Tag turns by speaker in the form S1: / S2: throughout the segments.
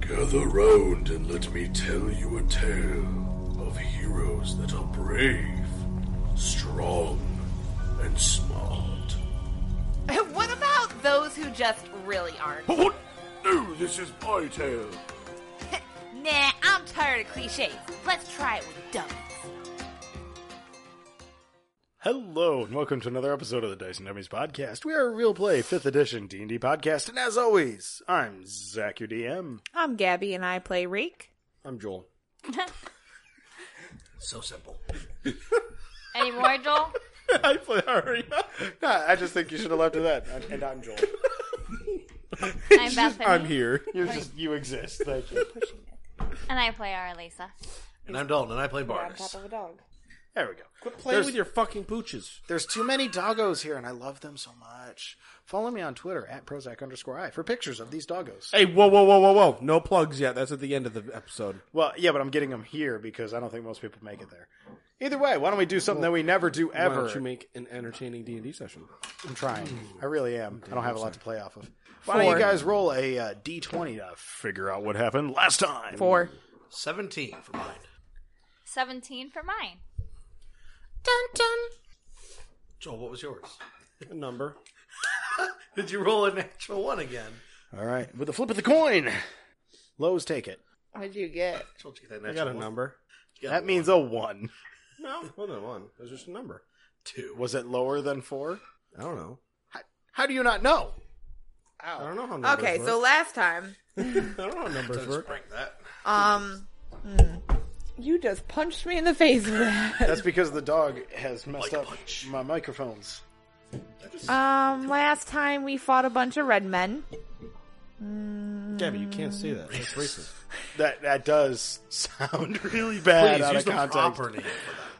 S1: Gather round and let me tell you a tale of heroes that are brave, strong, and smart.
S2: what about those who just really aren't?
S1: What? No, this is my tale.
S2: nah, I'm tired of cliches. Let's try it with dummies.
S3: Hello and welcome to another episode of the Dice and Dummies podcast. We are a real play 5th edition D&D podcast and as always, I'm Zach your DM.
S4: I'm Gabby and I play Reek.
S3: I'm Joel.
S5: So simple.
S2: Any more, Joel?
S3: I play Ari. no, I just think you should have left it at that.
S5: And I'm Joel.
S6: I'm Bethany,
S3: I'm here. You just you exist. Thank you.
S6: and I play Aralisa.
S5: And I'm Dalton, and I play Barnes.
S4: a dog.
S3: There we go.
S5: Quit playing with your fucking pooches.
S3: There's too many doggos here and I love them so much. Follow me on Twitter at Prozac underscore I for pictures of these doggos.
S5: Hey, whoa, whoa, whoa, whoa, whoa. No plugs yet. That's at the end of the episode.
S3: Well, yeah, but I'm getting them here because I don't think most people make it there. Either way, why don't we do something that we never do
S5: Why
S3: ever?
S5: don't you make an entertaining D&D session?
S3: I'm trying. I really am. I don't have a lot to play off of. Why don't you guys roll a uh, d20 to figure out what happened last time?
S4: Four.
S5: 17 for mine.
S6: 17 for mine.
S5: Joel, what was yours? A number. Did you roll a natural one again?
S3: All right. With the flip of the coin, Lowe's take it.
S4: What'd you get?
S5: Joel, did you get that natural I got a number.
S3: That means a one.
S5: No, more than one. It was just a number. Two.
S3: Was it lower than four?
S5: I don't know.
S3: How do you not know?
S5: I don't know how numbers
S4: Okay,
S5: work.
S4: so last time,
S5: I don't know how numbers work.
S4: um, mm, you just punched me in the face with that.
S3: That's because the dog has messed up my microphones.
S4: Um, last time we fought a bunch of red men.
S5: Gabby, you can't say that. That's racist.
S3: That that does sound really bad out of context.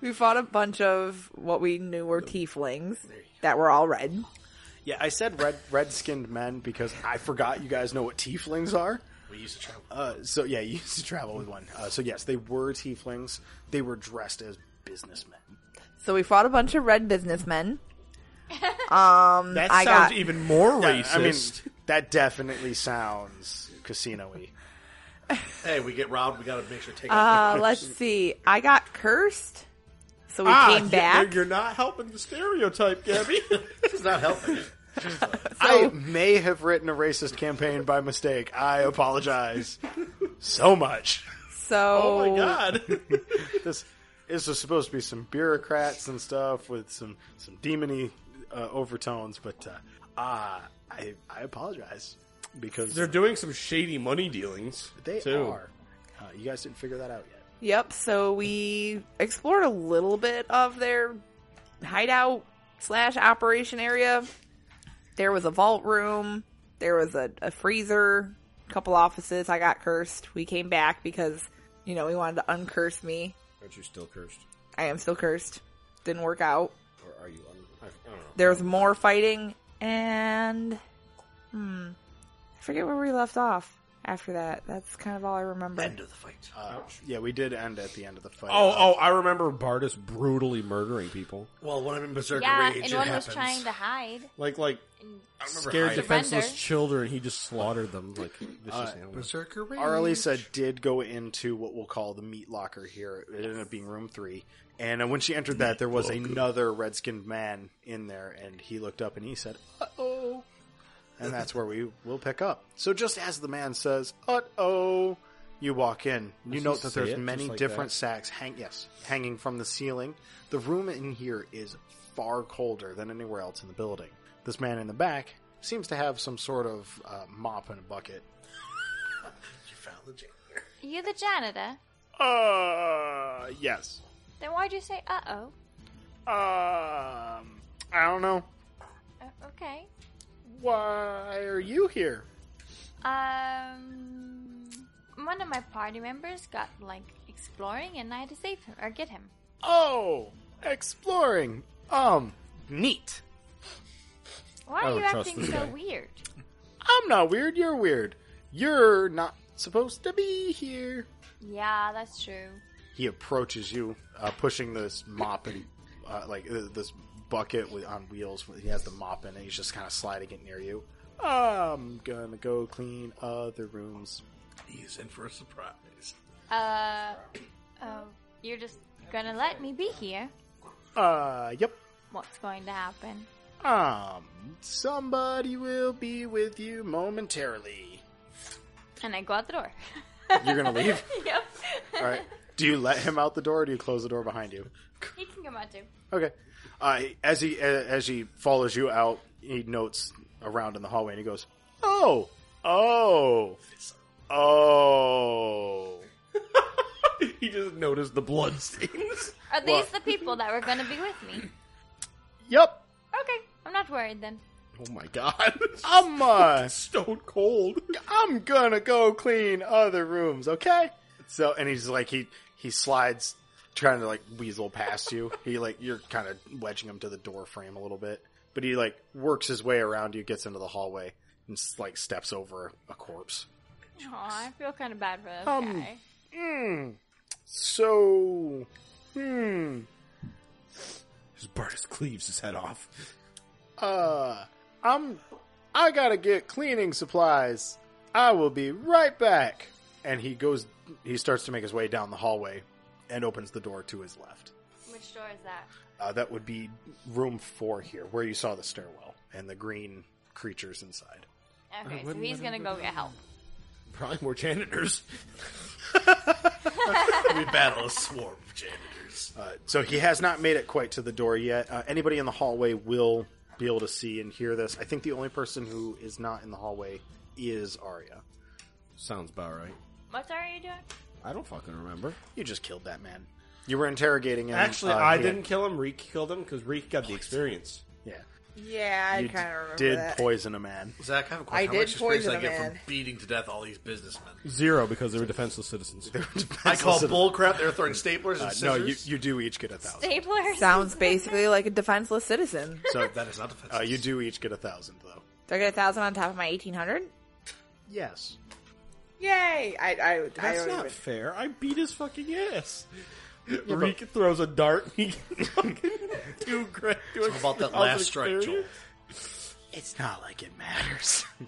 S4: We fought a bunch of what we knew were tieflings that were all red.
S3: Yeah, I said red red skinned men because I forgot you guys know what tieflings are.
S5: We used to travel.
S3: Uh, so yeah, you used to travel with one. Uh, so yes, they were tieflings. They were dressed as businessmen.
S4: So we fought a bunch of red businessmen. Um,
S5: That
S4: I
S5: sounds
S4: got-
S5: even more
S3: Yeah,
S5: racist.
S3: I mean, that definitely sounds casino-y.
S7: Hey, we get robbed. We got to make sure to take out
S4: Uh, let's see. I got cursed. So we
S5: Ah,
S4: came
S5: yeah,
S4: back.
S5: You're not helping the stereotype, Gabby.
S7: This is not helping.
S3: I may have written a racist campaign by mistake. I apologize so much.
S4: So
S5: oh my god.
S3: This this is supposed to be some bureaucrats and stuff with some some demony uh, overtones, but uh, ah, I I apologize because
S5: They're doing some shady money dealings.
S3: they
S5: too.
S3: are. Uh, you guys didn't figure that out yet.
S4: Yep, so we explored a little bit of their hideout slash operation area. There was a vault room, there was a, a freezer, a couple offices. I got cursed. We came back because, you know, we wanted to uncurse me.
S5: Aren't you still cursed?
S4: I am still cursed. Didn't work out.
S5: Or are you? I, I don't know.
S4: There was more fighting, and. Hmm. I forget where we left off after that. That's kind of all I remember.
S7: End of the fight.
S3: Uh, yeah, we did end at the end of the fight.
S5: Oh, oh! I remember Bardas brutally murdering people,
S7: Well, when I'm in berserker
S6: yeah,
S7: rage,
S6: and
S7: it
S6: one
S7: happens.
S6: was trying to hide.
S5: like like
S6: And
S5: scared
S7: hiding.
S5: defenseless
S6: Surrender.
S5: children. He just slaughtered them like vicious animals.
S7: berserker rage.
S3: Arlisa did go into what we'll call the meat locker here. It ended up being room three. And uh, when she entered that, there was another red skinned man in there, and he looked up and he said, uh oh. And that's where we will pick up. So just as the man says, uh oh, you walk in. You
S5: Does
S3: note
S5: he
S3: that
S5: say
S3: there's
S5: it just
S3: many
S5: like
S3: different
S5: that?
S3: sacks hang yes, hanging from the ceiling. The room in here is far colder than anywhere else in the building. This man in the back seems to have some sort of uh, mop and a bucket.
S7: You found the jam.
S6: you the janitor?
S3: Uh, yes.
S6: Then why'd you say uh oh?
S3: Um, I don't know.
S6: Uh, Okay.
S3: Why are you here?
S6: Um. One of my party members got, like, exploring and I had to save him, or get him.
S3: Oh, exploring. Um, neat.
S5: I
S6: Why are
S5: don't
S6: you
S5: trust
S6: acting
S5: this
S6: so
S5: guy.
S6: weird?
S3: I'm not weird. You're weird. You're not supposed to be here.
S6: Yeah, that's true.
S3: He approaches you, uh, pushing this mop and uh, like uh, this bucket with on wheels. He has the mop in it. He's just kind of sliding it near you. I'm gonna go clean other rooms.
S7: He's in for a surprise.
S6: Uh, uh, you're just gonna let me be here.
S3: Uh, yep.
S6: What's going to happen?
S3: Um, somebody will be with you momentarily.
S6: And I go out the door.
S3: You're gonna leave?
S6: yep.
S3: All right. Do you let him out the door, or do you close the door behind you?
S6: He can come out too.
S3: Okay. Uh, as he as he follows you out, he notes around in the hallway, and he goes, "Oh, oh, oh."
S5: he just noticed the blood stains.
S6: Are these the people that were gonna be with me?
S3: Yep.
S6: Okay, I'm not worried then.
S5: Oh my god.
S3: I'm uh,
S5: Stone cold.
S3: I'm gonna go clean other rooms, okay? So, and he's like, he he slides, trying to like weasel past you. He like you're kind of wedging him to the door frame a little bit, but he like works his way around you, gets into the hallway, and s- like steps over a corpse.
S6: Aw, I feel kind of bad for this
S3: Um,
S6: guy.
S3: Hmm. So, hmm.
S5: His Bartus cleaves his head off.
S3: Uh, I'm. I gotta get cleaning supplies. I will be right back. And he goes. He starts to make his way down the hallway, and opens the door to his left.
S6: Which door is that?
S3: Uh, that would be room four here, where you saw the stairwell and the green creatures inside.
S6: Okay, so he's gonna go get help.
S5: Probably more janitors.
S7: We battle a swarm of janitors.
S3: Uh, so he has not made it quite to the door yet. Uh, anybody in the hallway will be able to see and hear this. I think the only person who is not in the hallway is Arya.
S5: Sounds about right.
S6: What are you doing?
S5: I don't fucking remember.
S3: You just killed that man. You were interrogating him.
S5: Actually,
S3: uh,
S5: I
S3: he had-
S5: didn't kill him. Reek killed him because Reek got the experience.
S3: yeah.
S4: Yeah, I
S3: you
S4: kind of remember
S3: did
S4: that.
S3: poison a man.
S7: Zach, I have a question.
S4: I
S7: How
S4: did
S7: much experience
S4: poison
S7: I
S4: a
S7: get
S4: man.
S7: from beating to death all these businessmen?
S5: Zero because they were defenseless citizens.
S7: I call
S3: Listen,
S7: bull crap. They're throwing staplers and
S3: uh,
S7: scissors.
S3: no, you you do each get a thousand.
S6: Stapler?
S4: Sounds basically like a defenseless citizen.
S3: So
S7: that is not defensive.
S3: uh, you do each get a thousand though.
S4: Do I get a thousand on top of my eighteen hundred?
S3: Yes.
S4: Yay! I I, I
S5: That's
S4: don't
S5: not
S4: even-
S5: fair. I beat his fucking ass. Reek throws a dart. And he gets fucking
S8: Oh,
S5: two great.
S7: Talk about that last strike, Joel.
S3: It's not like it matters.
S6: I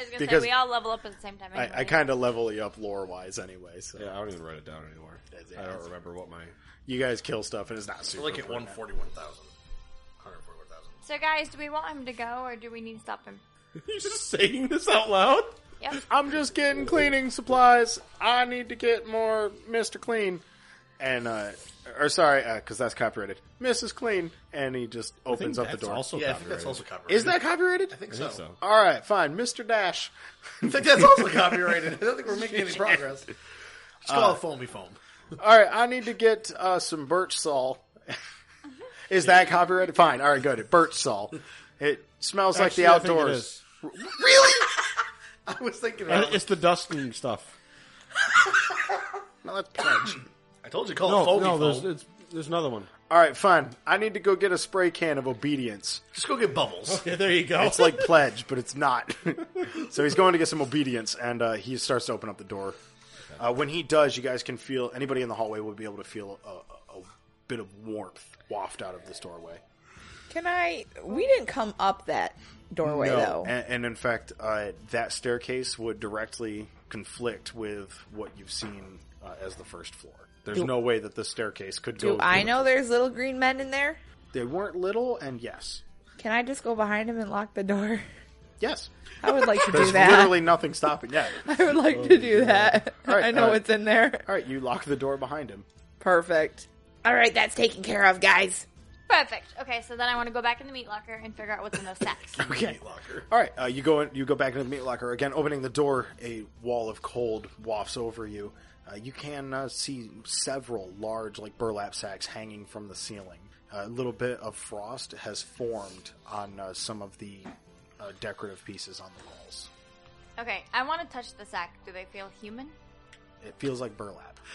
S6: was gonna
S3: Because-
S6: say we all level up at the same time.
S3: I, I
S6: anyway.
S3: kind of level you up lore wise anyway. So
S5: Yeah, I don't even write it down anymore.
S3: it.
S5: I don't remember what my.
S3: you guys kill stuff and it's not
S7: We're
S3: super.
S7: like at
S3: important.
S7: 141,000. 141,000.
S6: So, guys, do we want him to go or do we need to stop him?
S5: You're just saying this out loud?
S6: Yep.
S3: I'm just getting cleaning supplies. I need to get more Mister Clean, and uh, or sorry, because that's copyrighted. Mrs. Clean, and he just opens up the door.
S5: Also
S7: Yeah, I think that's also copyrighted.
S3: Is that copyrighted?
S7: I think
S5: I
S7: so.
S5: think so.
S3: All right, fine, Mister Dash.
S7: I think that's also copyrighted. I don't think we're making any progress. Just call it foamy foam.
S3: Uh, All right, I need to get uh, some birch saw. is that copyrighted? Fine. All right, good. Birch saw. It smells
S5: Actually, I
S3: like
S5: think
S3: the
S5: it
S3: outdoors.
S5: is.
S3: Really?
S7: I was thinking
S5: And
S7: about
S5: It's the dusting stuff.
S3: No, that's pledge.
S7: I told you call it
S5: No,
S7: foamy
S5: no, there's,
S7: Oh, foam.
S5: it's, there's another one.
S3: All right, fine. I need to go get a spray can of obedience.
S7: Just go get bubbles.
S5: Yeah, there you go.
S3: It's like pledge, but it's not. so he's going to get some obedience, and uh, he starts to open up the door. Uh, when he does, you guys can feel anybody in the hallway will be able to feel a, a, a bit of warmth waft out of this doorway.
S4: Can I? We didn't come up that doorway though.
S3: And, and in fact, uh, that staircase would directly conflict with what you've seen uh, as the first floor. There's no way that the staircase could go.
S4: Do I
S3: through.
S4: know there's little green men in there?
S3: They weren't little, and yes,
S4: Can I just go behind him and lock the door?
S3: yes.
S4: I would like to do
S3: There's
S4: that.
S3: literally nothing stopping. Yeah.
S4: I would like to do that.
S3: right,
S4: I know
S3: uh,
S4: what's in there.
S3: All right, you lock the door behind him.
S4: Perfect. All right, that's taken care of, guys.
S6: Perfect. Okay, so then I want to go back in the meat locker and figure out what's in those sacks.
S3: Okay. All right, uh, you go in, you go back into the meat locker again. Opening the door, a wall of cold wafts over you. Uh, you can uh, see several large, like burlap sacks, hanging from the ceiling. a little bit of frost has formed on uh, some of the uh, decorative pieces on the walls.
S6: okay, I want to touch the sack. Do they feel human?
S3: It feels like burlap.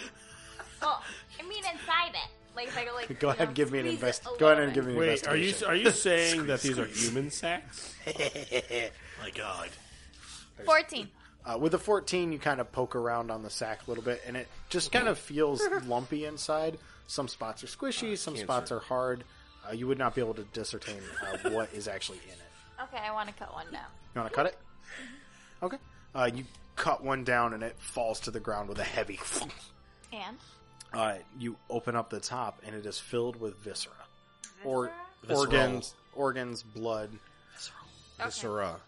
S6: Well, I mean inside it. Like if I go like.
S3: Go
S6: you
S3: ahead
S6: know,
S3: and give me an
S6: squeeze it
S3: invest.
S6: a
S3: Go ahead
S6: little
S3: and give
S6: bit.
S3: me an
S5: Wait, are you
S3: investigation.
S5: are you saying that these are human sacks?
S7: My God.
S6: Fourteen.
S3: Uh, with a 14, you kind of poke around on the sack a little bit, and it just kind of feels lumpy inside. Some spots are squishy, some spots are hard. Uh, you would not be able to discertain uh, what is actually in it.
S6: Okay, I want to cut one down.
S3: You want to cut it? Okay. Uh, you cut one down and it falls to the ground with a heavy.
S6: And
S3: Uh, you open up the top and it is filled with viscera, or
S7: Visceral.
S3: organs, organs, blood.
S8: Viscera.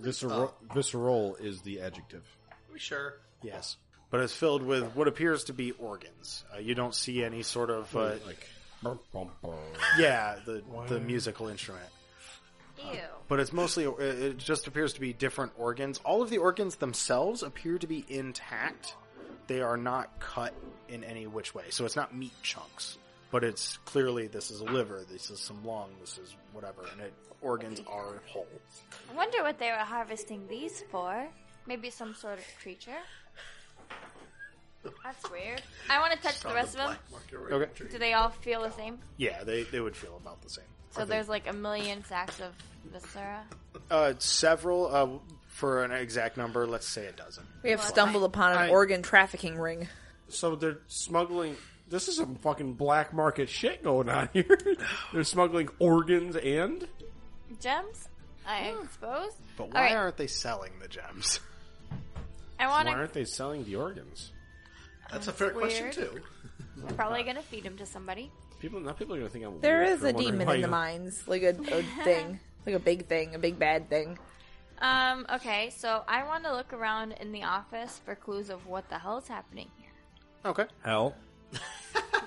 S8: Visceral,
S7: Oh.
S8: visceral is the adjective.
S7: Are we sure?
S3: Yes, but it's filled with what appears to be organs. Uh, you don't see any sort of uh,
S8: like, bum, bum, bum.
S3: yeah, the the musical instrument.
S6: ew.
S3: But it's mostly it- it just appears to be different organs. All of the organs themselves appear to be intact. They are not cut in any which way, so it's not meat chunks. But it's clearly this is a liver, this is some lung, this is whatever, and it, organs are whole.
S6: I wonder what they were harvesting these for. Maybe some sort of creature. That's weird. I want to touch the rest of them.
S3: Okay.
S6: Do they all feel the same?
S3: Yeah, they, they would feel about the same.
S6: So there's like a million sacks of viscera.
S3: Uh, several, uh, for an exact number, let's say a dozen.
S4: We have stumbled upon an
S5: I-
S4: organ trafficking ring.
S5: So they're smuggling. This is some fucking black market shit going on here. they're smuggling organs and
S6: Gems, I
S5: Hmm.
S6: suppose.
S3: But
S6: All
S3: why
S6: right.
S3: aren't they selling the gems?
S6: I
S5: why
S6: want to.
S5: aren't they selling the organs?
S7: That's a fair question
S6: Weird.
S7: too.
S6: Probably gonna feed them to somebody.
S5: People now people are gonna think I'm.
S4: There
S5: weird
S4: is
S5: for
S4: a
S5: wondering
S4: demon
S5: why
S4: in the
S5: you-
S4: mines, like a, a thing, like a big thing, a big bad thing.
S6: Um. Okay. So I want to look around in the office for clues of what the hell is happening here.
S3: Okay.
S5: Hell,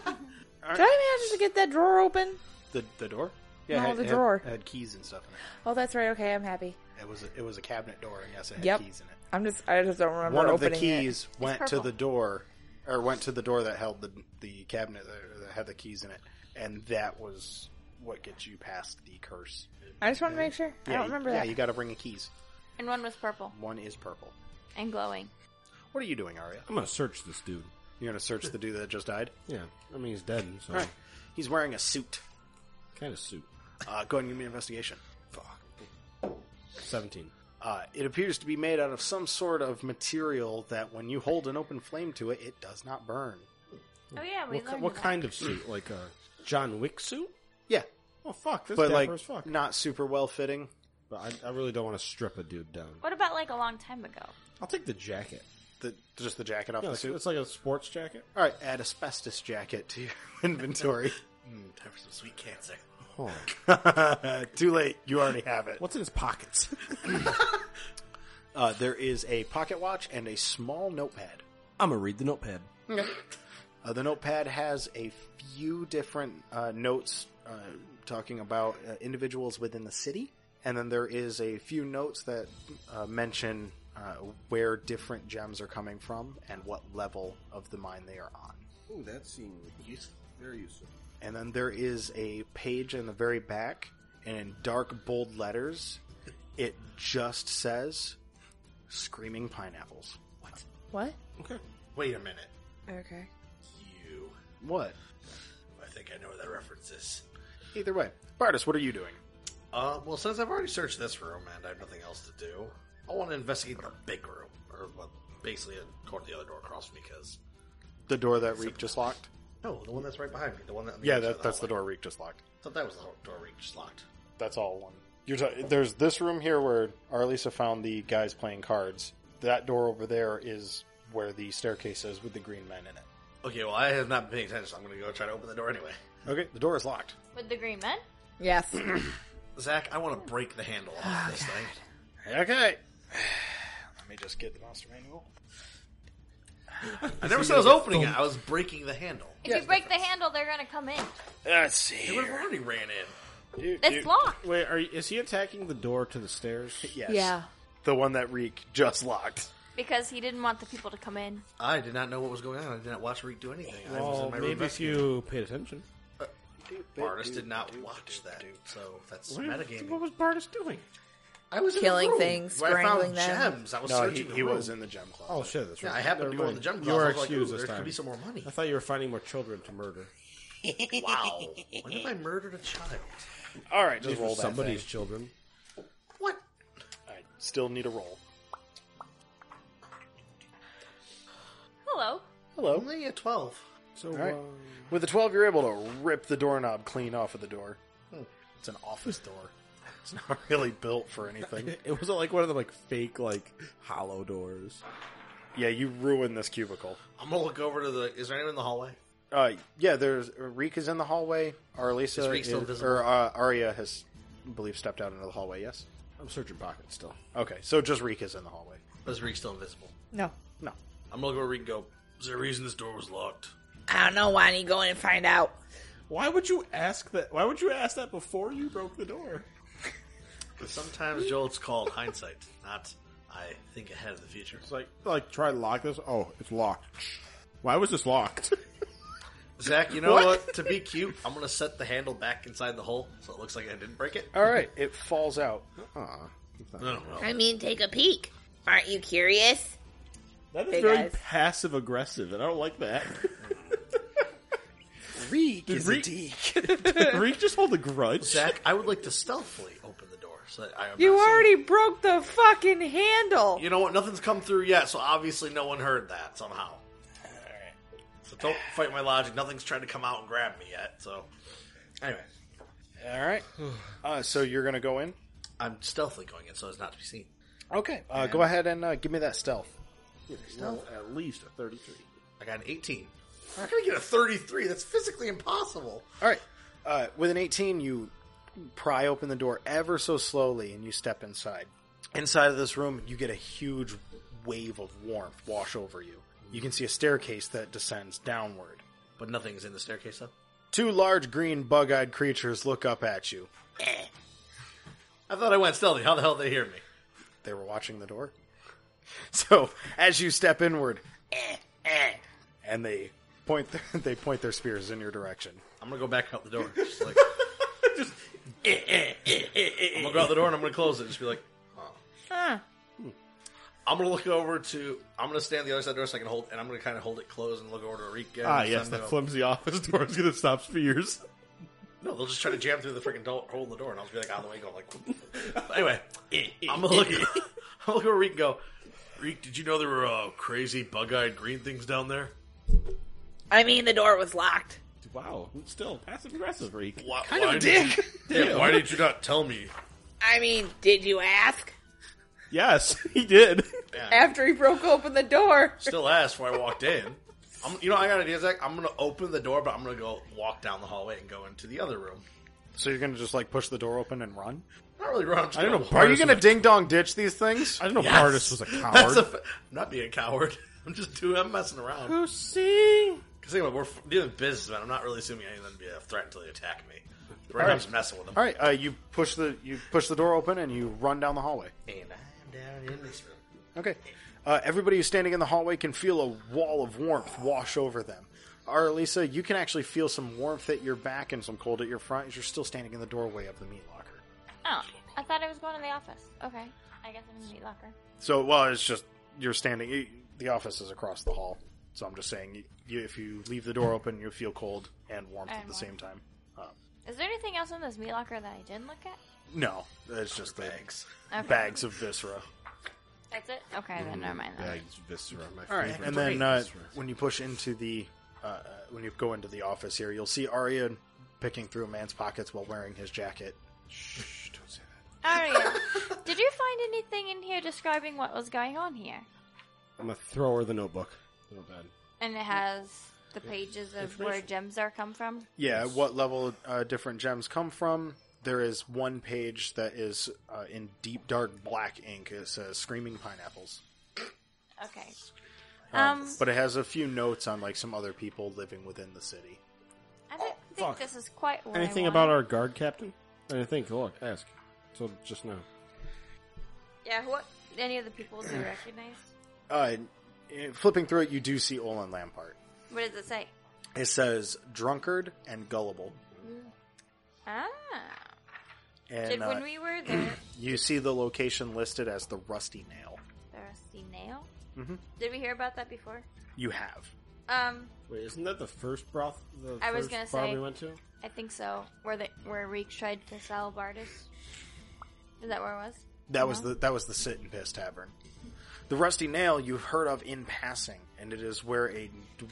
S4: Did I manage to get that drawer open?
S3: The, the door?
S4: No,
S3: it had-
S4: the
S3: it had-
S4: drawer.
S3: It had keys and stuff in it.
S4: Oh, that's right. Okay, I'm happy.
S3: It was, it was a cabinet door, and yes, it had
S4: Yep.
S3: keys in it.
S4: I'm just, I just don't remember
S3: one of the
S4: opening it.
S3: keys went to
S6: purple.
S3: the door, or went to the door that held the the cabinet uh, that, that had the keys in it, and that was what gets you past the curse.
S4: I just want to make sure. I
S3: Yeah,
S4: don't remember
S3: yeah,
S4: that.
S3: you got to bring the keys.
S6: And one was purple
S3: One is purple.
S6: and glowing.
S3: What are you doing, Arya?
S5: I'm gonna search this dude.
S3: You're gonna search the dude that just died.
S5: Yeah, I mean he's dead, so
S3: All right, he's wearing a suit.
S5: kind of suit.
S3: Uh, go ahead and give me an investigation.
S5: Fuck. Seventeen.
S3: Uh, it appears to be made out of some sort of material that, when you hold an open flame to it, it does not burn.
S6: Oh yeah, we
S5: What, ki-
S6: learned
S5: what
S6: that.
S5: kind of suit? Like a John Wick suit?
S3: Yeah,
S5: Oh fuck, this
S3: but
S5: but
S3: like
S5: as fuck.
S3: not super well fitting.
S5: But I, I really don't want to strip a dude down.
S6: What about like a long time ago?
S5: I'll take the jacket.
S3: The, just the jacket off
S5: Yeah,
S3: the
S5: it's,
S3: suit.
S5: it's like a sports jacket.
S3: All right, add asbestos jacket to your inventory.
S7: Mm, time for some sweet cancer.
S5: Oh.
S3: Too late. You already have it.
S5: What's in his pockets?
S3: Uh, there is a pocket watch and a small notepad.
S5: I'm gonna read the notepad.
S3: Uh, the notepad has a few different uh, notes uh, talking about uh, individuals within the city, and then there is a few notes that uh, mention uh, where different gems are coming from and what level of the mine they are on.
S8: Ooh, that seemed useful. Very useful.
S3: And then there is a page in the very back, and in dark, bold letters, it just says Screaming Pineapples.
S4: What?
S7: Wait a minute.
S4: Okay.
S7: You.
S3: What?
S7: I think I know what that reference is.
S3: Either way. Bartis, what are you doing?
S7: Uh, well, since I've already searched this room and I have nothing else to do, I want to investigate the big room, or well, basically uh, toward the other door across from me. Because
S3: The door that Reek just locked?
S7: no, the one that's right behind me, the one that on the
S3: Yeah,
S7: other side
S3: that,
S7: of
S3: that's the
S7: hallway.
S3: door Reek just locked.
S7: Thought that was the door we just locked.
S3: That's all one. You're ta- there's this room here where Arlisa found the guys playing cards. That door over there is where the staircase is with the green men in it.
S7: Okay, well, I have not been paying attention, so I'm going to go try to open the door anyway.
S3: Okay, the door is locked.
S6: With the green men?
S4: Yes.
S7: Zach, I want to break the handle off this thing.
S3: Okay. Let me just get the monster manual.
S7: I never said I was opening it; I was breaking the handle.
S6: If you break the handle, they're gonna come in.
S3: Let's
S7: They
S3: see.
S7: would have already ran in.
S6: It's locked.
S5: Wait, are you, is he attacking the door to the stairs?
S3: Yes.
S4: Yeah.
S3: The one that Reek just locked.
S6: Because he didn't want the people to come in.
S7: I did not know what was going on. I did not watch Reek do anything. I was in
S5: Well,
S7: my room
S5: maybe if
S7: investigating.
S5: you paid attention.
S7: Bartis did not watch that, so that's metagaming.
S5: was Bartis doing?
S7: I was in the
S4: Killing
S7: room
S4: things,
S7: where I
S4: strangling
S7: found
S4: them.
S7: gems. I was
S3: No, he,
S7: searching. the
S3: he
S7: room.
S3: was in the gem closet.
S5: Oh shit, that's right.
S7: Yeah, I happened to
S5: Never
S7: go in
S5: mind.
S7: the jungle.
S5: You
S7: I was
S5: are
S7: like, ooh,
S5: excused this
S7: there could
S5: time.
S7: be some more money.
S5: I thought you were finding more children to murder.
S7: Wow. when have I murdered a child?
S3: All right, just
S5: These were
S3: roll that
S5: somebody's
S3: thing.
S5: children.
S7: What?
S3: I still need a roll.
S6: Hello.
S7: Hello. Only a twelve.
S5: So
S3: All right.
S5: uh,
S3: With the 12, you're able to rip the doorknob clean off of the door. It's an Hmm. office door. It's not really built for anything.
S5: It wasn't like one of the like fake like hollow doors.
S3: yeah, you ruined this cubicle.
S7: I'm gonna look over to the. Is there anyone in the hallway?
S3: Uh, yeah, there's Rika's in the hallway. Arlisa
S7: Is Reek still
S3: is-
S7: visible?
S3: or uh, Arya has, I believe, stepped out into the hallway. Yes.
S5: I'm searching pockets still.
S3: Okay, so just Rika's in the hallway.
S7: Or is Reek still invisible?
S4: No.
S3: No.
S7: I'm gonna look over Reek and go. Is there a reason this door was locked?
S4: I don't know why I need to go in and find out.
S5: Why would you ask that? Why would you ask that before you broke the door?
S7: Sometimes Joel, it's called hindsight, not I think ahead of the future.
S5: It's like like try to lock this. Oh, it's locked. Why was this locked?
S7: Zach, you know what? To be cute, I'm gonna set the handle back inside the hole so it looks like I didn't break it.
S3: All right, it falls out.
S7: No, no, no.
S2: I mean, take a peek. Aren't you curious?
S5: That is
S4: Big
S5: very
S4: eyes.
S5: passive aggressive, and I don't like that.
S3: Reek
S5: Did
S3: is
S5: Reek-
S3: a deke.
S5: Did Reek just hold a grudge?
S7: Zach, I would like to stealthily open the door. So that I am
S4: You
S7: not seen.
S4: already broke the fucking handle.
S7: You know what? Nothing's come through yet, so obviously no one heard that somehow. So don't fight my logic. Nothing's tried to come out and grab me yet. So anyway,
S3: All right. Uh, so you're gonna go in.
S7: I'm stealthily going in so as not to be seen.
S3: Okay. Uh, go ahead and uh, give me that stealth.
S5: at least a thirty-three.
S7: I got an 18. I'm not gonna get a 33. That's physically impossible.
S3: All right. Uh, with an 18, you pry open the door ever so slowly and you step inside. Inside of this room, you get a huge wave of warmth wash over you. You can see a staircase that descends downward.
S7: But nothing's in the staircase though.
S3: Two large green bug eyed creatures look up at you.
S7: I thought I went stealthy. How the hell did they hear me?
S3: They were watching the door. So, as you step inward, eh, eh, and they point their, they point their spears in your direction.
S7: I'm gonna go back out the door. Just like, just, eh, eh, eh, eh, eh. I'm gonna go out the door and I'm gonna close it. Just be like, oh. Hmm. I'm gonna look over to. I'm gonna stand on the other side of the door so I can hold, and I'm gonna kind of hold it closed and look over to Rika.
S5: Ah,
S7: and
S5: yes,
S7: send
S5: that
S7: them-
S5: flimsy office door is going to stop spears.
S7: No, they'll just try to jam through the freaking door, hole in the door, and I'll just be like out of the way, going like. But anyway, I'm gonna look. I'm gonna look over Reek and go. Reek, did you know there were uh, crazy bug-eyed green things down there?
S4: I mean, the door was locked.
S5: Wow, still passive aggressive, Reek.
S7: Why, kind of a dick. yeah, why did you not tell me?
S4: I mean, did you ask?
S5: Yes, he did.
S4: After he broke open the door.
S7: Still asked when I walked in. I'm, you know, I got an idea, Zach. I'm gonna open the door, but I'm gonna go walk down the hallway and go into the other room.
S3: So you're gonna just like push the door open and run?
S7: Not really wrong.
S5: I don't know.
S3: Are you
S5: Bardas
S3: gonna
S5: was
S3: ding dong ditch these things?
S5: a- I don't know.
S7: Yes.
S5: Bardas was a
S7: That's
S5: coward.
S7: a, fa- I'm not being a coward. I'm just doing. I'm messing around. Because anyway, we're f- dealing with businessmen. I'm not really assuming anyone would be a threat until they attack me. Right now, I'm just messing with them.
S3: All right, uh, you push the you push the door open and you run down the hallway.
S7: And I'm down in this room.
S3: Okay, uh, everybody who's standing in the hallway can feel a wall of warmth wash over them. Arlisa, you can actually feel some warmth at your back and some cold at your front as you're still standing in the doorway of the meat locker.
S6: Oh, I thought I was going to the office. Okay, I guess I'm in the meat locker.
S3: So, well, it's just you're standing. You, the office is across the hall, so I'm just saying you, you, if you leave the door open, you feel cold and warmth at
S6: And
S3: the same time. Uh,
S6: Is there anything else in this meat locker that I didn't look at?
S3: no, it's just the
S7: Bags.
S6: Okay.
S3: bags of viscera.
S6: That's it. Okay, then never mind. That.
S8: Bags, viscera, my
S3: All right,
S8: favorite.
S3: and then uh, when you push into the uh, uh, when you go into the office here, you'll see Arya picking through a man's pockets while wearing his jacket.
S8: Shh, don't say that.
S6: Aria, did you find anything in here describing what was going on here?
S8: I'm gonna throw her the notebook. Real bad.
S6: And it has the pages of where gems are come from.
S3: Yeah, what level uh, different gems come from? There is one page that is uh, in deep dark black ink. It says "Screaming Pineapples,"
S6: Okay.
S3: um,
S6: Um,
S3: but it has a few notes on like some other people living within the city.
S6: I don't think
S8: Oh, fuck.
S6: this is quite what
S8: Anything
S6: I
S8: about
S6: want.
S8: our guard captain? Anything? Look, ask. So just now.
S6: Yeah, what? Any of the people do you recognize?
S3: Uh, eh, flipping through it, you do see Olin Lampart.
S6: What does it say?
S3: It says "drunkard" and "gullible,"
S6: Ah.
S3: and
S6: Did,
S3: uh,
S6: when we were there,
S3: you see the location listed as the Rusty Nail.
S6: the rusty nail.
S8: Mm-hmm.
S3: Mhm.
S6: Did we hear about that before?
S3: You have.
S6: Um,
S8: Wait, isn't that the first broth? The
S6: I was
S8: first
S6: gonna
S8: bar
S6: say-
S8: we went to.
S6: I think so. Where the where Reek tried to sell Bardis. Is that where it was?
S3: That was the that was the sit and piss tavern. The rusty nail you've heard of in passing, and it is where a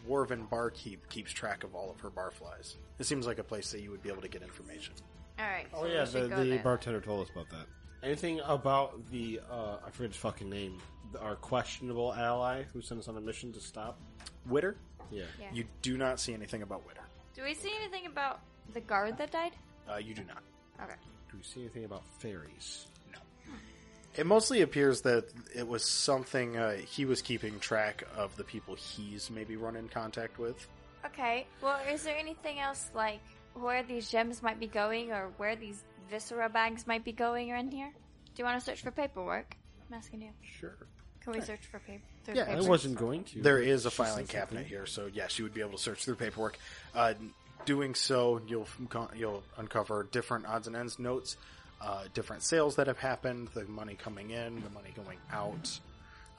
S3: dwarven barkeep keeps track of all of her barflies. It seems like a place that you would be able to get information.
S6: All right.
S8: Oh
S6: so we
S8: yeah, the,
S6: should go
S8: the
S6: then.
S8: bartender told us about that. Anything about the uh, I forget his fucking name, the, our questionable ally who sent us on a mission to stop?
S3: Witter,
S8: Yeah,
S6: Yeah.
S3: you do not see anything about Witter.
S6: Do we see anything about the guard that died?
S3: Uh, you do not.
S6: Okay.
S8: Do we see anything about fairies?
S3: It mostly appears that it was something uh, he was keeping track of the people he's maybe run in contact with.
S6: Okay. Well, is there anything else like where these gems might be going, or where these viscera bags might be going, or in here? Do you want to search for paperwork? I'm asking you.
S8: Sure.
S6: Can we search for paper?
S3: Yeah,
S8: I
S6: paperwork?
S8: wasn't going to.
S3: There is a
S8: She
S3: filing
S8: said something.
S3: cabinet here, so yes, you would be able to search through paperwork. Uh, doing so, you'll you'll uncover different odds and ends notes, uh, different sales that have happened, the money coming in, the money going out,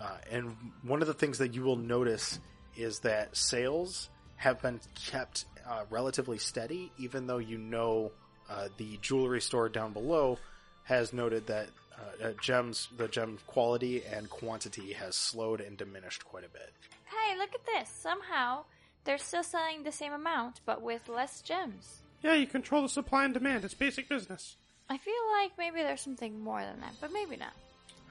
S3: uh, and one of the things that you will notice is that sales have been kept uh, relatively steady, even though you know uh, the jewelry store down below has noted that. Uh, uh, gems, the gem quality and quantity has slowed and diminished quite a bit.
S6: Hey, look at this. Somehow they're still selling the same amount, but with less gems.
S5: Yeah, you control the supply and demand. It's basic business.
S6: I feel like maybe there's something more than that, but maybe not.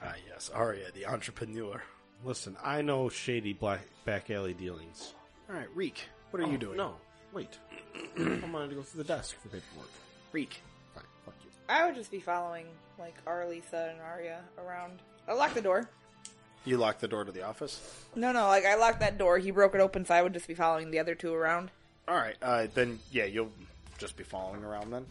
S3: Ah, yes, Arya, the entrepreneur.
S8: Listen, I know shady black back alley dealings. Oh,
S3: All right, Reek, what are you doing?
S8: No, wait. I wanted to go through the desk for paperwork.
S3: Reek.
S8: Fine, fuck you.
S4: I would just be following like Arlisa and Arya around. I locked the door.
S3: You locked the door to the office.
S4: No, no, like I locked that door. He broke it open, so I would just be following the other two around.
S3: All right, uh, then yeah, you'll just be following around then.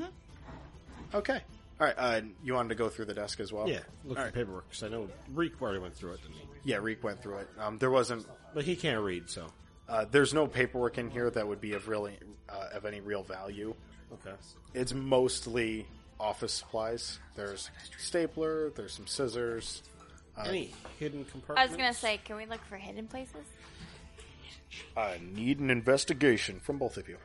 S3: Mm-hmm. Okay. All right. Uh, you wanted to go through the desk as well.
S8: Yeah, look
S3: All
S8: for
S3: right.
S8: paperwork because I know Reek already went through it, didn't he?
S3: Yeah, Reek went through it. Um, there wasn't.
S8: But he can't read, so
S3: Uh, there's no paperwork in here that would be of really uh, of any real value.
S8: okay.
S3: It's mostly office supplies. There's stapler. There's some scissors.
S8: Any hidden
S6: I
S8: compartments?
S6: was gonna say, can we look for hidden places?
S3: I need an investigation from both of you.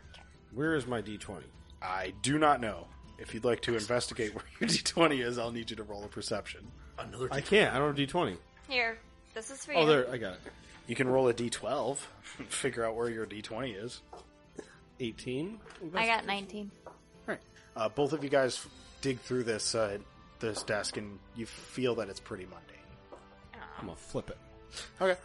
S8: where is my D twenty?
S3: I do not know. If you'd like to investigate where your d20 is, I'll need you to roll a perception.
S7: Another
S8: I can't. I don't have D twenty.
S6: Here, this is for you.
S8: Oh, there. I got it.
S3: You can roll a d12, and figure out where your d20 is.
S8: Eighteen.
S6: I got 19.
S3: Right. Uh, both of you guys dig through this uh, this desk, and you feel that it's pretty mundane.
S8: I'm gonna flip it.
S3: Okay.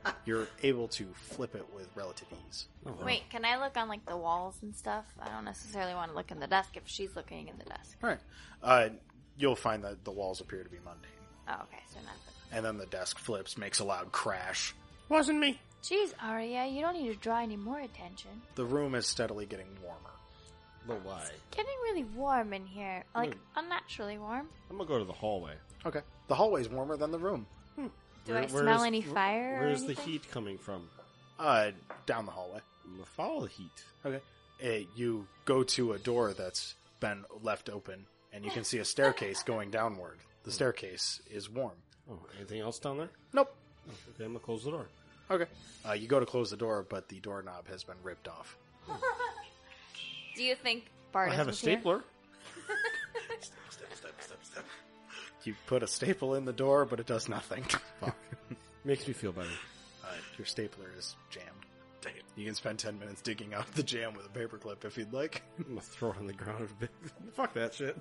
S3: You're able to flip it with relative ease.
S8: Oh,
S6: Wait, can I look on like the walls and stuff? I don't necessarily want to look in the desk if she's looking in the desk.
S3: All right. Uh, you'll find that the walls appear to be mundane,
S6: Oh, okay, so nothing.
S3: and then the desk flips, makes a loud crash.
S5: Wasn't me.
S6: Jeez, Arya, you don't need to draw any more attention.
S3: The room is steadily getting warmer.
S8: The lie.
S6: Getting really warm in here, like
S8: Hmm.
S6: unnaturally warm.
S8: I'm gonna go to the hallway.
S3: Okay. The hallway's warmer than the room.
S6: Do I smell
S8: is-
S6: any
S8: where-
S6: fire? or
S8: Where's the
S6: anything?
S8: heat coming from?
S3: Uh, down the hallway.
S8: I'm gonna follow the heat.
S3: Okay. Uh, you go to a door that's been left open, and you can see a staircase going downward. The staircase is warm.
S8: Oh, anything else down there?
S3: Nope.
S8: Oh, okay, I'm gonna close the door.
S3: Okay. Uh, you go to close the door, but the doorknob has been ripped off.
S6: Do you think Bartis
S8: I have a
S6: was here?
S8: stapler.
S3: You put a staple in the door, but it does nothing.
S8: Fuck. Makes me feel better.
S3: uh, your stapler is jammed. You can spend 10 minutes digging out the jam with a paperclip if you'd like.
S8: I'm gonna throw it on the ground. a bit. Fuck that shit.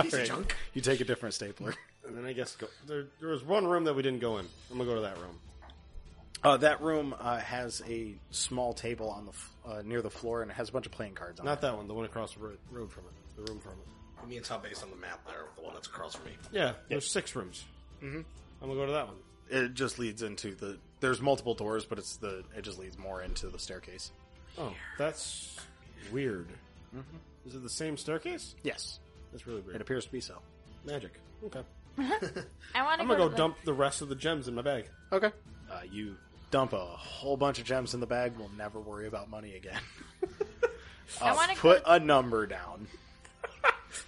S3: Piece of junk. You take a different stapler.
S8: And then I guess go, there, there was one room that we didn't go in. I'm gonna go to that room.
S3: Uh, that room uh, has a small table on the f- uh, near the floor, and it has a bunch of playing cards on it.
S8: Not that one. The one across the road, road from it. The room from it.
S7: I mean, it's not based on the map there, the one that's across from me.
S8: Yeah. There's six rooms. Mm-hmm. I'm gonna go to that one.
S3: it just leads into the there's multiple doors but it's the it just leads more into the staircase
S8: Oh, that's weird. Is it the same staircase?
S3: yes
S8: That's really
S3: it
S8: weird.
S3: appears to be so
S8: Magic. Okay.
S6: I want
S8: I'm gonna go
S6: to the-
S8: dump the rest of the gems in my bag.
S3: okay uh, you dump a whole bunch of gems in the bag we'll never worry about money again
S6: I want to
S3: put a number down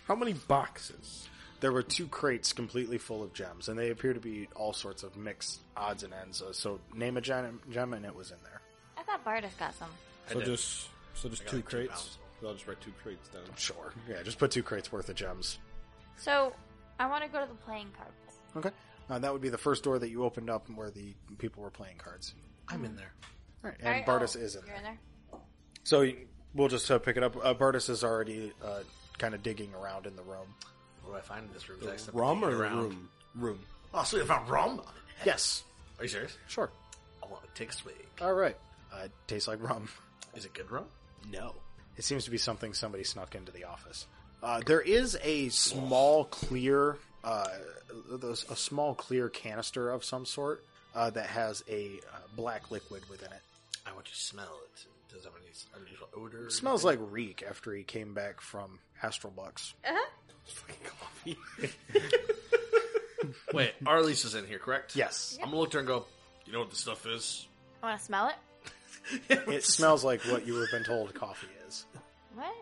S8: How many boxes?
S3: there were two crates completely full of gems and they appear to be all sorts of mixed odds and ends Uh, so name a gem, gem and it was in there
S6: I thought Bartis got some.
S8: So just so just
S7: got
S8: two
S7: like two
S8: crates.
S7: pounds.
S8: I'll just write two crates down.
S3: sure yeah just put two crates worth of gems
S6: So I want to go to the playing cards.
S3: okay uh, that would be the first door that you opened up where the people were playing cards
S7: I'm in there.
S3: all right
S6: All
S3: and
S6: right,
S3: Bartis
S6: oh,
S3: is in there
S6: You're in there.
S3: So you- We'll just uh, pick it up. Uh, Bartis is already uh, kind of digging around in the room.
S7: What do I find in this room? Next up,
S8: Rum or
S7: digging
S8: the
S7: around.
S8: room?
S3: Room.
S7: Oh, so you found rum?
S3: Yes.
S7: Are you serious?
S3: Sure.
S7: I want to take a swig.
S3: All right. Uh, it tastes like rum.
S7: Is it good rum?
S3: No. It seems to be something somebody snuck into the office. Uh, there is a small clear, uh, those, a small clear canister of some sort uh, that has a uh, black liquid within it.
S7: I want to smell it. Does it have any unusual odor?
S3: It smells like reek after he came back from Astral Bucks.
S7: Wait, Arlise is in here, correct?
S3: Yes.
S7: I'm gonna look to her and go. You know what this stuff is?
S6: I want to smell it.
S3: It smells like what you have been told coffee is.
S6: What?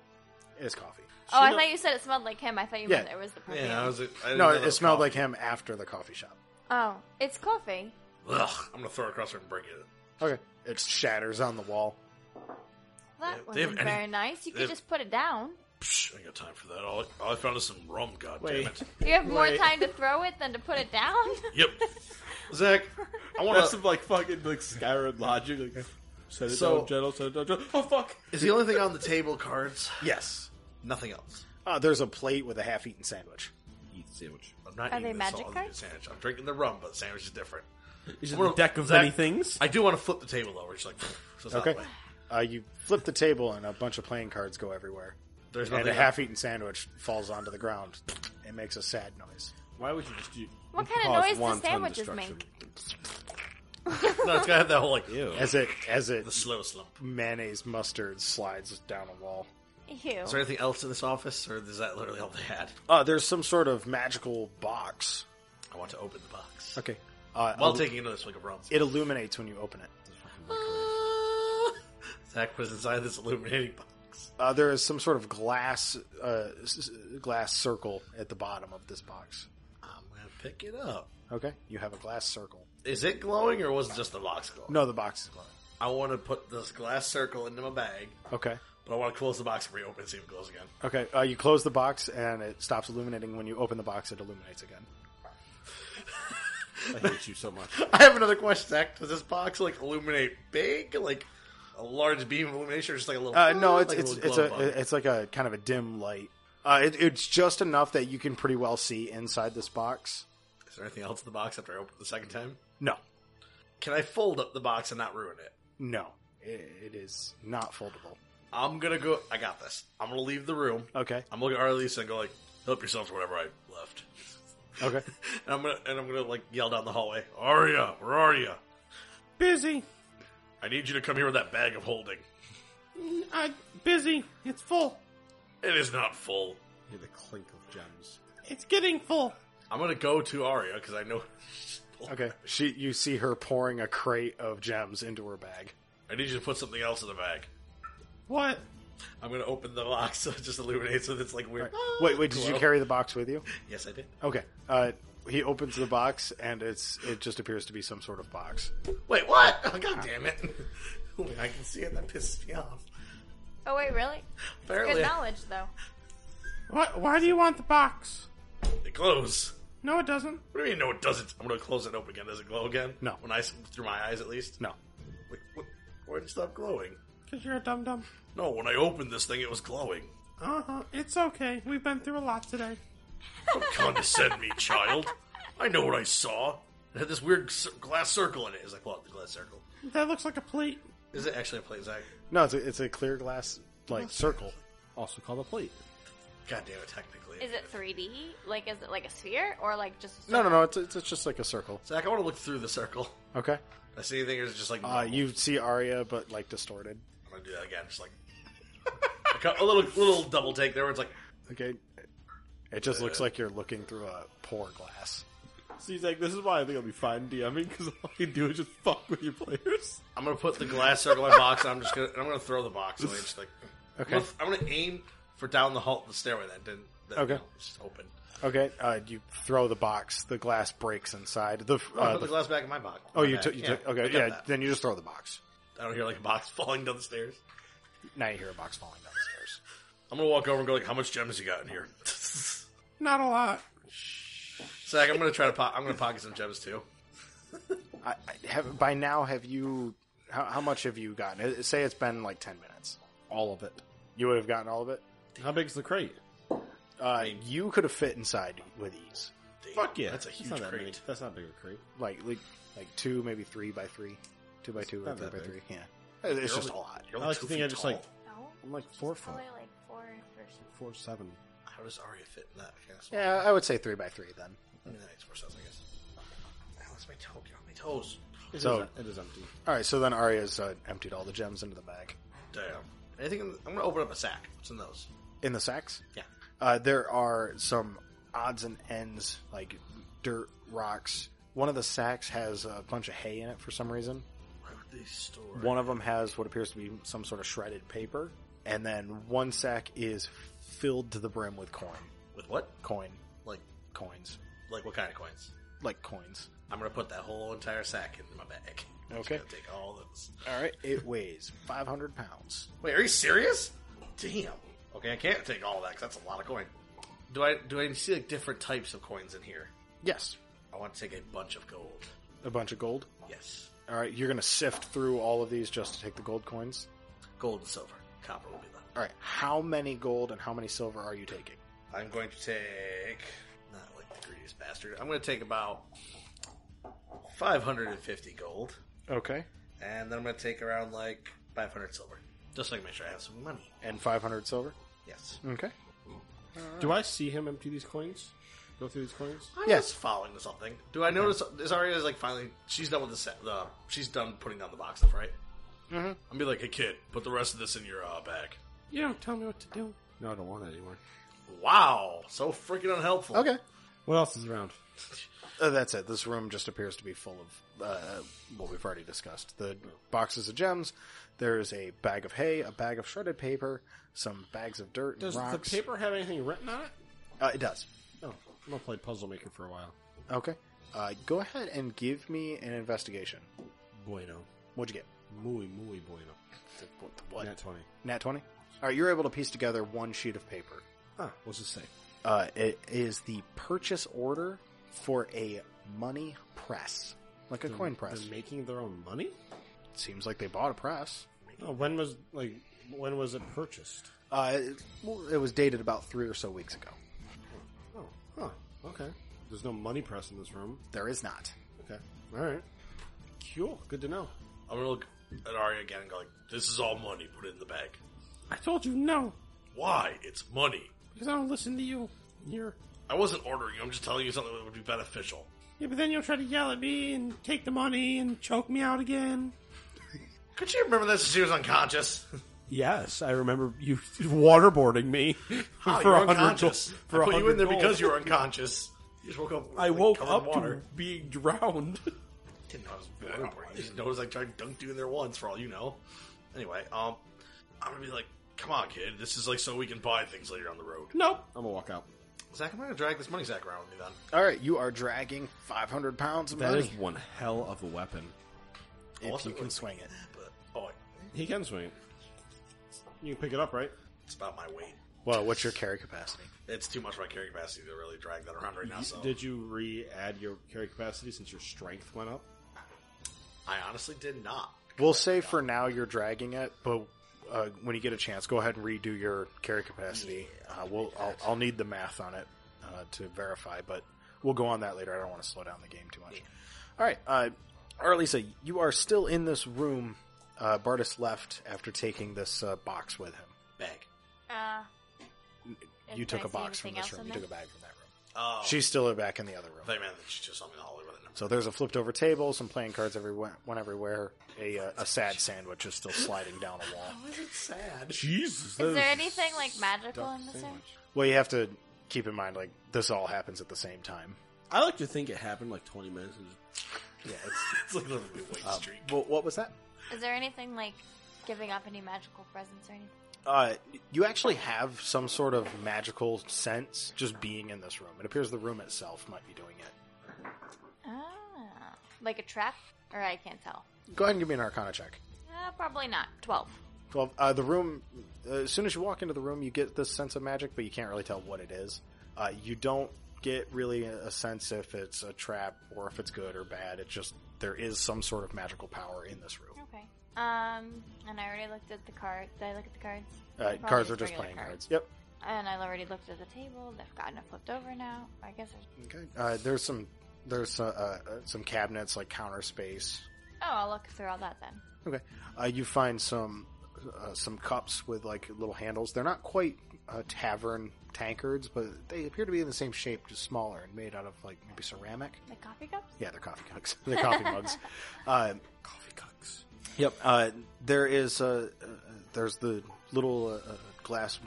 S3: It's coffee.
S6: Oh, I thought you said it smelled like him. I thought you
S3: Yeah.
S6: meant it was the perfume.
S7: Yeah, I was. I didn't
S3: No,
S7: know
S3: it,
S7: that was
S3: smelled
S7: coffee.
S3: like him after the coffee shop.
S6: Oh, it's coffee.
S7: Ugh, I'm gonna throw it across her and break it.
S3: Okay. It shatters on the wall.
S6: That
S7: they have
S6: wasn't
S7: any-
S6: very nice. You
S7: they
S6: could
S7: have-
S6: just put it down.
S7: Psh, I ain't got time for that. All I, all I found is some rum. God damn it.
S6: You have more
S8: Wait.
S6: time to throw it than to put it down.
S7: Yep. Zach, I
S8: That's
S7: want
S8: some
S7: to.
S8: like fucking like Skyrim logic. Like, set it
S7: So-
S8: down, gentle. Set it down, gentle. Oh fuck!
S7: Is the only thing on the table cards?
S3: Yes.
S7: Nothing else.
S3: Uh, there's a plate with a half-eaten sandwich.
S8: Eat sandwich.
S7: I'm not
S6: Are
S7: eating
S6: they
S7: this
S6: magic
S7: all
S6: cards?
S7: Sandwich. I'm drinking the rum, but the sandwich is different.
S8: Is
S7: I'm
S8: it a
S7: gonna-
S8: deck of
S7: Zach,
S8: many things?
S7: I do want to flip the table over. Just like, so it's not
S3: Okay.
S7: like-
S3: Uh, you flip the table and a bunch of playing cards go everywhere.
S7: There's
S3: And
S7: nothing.
S3: a half-eaten sandwich falls onto the ground. It makes a sad noise.
S8: Why would you just do?
S6: What kind of
S8: cause
S6: noise do
S8: wanton
S6: sandwiches
S8: destruction?
S6: make?
S3: e-
S7: no, it's gotta have that whole like
S8: Ew.
S3: As it as it
S7: the slow slump.
S3: mayonnaise mustard slides down a wall.
S6: Ew.
S7: Is there anything else in this office, or is that literally all they had?
S3: Uh, there's some sort of magical box.
S7: I want to open the box.
S3: Okay. Uh,
S7: While
S3: illu-
S7: taking another swig of rum,
S3: it illuminates when you open it.
S7: Zach was inside this illuminating box.
S3: Uh, there is some sort of glass uh, s- s- glass circle at the bottom of this box.
S7: I'm gonna Ah, pick it up.
S3: Okay, you have a glass circle.
S7: Is it glowing, or was it just the box glowing?
S3: No, the box is glowing.
S7: I want to put this glass circle into my bag,
S3: Okay,
S7: but I want to close the box and reopen and see if it glows again.
S3: okay. Uh, you close the box and it stops illuminating. When you open the box, it illuminates again.
S8: I hate you so much.
S7: I have another question, Zach. Does this box like illuminate big, like a large beam of illumination, or just like a little?
S3: Uh, no, it's
S7: like
S3: it's
S7: little
S3: it's
S7: glow bug?
S3: a it's like a kind of a dim light. Uh, it, it's just enough that you can pretty well see inside this box.
S7: Is there anything else in the box after I open it the second time?
S3: No,
S7: Can I fold up the box and not ruin it?
S3: no, it, it is not foldable.
S7: I'm gonna go. I got this. I'm gonna leave the room.
S3: Okay,
S7: I'm looking at Arlise and go like, "Help yourself to whatever I left."
S3: okay.
S7: And I'm gonna and I'm gonna like yell down the hallway, "Arya, where are you?
S8: Busy.
S7: I need you to come here with that bag of holding.
S8: Mm, I busy. It's full.
S7: It is not full."
S8: Hear the clink of gems. It's getting full.
S7: I'm gonna go to Arya because I know.
S3: Okay. She, you see her pouring a crate of gems into her bag.
S7: I need you to put something else in the bag.
S8: What?
S7: I'm gonna open the box so it just illuminates with its like weird.
S8: Ah.
S3: Wait, wait. Did you
S7: glow.
S3: carry the box with you?
S7: Yes, I did.
S3: Okay. Uh, he opens the box, and it's it just appears to be some sort of box.
S7: Wait, what? Oh, God damn it! Wait, I can see it. That pisses me off.
S6: Oh wait, really? Good
S7: Apparently,
S6: knowledge though.
S8: What? Why do you want the box?
S7: it glows.
S8: No, it doesn't.
S7: What do you mean? No, it doesn't. I'm gonna close it open again. Does it glow again?
S3: No.
S7: When I s- through my eyes, at least.
S3: No.
S7: Wait, what, where did it stop glowing?
S8: Cause you're a dum dum.
S7: No, when I opened this thing, it was glowing.
S8: Uh huh. It's okay. We've been through a lot today.
S7: Don't condescend me, child. I know what I saw. It had this weird cir- glass circle in it. As I pull out the glass circle,
S8: That looks like a plate.
S7: is it actually a plate, Zach?
S3: No, it's a, it's a clear glass like circle.
S8: Also called a plate.
S7: God damn it! Technically,
S6: Is it 3D? Like, is it like a sphere or like just? A
S3: No, no, no. It's it's, it's just like a circle.
S7: Zach, I want to look through the circle.
S3: Okay.
S7: I see anything, or is it just like
S3: Uh,
S7: normal?
S3: you see Arya, but like distorted.
S7: I'm gonna do that again. Just like a, cou- a little little double take there. Where it's like
S3: Okay. It just looks like you're looking through a poor glass.
S8: So he's like, this is why I think I'll be fine DMing because all I can do is just fuck with your players.
S7: I'm gonna put the glass circle in my box. And I'm just gonna and I'm gonna throw the box away. Just like
S3: Okay.
S7: I'm gonna, I'm gonna aim for down the hall, the stairway that didn't. That,
S3: Okay.
S7: You know, it's just open.
S3: Okay. Uh, you throw the box. The glass breaks inside. The, f-
S7: Oh, I
S3: uh,
S7: put the
S3: the
S7: glass back in my box.
S3: oh,
S7: My
S3: you
S7: bag.
S3: took. You
S7: Yeah,
S3: took.
S7: I
S3: Okay.
S7: got
S3: Yeah.
S7: that.
S3: Then you just throw the box.
S7: I don't hear like a box falling down the stairs.
S3: Now you hear a box falling down the stairs.
S7: I'm gonna walk over and go like, "How much gems you got in here?" Zach,
S8: Not a lot.
S7: I'm gonna try to. Po- I'm gonna pocket some gems too.
S3: I, I have by now. Have you? How, how much have you gotten? Uh, Say it's been like ten minutes.
S8: all of it.
S3: You would have gotten all of it.
S8: How big's the crate?
S3: Uh, you could have fit inside with ease,
S8: Fuck yeah,
S7: That's a huge
S8: not that
S7: crate.
S8: big. That's not a big of a crate.
S3: like like like two, maybe three by three, two by two or
S8: not
S3: three
S8: that
S3: by
S8: big.
S3: three. Yeah, it's
S7: You're
S3: just a
S7: only-
S3: lot.
S7: You're
S8: I like to think I just like
S6: No,
S8: I'm like
S6: she's
S8: four
S6: probably
S8: foot.
S6: like four versus.
S8: four seven.
S7: How does Arya fit in that? I guess.
S3: Yeah, I would say three by three then.
S7: I mean, that makes more sense, I guess. Ow, that's my toe. Get on my toes.
S8: It
S3: So-
S8: is- uh, it is empty.
S3: All right, so then Arya's uh, emptied all the gems into the bag.
S7: Damn. Anything? In the, I'm gonna open up a sack. What's in those?
S3: In the sacks,
S7: Yeah.
S3: uh, there are some odds and ends, like dirt, rocks. One of the sacks has a bunch of hay in it for some reason.
S7: Why would they store?
S3: One of them has what appears to be some sort of shredded paper, and then one sack is filled to the brim with coin,
S7: with what?
S3: coin,
S7: Like,
S3: coins,
S7: like what kind of coins?
S3: like coins.
S7: I'm gonna put that whole entire sack in my bag. I'm just
S3: Okay.
S7: gonna take all those.
S3: All right, it weighs 500 pounds.
S7: Wait, are you serious? Damn. Okay, I can't take all that because that's a lot of coin. Do I? Do I see like different types of coins in here?
S3: Yes,
S7: I want to take a bunch of gold.
S3: a bunch of gold.
S7: Yes,
S3: All right, you're gonna sift through all of these just to take the gold coins.
S7: gold and silver. Copper will be left.
S3: All right, how many gold and how many silver are you taking?
S7: I'm going to take not like the greediest bastard. I'm going to take about 550 gold,
S3: Okay,
S7: and then I'm going to take around like 500 silver, just so I can make sure I have some money.
S3: and 500 silver.
S7: Yes,
S3: Okay,
S8: Do I see him empty these coins? Go through these coins?
S7: I'm
S3: Yes.
S7: just following this whole thing. Do I notice is Arya is like finally she's done with the set? The she's done putting down the box stuff, right? Mm-hmm. I'm be like, hey kid, put the rest of this in your uh, bag.
S8: You don't tell me what to do. No, I don't want it anymore.
S7: Wow, so freaking unhelpful.
S3: okay.
S8: What else is around?
S3: Uh, that's it. This room just appears to be full of uh, what we've already discussed: the boxes of gems. There is a bag of hay, a bag of shredded paper, some bags of dirt and
S8: Does the
S3: rocks.
S8: paper have anything written on it?
S3: Uh, it does.
S8: No. Oh, I'm gonna play Puzzle Maker for a while.
S3: Okay. Uh, go ahead and give me an investigation.
S8: Bueno.
S3: What'd you get?
S8: Muy, muy bueno.
S3: What? what?
S8: Nat 20.
S3: Nat twenty. All right, you're able to piece together one sheet of paper.
S8: Ah, what's it say?
S3: Uh, it is the purchase order for a money press, like a coin press.
S8: They're making their own money?
S3: Seems like they bought a press.
S8: Oh, when was, like, when was it purchased?
S3: Uh, it, well, it was dated about three or so weeks ago.
S8: Oh, huh. Okay. There's no money press in this room.
S3: There is not.
S8: Okay. Alright. Cool. Good to know.
S7: I'm gonna look at Arya again and go like, this is all money. Put it in the bag.
S8: I told you no,
S7: Why? It's money.
S8: because I don't listen to you. You're.
S7: I wasn't ordering you. I'm just telling you something that would be beneficial.
S8: Yeah, but then you'll try to yell at me and take the money and choke me out again.
S7: Could she remember this? if She was unconscious.
S8: Yes, I remember you waterboarding me
S7: Oh,
S8: for
S7: you're
S8: a hundred gold.
S7: unconscious.
S8: For
S7: I put you in
S8: 100
S7: there
S8: gold.
S7: because you were unconscious. You just woke up.
S8: I
S7: like,
S8: woke
S7: covered
S8: up
S7: in water.
S8: to being drowned.
S7: Didn't know I was waterboarding. You just noticed I tried to dunk you in there once, for all you know. Anyway, um, I'm gonna be like, come on, kid. This is like so we can buy things later on the road.
S8: nope, I'm gonna walk out.
S7: Zach, I'm gonna drag this money sack around with me then.
S3: All right, you are dragging 500 pounds of money
S8: one hell of a weapon.
S3: if
S7: Awesome.
S3: you can swing it.
S7: But oh,
S8: He can swing it. You can pick it up, right?
S7: it's about my weight.
S3: Well, what's your carry capacity?
S7: It's too much for my carrying capacity to really drag that around right now. So
S8: Did you re-add your carry capacity since your strength went up?
S7: I honestly did not.
S3: We'll say for now you're dragging it, but uh, when you get a chance, go ahead and redo your carry capacity. Uh, we'll I'll, I'll need the math on it uh, to verify, but we'll go on that later. I don't want to slow down the game too much. All right, uh, Arlisa, you are still in this room. Uh, Bartis left after taking this uh, box with him.
S7: Bag.
S6: Uh,
S3: you
S6: Can I
S3: took a
S6: see
S3: box from
S6: anything
S3: this
S6: else
S3: room.
S6: in
S3: You
S6: there?
S3: took a bag from that room.
S7: Oh,
S3: She's still back in the other
S7: I
S3: room.
S7: think man, she just saw me in the hallway with a number.
S3: So there's a flipped over table, some playing cards everywhere, one everywhere. A uh, a sad sandwich is still sliding down a wall.
S7: Why is it sad?
S8: Jesus.
S6: is there anything like magical in this room?
S3: Well, you have to keep in mind, like this all happens at the same time.
S8: I like to think it happened like 20 minutes. And just,
S3: Yeah. It's, Um,
S7: It's like a little bit white streak.
S3: well, what was that?
S6: Is there anything like giving off any magical presence or anything?
S3: Uh, you actually have some sort of magical sense just being in this room. It appears the room itself might be doing it.
S6: Ah, like a trap? Or I can't tell.
S3: Go ahead and give me an Arcana check.
S6: Uh, probably not. Twelve.
S3: Well, uh, the room. Uh, as soon as you walk into the room, you get this sense of magic, but you can't really tell what it is. Uh, you don't get really a, a sense if it's a trap or if it's good or bad. It just there is some sort of magical power in this room.
S6: Okay. Um, and I already looked at the card. Did I look at the cards?
S3: Uh,
S6: Probably
S3: cards are just
S6: regular
S3: playing cards. Yep.
S6: And I already looked at the table. They've gotten it flipped over now. I guess. I...
S3: Okay. Uh, there's some there's uh, uh, some cabinets like counter space.
S6: Oh, I'll look through all that then.
S3: Okay. Uh, you find some uh, some cups with like little handles. They're not quite uh, tavern tankards, but they appear to be in the same shape, just smaller and made out of like maybe ceramic.
S6: The coffee cups.
S3: Yeah, they're coffee cups. they're coffee mugs. Uh, coffee cups. Yep. Uh, there is uh, uh, there's the little uh, uh, glass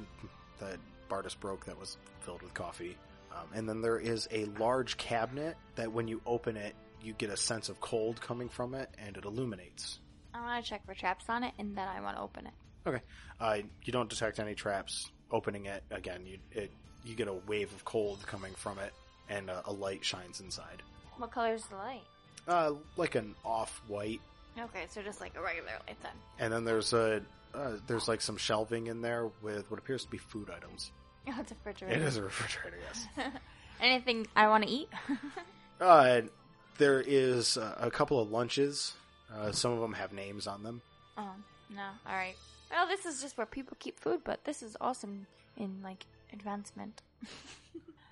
S3: that Bartis broke that was filled with coffee, um, and then there is a large cabinet that when you open it, you get a sense of cold coming from it, and it illuminates.
S6: I want to check for traps on it, and then I want to open it.
S3: Okay. Uh, you don't detect any traps. Opening it again, you it, you get a wave of cold coming from it, and uh, a light shines inside,
S6: What color is the light?
S3: uh, like an off white
S6: Okay, so just like a regular light then.
S3: And then there's a uh, there's like some shelving in there with what appears to be food items.
S6: Oh, it's a refrigerator.
S3: It is a refrigerator, yes.
S6: Anything I want to eat?
S3: Uh, there is uh, a couple of lunches. Uh, some of them have names on them.
S6: oh no! All right. Well, this is just where people keep food, but this is awesome in like advancement.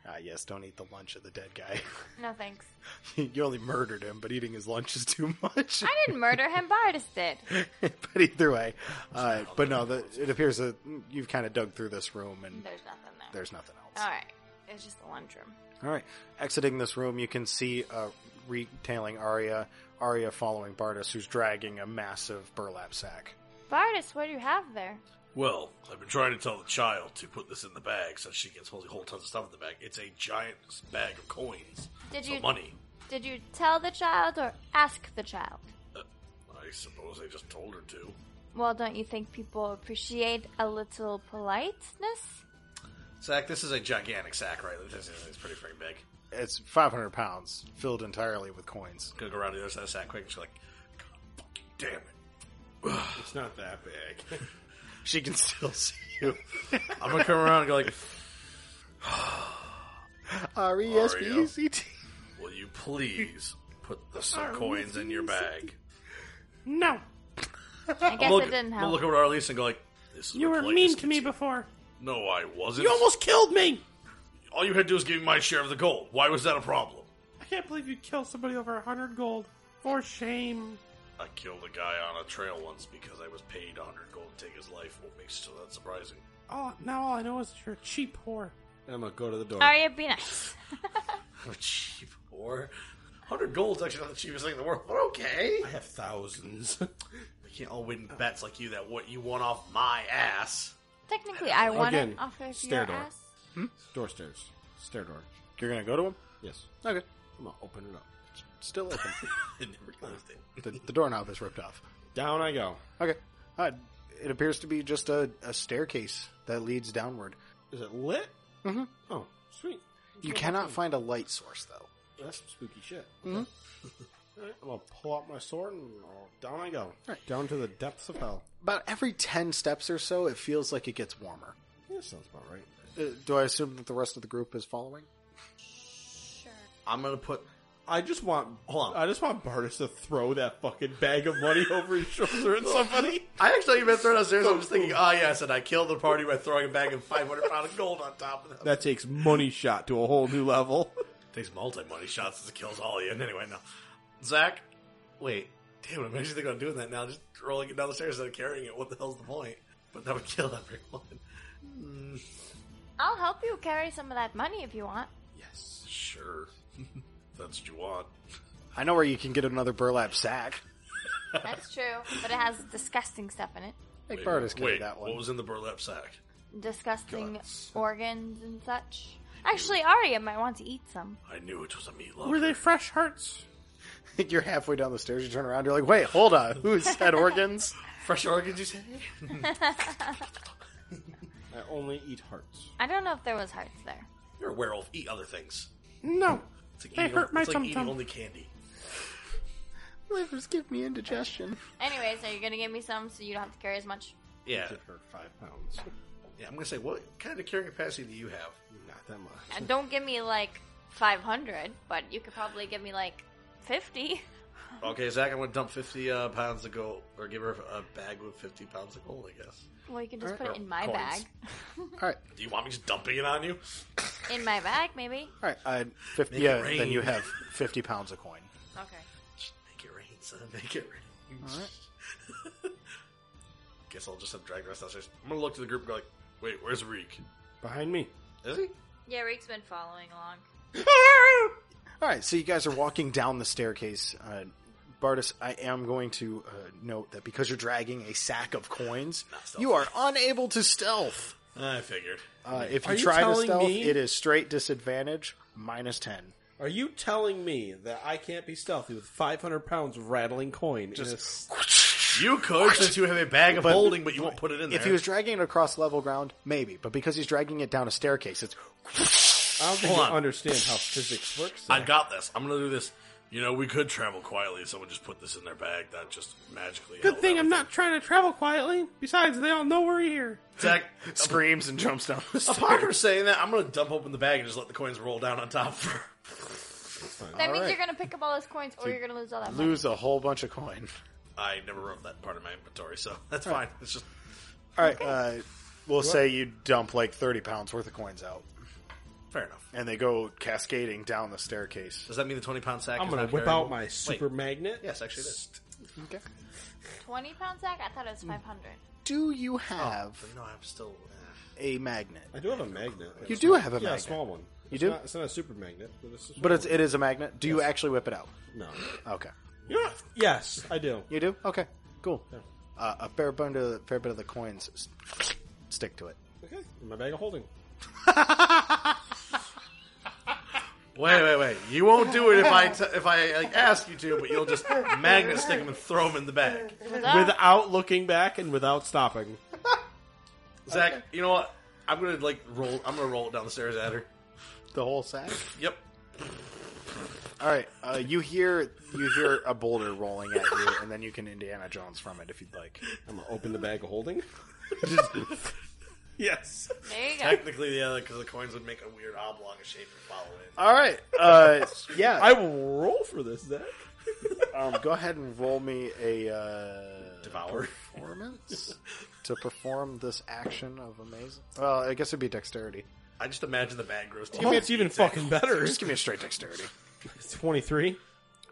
S3: Ah, yes, don't eat the lunch of the dead guy.
S6: No thanks.
S3: you only murdered him, but eating his lunch is too much.
S6: I didn't murder him. Bardis did.
S3: but either way, uh, but no, the, it appears that you've kind of dug through this room and
S6: There's nothing there.
S3: there's nothing else.
S6: All right. It's just the lunchroom.
S3: All right. Exiting this room, you can see uh, retailing Arya. Arya following Bartis, who's dragging a massive burlap sack.
S6: Bardis, what do you have there?
S7: Well, I've been trying to tell the child to put this in the bag so she gets whole, whole tons of stuff in the bag. It's a giant bag of coins.
S6: Did
S7: So
S6: you-
S7: money?
S6: Did you tell the child or ask the child?
S7: Uh, I suppose I just told her to.
S6: Well, don't you think people appreciate a little politeness?
S7: Sack, this is a gigantic sack, right? This is, it's pretty freaking big.
S3: It's 500 pounds, filled entirely with coins.
S7: Gonna go around to the other side of the sack quick and she's like, God fucking damn it.
S8: It's not that big.
S3: She can still see you.
S7: I'm gonna come around and go like,
S3: R E S P E C T.
S7: will you please put the some coins in your bag?
S5: No,
S6: I guess
S7: look,
S6: it didn't
S7: I'm gonna
S6: help.
S7: look over to Arlise and go like, this is
S5: you
S7: the
S5: were
S7: place
S5: mean
S7: this
S5: to me
S7: gets you."
S5: before.
S7: No, I wasn't.
S5: You almost killed me.
S7: All you had to do was give me my share of the gold. Why was that a problem?
S5: I can't believe you killed somebody over a hundred gold. For shame.
S7: I killed a guy on a trail once because I was paid 100 gold to take his life. What makes you so that surprising?
S5: All, now all I know is you're a cheap whore.
S8: I'm gonna go to the door.
S6: Arya, be nice.
S7: I'm a cheap whore. 100 gold's actually not the cheapest thing in the world, but okay.
S8: I have thousands.
S7: We can't all win bets like you that what you want off my ass.
S6: Technically, I want to
S8: Again,
S6: offer your
S8: stare door.
S6: ass.
S8: door stairs. Stair door.
S3: You're going to go to him?
S8: Yes.
S3: Okay.
S8: I'm gonna open it up.
S3: Still open.
S7: I never closed it.
S3: the, the doorknob is ripped off.
S8: Down I go.
S3: Okay. Uh, it appears to be just a, a staircase that leads downward.
S8: Is it lit?
S3: Mhm.
S8: Oh, sweet.
S3: You cannot find a light source, though.
S8: That's some spooky shit. Alright, I'm gonna pull out my sword and I'll- down I go. Down to the depths of hell.
S3: About every 10 steps or so, it feels like it gets warmer.
S8: Yeah, sounds about right.
S3: Uh, do I assume that the rest of the group is following?
S7: I'm gonna put.
S8: I just want
S7: Hold on.
S8: I just want Bartis to throw that fucking bag of money over his shoulder at somebody.
S7: I actually even thrown downstairs. I'm just thinking, ah, yes, and I killed the party by throwing a bag of 500 pound of gold on top of them.
S8: That takes money shot to a whole new level.
S7: takes multi money shots as it kills all of you. And anyway, no. Zach, wait. Damn, I'm actually thinking about doing that now. Just rolling it down the stairs instead of carrying it. What the hell's the point? But that would kill everyone.
S6: I'll help you carry some of that money if you want.
S8: Yes.
S7: Sure. That's what you want.
S3: I know where you can get another burlap sack.
S6: That's true, but it has disgusting stuff in it.
S3: I think
S7: Wait,
S3: Bartis can do
S7: wait,
S3: that one.
S7: What was in the burlap sack?
S6: Disgusting organs and such. Actually, Arya might want to eat some.
S7: I knew it was a meat
S5: Were
S7: lover.
S5: they fresh hearts?
S3: You're halfway down the stairs, you turn around, you're like, wait, hold on, who said organs?
S7: Fresh organs, you say?
S8: I only eat hearts.
S6: I don't know if there was hearts there.
S7: You're a werewolf. Eat other things.
S5: No.
S7: It's like
S5: They
S7: eating,
S5: hurt my
S7: it's like eating
S5: tum-tum.
S7: only candy.
S3: Livers give me indigestion.
S6: Anyways, are you gonna give me some so you don't have to carry as much?
S7: Yeah.
S8: Give her five pounds.
S7: Yeah, I'm going to say, what kind of carrying capacity do you have?
S8: Not that much.
S6: And don't give me like 500, but you could probably give me like 50.
S7: Okay, Zach, I'm gonna dump 50 uh, pounds of gold, or give her a bag with 50 pounds of gold. I guess.
S6: Well, you can just put it in my
S3: Coins.
S6: bag.
S3: All right,
S7: Do you want me just dumping it on you?
S6: In my bag, maybe.
S3: all right. I, 50,
S7: Make it
S3: yeah, then you
S7: rain.
S3: have fifty pounds of coin.
S4: Okay.
S7: Just Make it rain, son. Make it rain. All right. Guess I'll just have to drag the rest downstairs. I'm gonna look to the group and go like, "Wait, where's Reek?
S5: Behind me.
S7: Is he?"
S6: Yeah, Reek's been following along.
S3: All right, so you guys are walking down the staircase. Uh, Bartis, I am going to uh, note that because you're dragging a sack of coins,
S7: stealth.
S3: you are unable to stealth.
S7: I figured.
S3: Uh, if you
S5: Are you
S3: try to
S5: telling
S3: stealth,
S5: me-
S3: it is straight disadvantage, minus 10.
S5: Are you telling me that I can't be stealthy with 500 pounds of rattling coin? Just
S7: You could, since you have a bag of
S3: But-
S7: holding, but you won't put it in there.
S3: If he was dragging it across level ground, maybe, but because he's dragging it down a staircase, it's
S5: I don't think
S7: Hold
S5: you
S7: on.
S5: understand how physics works.
S7: I got this. I'm gonna do this. You know, we could travel quietly. Someone just put this in their bag. That just magically.
S5: Good thing I'm not trying to travel quietly. Besides, they all know we're here.
S7: Zach.
S3: screams and jumps down the stairs.
S7: Upon her saying that, I'm gonna dump open the bag and just let the coins roll down on top. For
S6: That means you're gonna pick up all those coins, or you're gonna lose all that money.
S3: Lose a whole bunch of coin.
S7: I never wrote that part of my inventory, so that's fine. It's just
S3: All right, uh, we'll say you dump like 30 pounds worth of coins out,
S7: fair enough.
S3: and they go cascading down the staircase.
S7: Does that mean the 20 pound sack?
S5: I'm
S7: is
S5: going
S7: not
S5: to whip
S7: carryable?
S5: out my super
S7: Wait.
S5: magnet.
S7: Yes, actually, it is.
S3: Okay.
S6: Twenty pound sack? I thought it was five hundred.
S3: Do you have
S7: No, I'm still. eh.
S3: a magnet?
S8: I do have a magnet.
S3: You do have a
S8: yeah,
S3: magnet.
S8: a small one. You it's
S3: do?
S8: Not, it's not a super magnet, but it's. A small
S3: But it's,
S8: one.
S3: it is a magnet. Do you actually whip it out?
S8: no.
S3: Okay.
S8: You know what? Yes, I do.
S3: You do? Okay. Cool. Uh, a fair bit, of, fair bit of the coins s- stick to it.
S8: Okay, in my bag of holding.
S7: Wait, wait, wait! You won't do it if I t- if I like, ask you to, but you'll just magnet stick them and throw them in the bag.
S5: Without looking back and without stopping.
S7: Zach, you know what? I'm gonna like roll. I'm gonna roll it down the stairs at her.
S3: The whole sack?
S7: Yep.
S3: All right. Uh, you hear you hear a boulder rolling at you, and then you can Indiana Jones from it if you'd like.
S8: I'm gonna open the bag of holding.
S5: Yes.
S6: There you go.
S7: Technically, yeah, because the coins would make a weird oblong shape and follow it.
S3: All right. Uh, yeah.
S5: I will roll for this, Zach.
S3: um, go ahead and roll me a uh,
S7: Devour.
S3: performance to perform this action of amazing. Well, I guess it'd be dexterity.
S7: I just imagine the bag grows. to
S5: Oh, it's even fucking better.
S3: Just give me a straight dexterity.
S5: 23.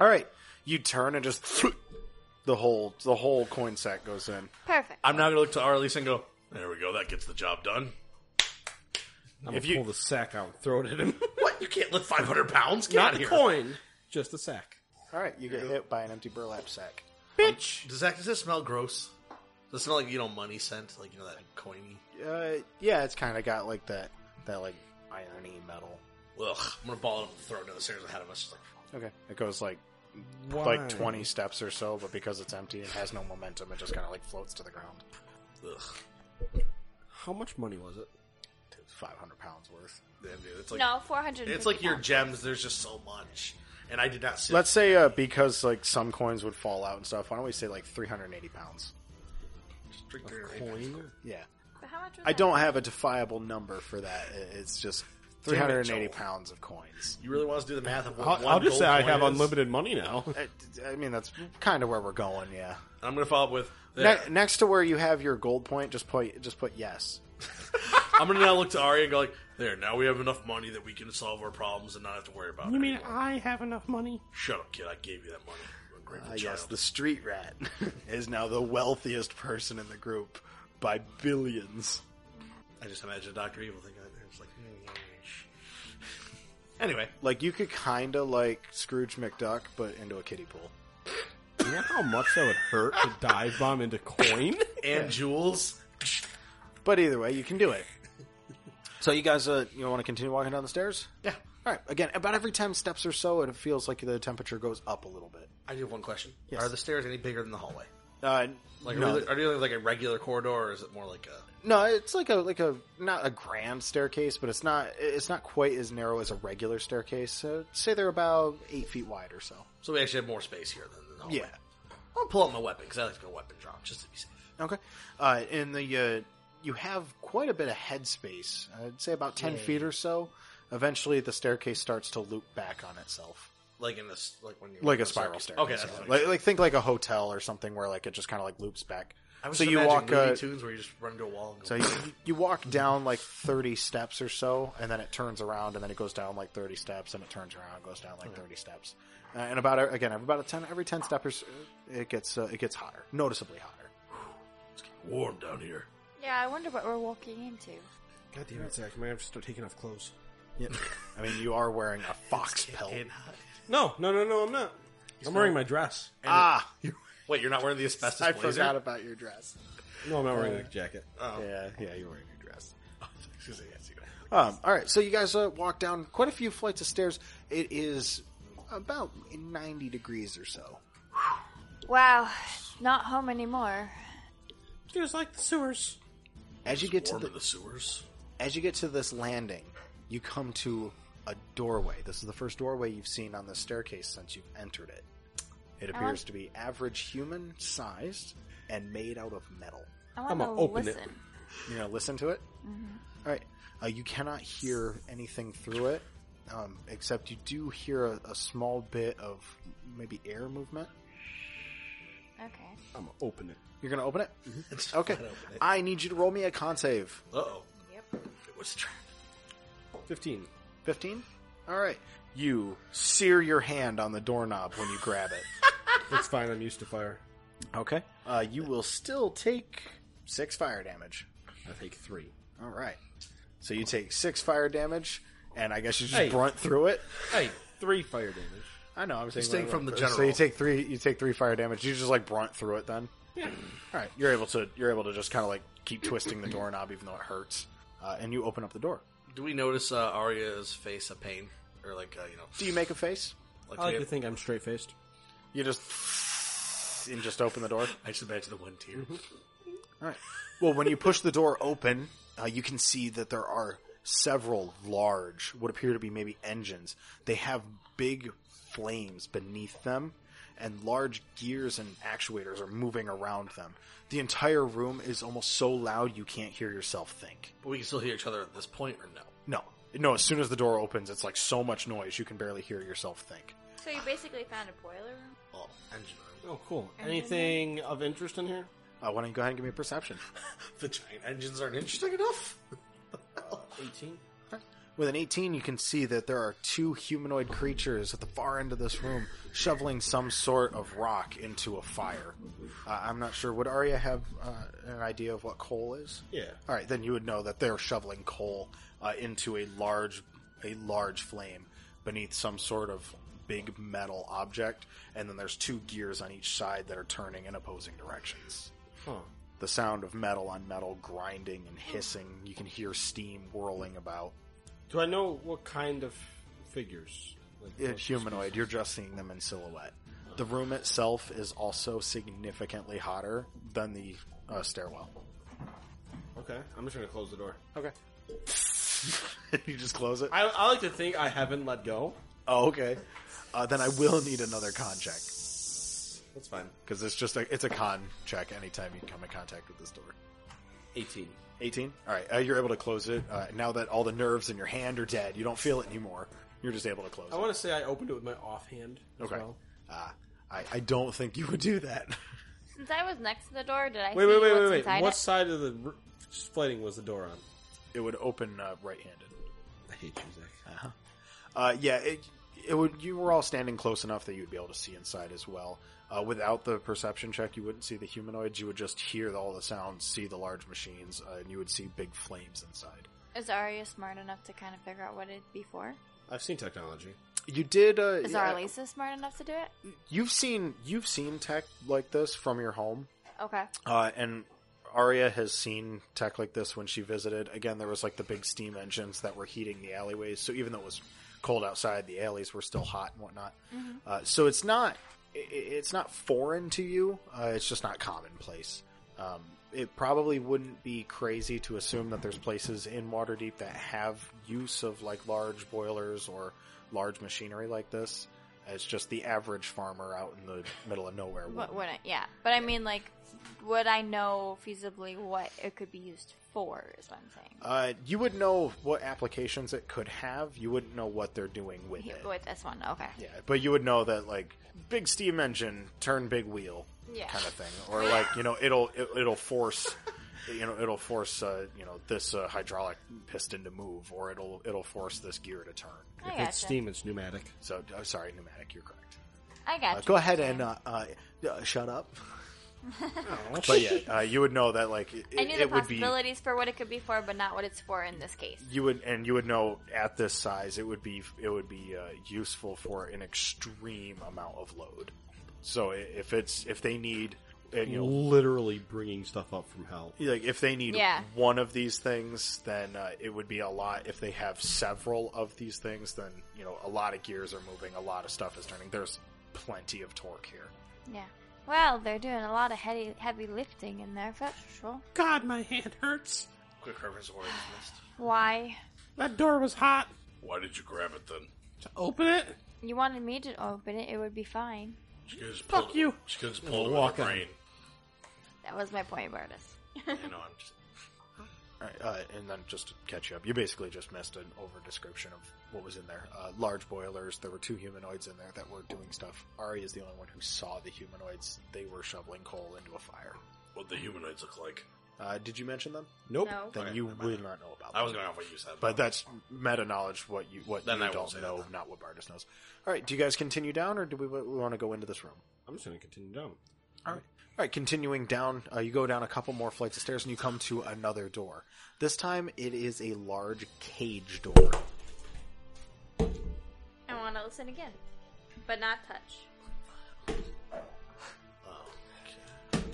S3: All right. You turn and just the whole the whole coin sack goes in.
S6: Perfect.
S7: I'm not gonna look to Arlise and go. There we go. That gets the job done.
S8: I'm gonna
S3: If you-
S8: pull the sack out and throw it at him.
S7: What? You can't lift 500 pounds? Get
S5: Not
S7: outta
S5: a
S7: here.
S5: coin, just a sack.
S3: All right, you get hit by an empty burlap sack.
S5: Bitch.
S7: Does that does it smell gross? Does it smell like you know money scent? Like you know that coiny.
S3: Uh, yeah, it's kind of got like that that like irony metal.
S7: Ugh. I'm gonna ball it up and throw it down the stairs ahead of us. Just like,
S3: Okay, it goes like
S5: Why?
S3: like twenty steps or so, but because it's empty and has no momentum, it just kind of like floats to the ground.
S7: Ugh.
S8: How much money was it?
S3: Five hundred pounds worth.
S7: Damn, dude. It's like
S6: no, four hundred.
S7: it's like your gems. There's just so much, and I did not see.
S3: Let's say uh, because like some coins would fall out and stuff. Why don't we say like three hundred eighty pounds?
S8: Coin.
S3: Yeah,
S6: But how much was
S3: I
S6: that?
S3: don't have a defiable number for that. I- It's just three hundred eighty
S7: Joel.
S3: pounds of coins.
S7: You really want us to do the math of what
S8: I'll,
S7: one
S8: I'll just
S7: gold
S8: say I
S7: coin
S8: have
S7: is?
S8: unlimited money now.
S3: I, I mean, that's kind of where we're going. Yeah.
S7: I'm gonna follow up with.
S3: Ne-
S7: There.
S3: next to where you have your gold point, just put just put yes.
S7: I'm gonna now look to Arya and go like, "There, now we have enough money that we can solve our problems and not have to worry about
S5: You
S7: it."
S5: mean I have enough money?
S7: Shut up, kid. I gave you that money. You're a grateful
S3: Uh,
S7: child.
S3: yes, the street rat is now the wealthiest person in the group by billions.
S7: I just imagine Doctor Evil thing out there. It's like, mm, anyway,
S3: Like you could kind of like Scrooge McDuck, but into a kiddie pool.
S8: You know how much that would hurt to dive bomb into coin?
S7: and jewels.
S3: But either way, you can do it. so you guys, uh, you want to continue walking down the stairs?
S7: Yeah.
S3: All right. Again, about every ten steps or so, it feels like the temperature goes up a little bit.
S7: I do have one question.
S3: Yes.
S7: Are the stairs any bigger than the hallway?
S3: Uh,
S7: Like,
S3: no,
S7: are, we, are you like a regular corridor, or is it more like a?
S3: No, it's like a like a not a grand staircase, but it's not it's not quite as narrow as a regular staircase. So say they're about eight feet wide or so.
S7: So we actually have more space here than the hallway.
S3: Yeah.
S7: I'll pull out my weapon because I like to go weapon drop just to be safe.
S3: Okay. Uh, and the uh, you have quite a bit of headspace. I'd say about ten feet or so. Eventually, the staircase starts to loop back on itself.
S7: Like in this, like when you
S3: like a spiral staircase.
S7: Okay, that's what I
S3: yeah.
S7: was
S3: like, like think like a hotel or something where like it just kind of like loops back.
S7: I was
S3: So
S7: just
S3: you
S7: imagining
S3: walk,
S7: Looney
S3: uh,
S7: Tunes where you just run into a wall and go.
S3: So you, you walk down like thirty steps or so, and then it turns around, and then it goes down like thirty steps, and it turns around, goes down like thirty steps, uh, and about again every- about a ten every ten steppers, it gets uh, it gets hotter, noticeably hotter.
S7: warm down here.
S6: Yeah, I wonder what we're walking into.
S8: God damn it, Zach! I might have to start taking off clothes.
S3: Yeah. I mean, you are wearing a fox pelt.
S8: No, no, no, no! I'm not. I'm wearing my dress.
S3: Ah,
S7: Wait, you're not wearing the asbestos
S3: I
S7: blazer?
S3: forgot about your dress.
S8: No, I'm not wearing a jacket.
S7: Oh.
S3: Yeah, yeah, you're wearing your dress.
S7: Excuse me, yes, you know.
S3: Um, all right, so you guys uh, walk down quite a few flights of stairs. It is about ninety degrees or so.
S6: Wow, not home anymore.
S8: Feels like the sewers.
S3: As you get to
S7: Warm
S3: the
S7: in the sewers.
S3: as you get to this landing, you come to a doorway. This is the first doorway you've seen on the staircase since you've entered it. It
S6: want-
S3: appears to be average human sized and made out of metal.
S6: I want
S8: I'm gonna
S6: to
S8: open it.
S6: listen.
S3: You know, listen to it. All right. Uh, you cannot hear anything through it, um, except you do hear a, a small bit of maybe air movement.
S6: Okay.
S8: I'm gonna open it.
S3: You're gonna open it.
S7: It's
S3: Okay.
S7: not open.
S3: I need you to roll me a con save.
S7: Uh-oh.
S6: Yep.
S7: What's the trap?
S8: Fifteen.
S3: 15? All right. You sear your hand on the doorknob when you grab it.
S8: It's fine. I'm used to fire.
S3: okay. Uh, you will still take six fire damage.
S8: I take three.
S3: All right. So you take six fire damage, and I guess you just
S8: Hey.
S3: brunt through it.
S8: Hey, three fire damage.
S3: I know. I'm saying
S7: Staying from the general.
S3: So you take three. You take three fire damage. You just like brunt through it. Then. Yeah. All right. You're able to. You're able to just kind of like keep twisting the doorknob, even though it hurts. Uh, and you open up the door.
S7: Do we notice uh, Arya's face of pain? Or like, uh, you know...
S3: Do you make a face?
S7: Like
S8: I like
S7: we-
S8: to think I'm straight faced.
S3: You just and just open the door.
S7: I just imagine the one tear.
S3: All right. Well, when you push the door open, uh, you can see that there are several large, what appear to be maybe engines. They have big flames beneath them, and large gears and actuators are moving around them. The entire room is almost so loud you can't hear yourself think.
S7: but we can still hear each other at this point, or no?
S3: No. No, as soon as the door opens, it's like so much noise you can barely hear yourself think.
S6: So you basically found a boiler room?
S7: Oh, engine room.
S8: Oh, cool. Anything of interest in here?
S3: Uh, why don't you go ahead and give me a perception?
S7: The giant engines aren't interesting enough?
S8: Eighteen.
S3: With an 18, you can see that there are two humanoid creatures at the far end of this room shoveling some sort of rock into a fire. Uh, I'm not sure. Would Arya have uh, an idea of what coal is?
S8: Yeah.
S3: All right, then you would know that they're shoveling coal uh, into a large, a large flame beneath some sort of big metal object, and then there's two gears on each side that are turning in opposing directions
S8: Huh.
S3: the sound of metal on metal grinding and hissing. You can hear steam whirling about.
S8: Do I know what kind of figures? Like,
S3: It's
S8: what-
S3: humanoid. You're just seeing them in silhouette. The room itself is also significantly hotter than the uh, stairwell.
S8: Okay, I'm just gonna close the door.
S3: Okay. you just close it.
S8: I, I like to think I haven't let go.
S3: Oh, okay. Uh, then I will need another con check
S8: That's fine.
S3: because it's just a it's a con check anytime you come in contact with this door.
S8: Eighteen.
S3: 18. All right, uh, you're able to close it uh, now that all the nerves in your hand are dead. You don't feel it anymore. You're just able to close
S8: I
S3: it.
S8: want to say I opened it with my offhand. As
S3: Okay.
S8: Well.
S3: Uh, I, I don't think you would do that.
S6: Since I was next to the door, did I
S8: Wait,
S6: see
S8: wait, wait,
S6: what's
S8: wait, wait.
S6: inside
S8: What
S6: it?
S8: side of the r- splitting was the door on?
S3: It would open uh, right-handed.
S8: I hate you, Zach.
S3: Uh, yeah, it, it would. You were all standing close enough that you'd be able to see inside as well. Uh, without the perception check, you wouldn't see the humanoids. You would just hear all the sounds, see the large machines, uh, and you would see big flames inside.
S6: Is Arya smart enough to kind of figure out what it'd be for?
S8: I've seen technology.
S3: You did. Uh,
S6: Is
S3: yeah,
S6: Arlisa smart enough to do it?
S3: You've seen you've seen tech like this from your home.
S6: Okay.
S3: Uh, and Arya has seen tech like this when she visited. Again, there was like the big steam engines that were heating the alleyways. So even though it was cold outside, the alleys were still hot and whatnot. Uh, so it's not i- i- it's not foreign to you. Uh, it's just not commonplace. Um, it probably wouldn't be crazy to assume that there's places in Waterdeep that have use of like large boilers or large machinery like this. It's just the average farmer out in the middle of nowhere.
S6: But
S3: wouldn't.
S6: wouldn't, yeah. But I mean, like, would I know feasibly what it could be used four, is what I'm saying.
S3: Uh, you would know what applications it could have. You wouldn't know what they're doing with
S6: Here,
S3: it.
S6: go with this one, okay.
S3: Yeah, but you would know that like big steam engine, turn big wheel,
S6: Yeah.
S3: kind of thing, or like you know it'll it, it'll force, you know it'll force uh, you know this uh, hydraulic piston to move, or it'll it'll force this gear to turn.
S6: I
S8: If
S6: gotcha.
S8: it's steam, it's pneumatic.
S3: So oh, sorry, pneumatic. You're correct.
S6: I
S3: Uh,
S6: gotcha.
S3: go ahead and uh, uh, uh, shut up. but yeah, uh, you would know that like it,
S6: I knew
S3: it
S6: the
S3: would be
S6: possibilities for what it could be for, but not what it's for in this case.
S3: you would and you would know at this size it would be it would be uh, useful for an extreme amount of load. So i- if it's if they need uh, you know
S8: Literally bringing stuff up from hell.
S3: like if they need
S6: Yeah.
S3: one of these things, then uh, it would be a lot. If they have several of these things, then you know a lot of gears are moving, a lot of stuff is turning. There's plenty of torque here.
S6: Yeah. Well, they're doing a lot of heavy, heavy lifting in there, that's for sure.
S5: God, my hand hurts.
S7: Quick reference of Orange Mist.
S6: Why?
S5: That door was hot.
S1: Why did you grab it then?
S5: To open it,
S6: You wanted me to open it, it would be fine.
S1: She could just
S5: Fuck
S1: pull
S5: you.
S1: She could just pull it
S8: Walk
S1: with her
S8: on.
S1: brain.
S6: That was my point, Bartis.
S1: You know, I'm just
S3: All right, uh, and then just to catch you up, you basically just missed an over description of what was in there. Uh, large boilers. There were two humanoids in there that were doing stuff. Ari is the only one who saw the humanoids. They were shoveling coal into a fire.
S1: what the humanoids look like.
S3: Uh, did you mention them?
S8: Nope.
S6: No.
S3: Then
S1: Okay,
S3: you
S1: never mind.
S3: will not know about them.
S1: I was going off what you said,
S3: but that's meta knowledge. What you what
S1: Then
S3: you
S1: I won't say
S3: don't
S1: that
S3: know,
S1: then.
S3: not what Bartis knows. All right, do you guys continue down, or do we, we want to go into this room?
S8: I'm just going to continue down.
S3: All right, continuing down, uh, you go down a couple more flights of stairs and you come to another door. This time it is a large cage door.
S6: I want to listen again, but not touch.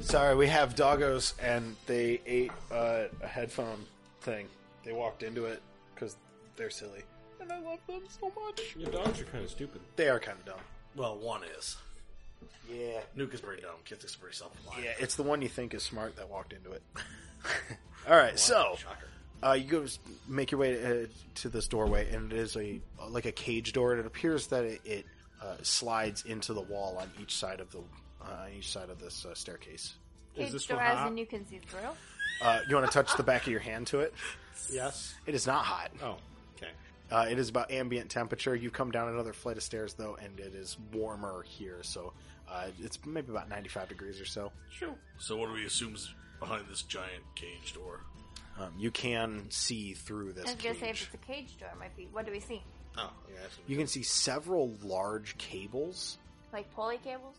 S3: Sorry, we have doggos, and they ate uh, a headphone thing. They walked into it because they're silly. And I love them so much.
S8: Your dogs are kind of stupid.
S3: They are kind of dumb.
S7: Well, one is.
S3: Yeah.
S7: Nuke is pretty dumb. Kith is pretty self-reliant.
S3: Yeah, it's the one you think is smart that walked into it. All right, so
S7: Shocker.
S3: uh, you go s- make your way uh, to this doorway, and it is a like a cage door, and it appears that it, it uh, slides into the wall on each side of the uh, on each side of this uh, staircase.
S6: Cage
S8: this
S6: door
S8: one
S6: as
S8: hot?
S6: and you can see through.
S3: Uh, you want to touch the back of your hand to it?
S8: Yes.
S3: It is not hot.
S8: Oh, okay.
S3: Uh, it is about ambient temperature. You come down another flight of stairs though, and it is warmer here, so uh, it's maybe about ninety-five degrees or so.
S1: So what do we assume is behind this giant cage door?
S3: Um, you can see through
S6: I
S3: this
S6: was gonna say if
S3: cage.
S6: it's a cage door, it might be. What do we see?
S7: Oh, yeah, that's
S3: You can see several large cables
S6: Like pulley cables?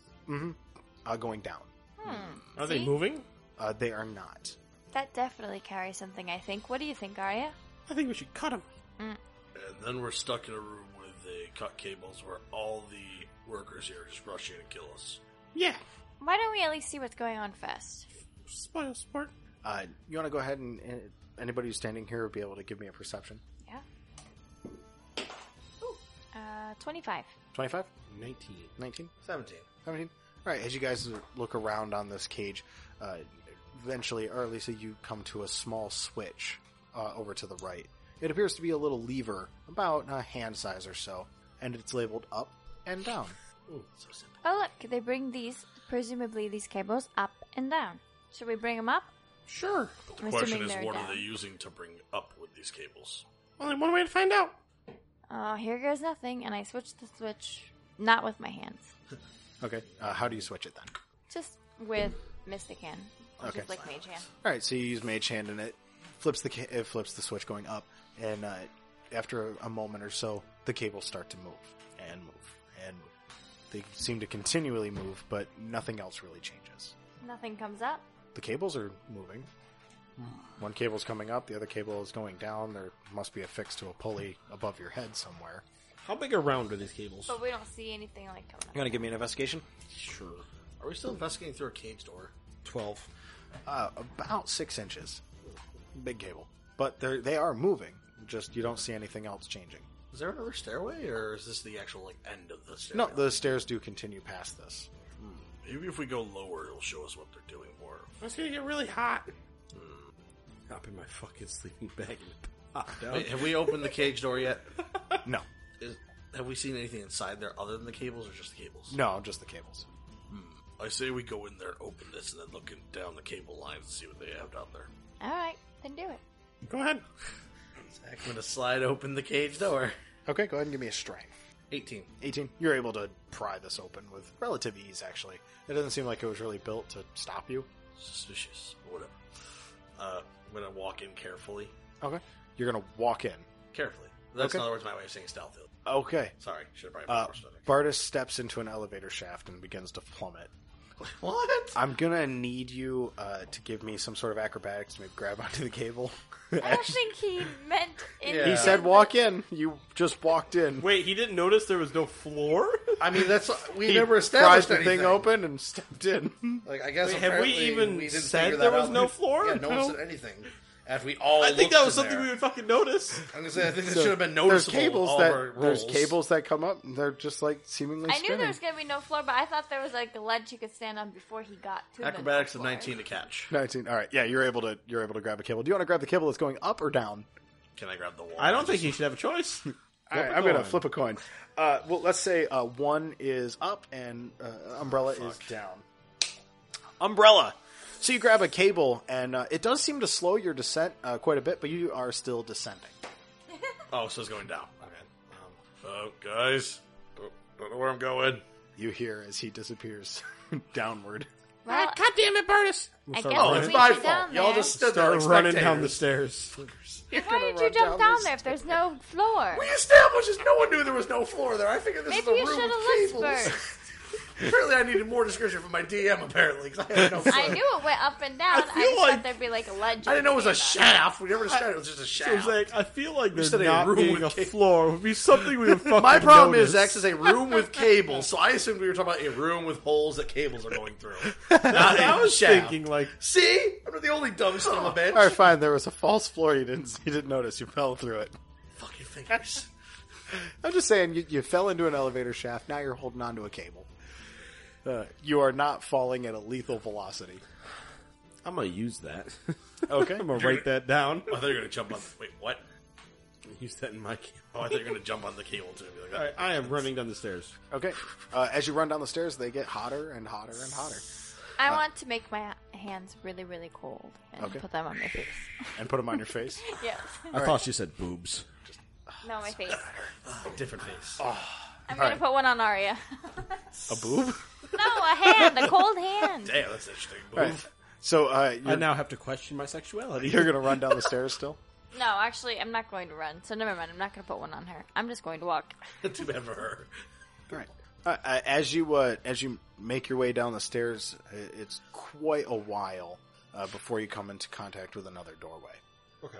S3: uh, going down.
S5: are they moving?
S3: Uh, they are not.
S6: That definitely carries something. I think. What do you think, Arya?
S5: I think we should cut them.
S1: And then we're stuck in a room with the cut cables where all the workers here just rush in and kill us.
S5: Yeah,
S6: Why don't we at least see what's going on first?
S5: spoil sport.
S3: Uh, you want to go ahead and, and anybody who's standing here would be able to give me a perception.
S6: Yeah. Uh, twenty-five.
S3: 25?
S8: 19.
S3: 19?
S7: Seventeen.
S3: 17? All right, as you guys look around on this cage, uh, eventually, or at least you come to a small switch uh, over to the right. It appears to be a little lever, about a hand size or so, and it's labeled up and down.
S6: Oh look, they bring these, presumably these cables, up and down. Should we bring them up?
S5: Sure.
S1: But the
S6: I'm
S1: question
S6: assuming
S1: is,
S6: they're
S1: what are
S6: down.
S1: they using to bring up with these cables?
S5: Only one way to find out.
S6: Oh, here goes nothing, and I switch the switch, not with my hands,
S3: Okay, uh, how do you switch it then?
S6: just with Mystic Hand, which
S3: Okay.
S6: is like Mage Hand.
S3: All right, so you use Mage Hand, and it flips the ca- it flips the switch going up, and uh, after a moment or so, the cables start to move and move and move. They seem to continually move, but nothing else really changes.
S6: Nothing comes up.
S3: The cables are moving. One cable's coming up, the other cable is going down. There must be affixed to a pulley above your head somewhere.
S8: How big around are these cables?
S6: But we don't see anything like coming up.
S3: You want to give me an investigation?
S8: Sure.
S7: Are we still investigating through a cage door?
S8: 12.
S3: Uh, about six inches. Big cable, but they they are moving. Just you don't see anything else changing.
S7: Is there another stairway, or is this the actual like end of the stairway?
S3: No, the stairs do continue past this.
S1: Maybe if we go lower, it'll show us what they're doing more.
S5: It's gonna get really hot.
S8: Hop Hmm. in my fucking sleeping bag and pop down.
S7: Wait, have we opened the cage door yet?
S3: No,
S7: Is, have we seen anything inside there other than the cables, or just the cables?
S3: no, just the cables.
S1: I say we go in there, open this, and then look in, down the cable lines and see what they have down there.
S6: All right, Then do it.
S8: Go ahead.
S7: I'm going to slide open the cage door.
S3: Okay, go ahead and give me a strength.
S7: 18.
S3: 18. You're able to pry this open with relative ease, actually. It doesn't seem like it was really built to stop you.
S7: Suspicious. but Whatever. Uh, I'm going to walk in carefully.
S3: Okay. You're going to walk in.
S7: Carefully. That's,
S3: Okay.
S7: in other words, my way of saying stealthy.
S3: Okay.
S7: Sorry. Should have
S3: Uh,
S7: probably uh,
S3: Bartis steps into an elevator shaft and begins to plummet.
S7: What?
S3: I'm going to need you uh, to give me some sort of acrobatics to maybe grab onto the cable.
S6: I don't think he meant in
S7: Yeah.
S3: he said walk in. You just walked in.
S5: Wait, he didn't notice there was no floor?
S7: I mean, that's we
S3: He
S7: never
S3: pried
S7: established
S3: the
S7: anything.
S3: thing open and stepped in.
S7: Like I guess
S5: Wait, have we
S7: apparently
S5: even
S7: we didn't
S5: said
S7: figure
S5: there
S7: that
S5: was
S7: out.
S5: no floor?
S7: Yeah, no
S5: No.
S7: one said anything. After we all,
S5: I think
S7: looked
S5: that was
S7: in
S5: something
S7: there.
S5: we would fucking notice.
S7: I'm gonna say I think this
S3: So
S7: should have been
S3: There's
S7: noticeable. in
S3: cables
S7: all of our
S3: that there's
S7: rolls.
S3: cables that come up. And they're just like seemingly.
S6: I knew
S3: spinning.
S6: there was gonna be no floor, but I thought there was like a ledge you could stand on before he got to the
S7: Acrobatics of
S6: floor.
S7: 19 to catch.
S3: 19. All right. Yeah, you're able to you're able to grab a cable. Do you want to grab the cable that's going up or down?
S7: Can I grab the wall?
S5: I don't think he should have a choice.
S3: All right,
S5: a
S3: I'm going to
S5: coin.
S3: flip a coin. Uh, well, let's say uh, one is up and uh, umbrella is down. Umbrella. So you grab a cable and uh, it does seem to slow your descent uh, quite a bit, but you are still descending.
S7: Oh, so it's going down. Okay. Um, oh, guys, don't, don't know where I'm going.
S3: You hear as he disappears downward.
S6: Well,
S8: God damn it, Bartis!
S6: I guess
S7: Oh,
S6: if
S7: it's
S6: we
S7: my
S6: go down
S7: fault. Y'all
S6: there-
S7: just stood there
S5: Start
S7: like
S5: running down the
S7: spectators.
S5: stairs.
S6: Why did you jump down there if there's no floor?
S7: We established this. No one knew there was no floor there. I figured this
S6: Maybe
S7: is
S6: you
S7: a room
S6: should've
S7: with
S6: whispered.
S7: cables. Apparently, I needed more description from my DM. Apparently, 'cause I had no.
S6: I
S7: clue.
S6: knew it went up and down. I,
S5: feel
S6: just
S5: like-
S6: thought there'd be like a ledge.
S7: I didn't know it was a
S6: shadow.
S7: shaft. We never decided it was just a
S5: I was
S7: shaft.
S5: like, I feel like there's
S7: said a
S5: not
S7: room
S5: being
S7: with
S5: a
S7: ca-
S5: floor would be something we would fucking
S7: My problem is
S5: notice.
S7: X is a room with cables, so I assumed we were talking about a room with holes that cables are going through. Not
S5: I
S7: a
S5: was
S7: shaft.
S5: thinking like
S7: See, I'm not the only dumb son of a bitch.
S3: All right, fine. There was a false floor. You didn't you didn't notice. You fell through it.
S7: Fucking fingers.
S3: I'm just saying, you, you fell into an elevator shaft. Now you're holding onto a cable. Uh, you are not falling at a lethal velocity.
S8: I'm gonna use that.
S3: Okay.
S5: I'm gonna write that down.
S7: I thought you were gonna jump on. Wait, what?
S8: use that in my cable.
S7: Oh, I thought you were gonna jump on the cable too. and be Like that.
S8: All right, I am running down the stairs.
S3: Okay. Uh, as you run down the stairs, they get hotter and hotter and hotter.
S6: I
S7: uh,
S6: want to make my hands really, really cold and
S3: Okay.
S6: put them on my face.
S3: And put them on your face.
S6: yes.
S8: I thought she said boobs.
S6: No, my face.
S7: Different face.
S6: I'm gonna put one on Arya.
S3: A boob?
S6: no, a hand, a cold hand.
S7: Damn, that's interesting. Move.
S3: Right. So uh,
S8: I
S3: you're,
S8: now have to question my sexuality.
S3: you're going to run down the stairs still?
S6: No, actually, I'm not going to run. So never mind. I'm not gonna put one on her. I'm just going to walk.
S7: Too bad for her.
S3: All right. Uh, uh, as you uh, as you make your way down the stairs, i- it's quite a while uh, before you come into contact with another doorway.
S8: okay.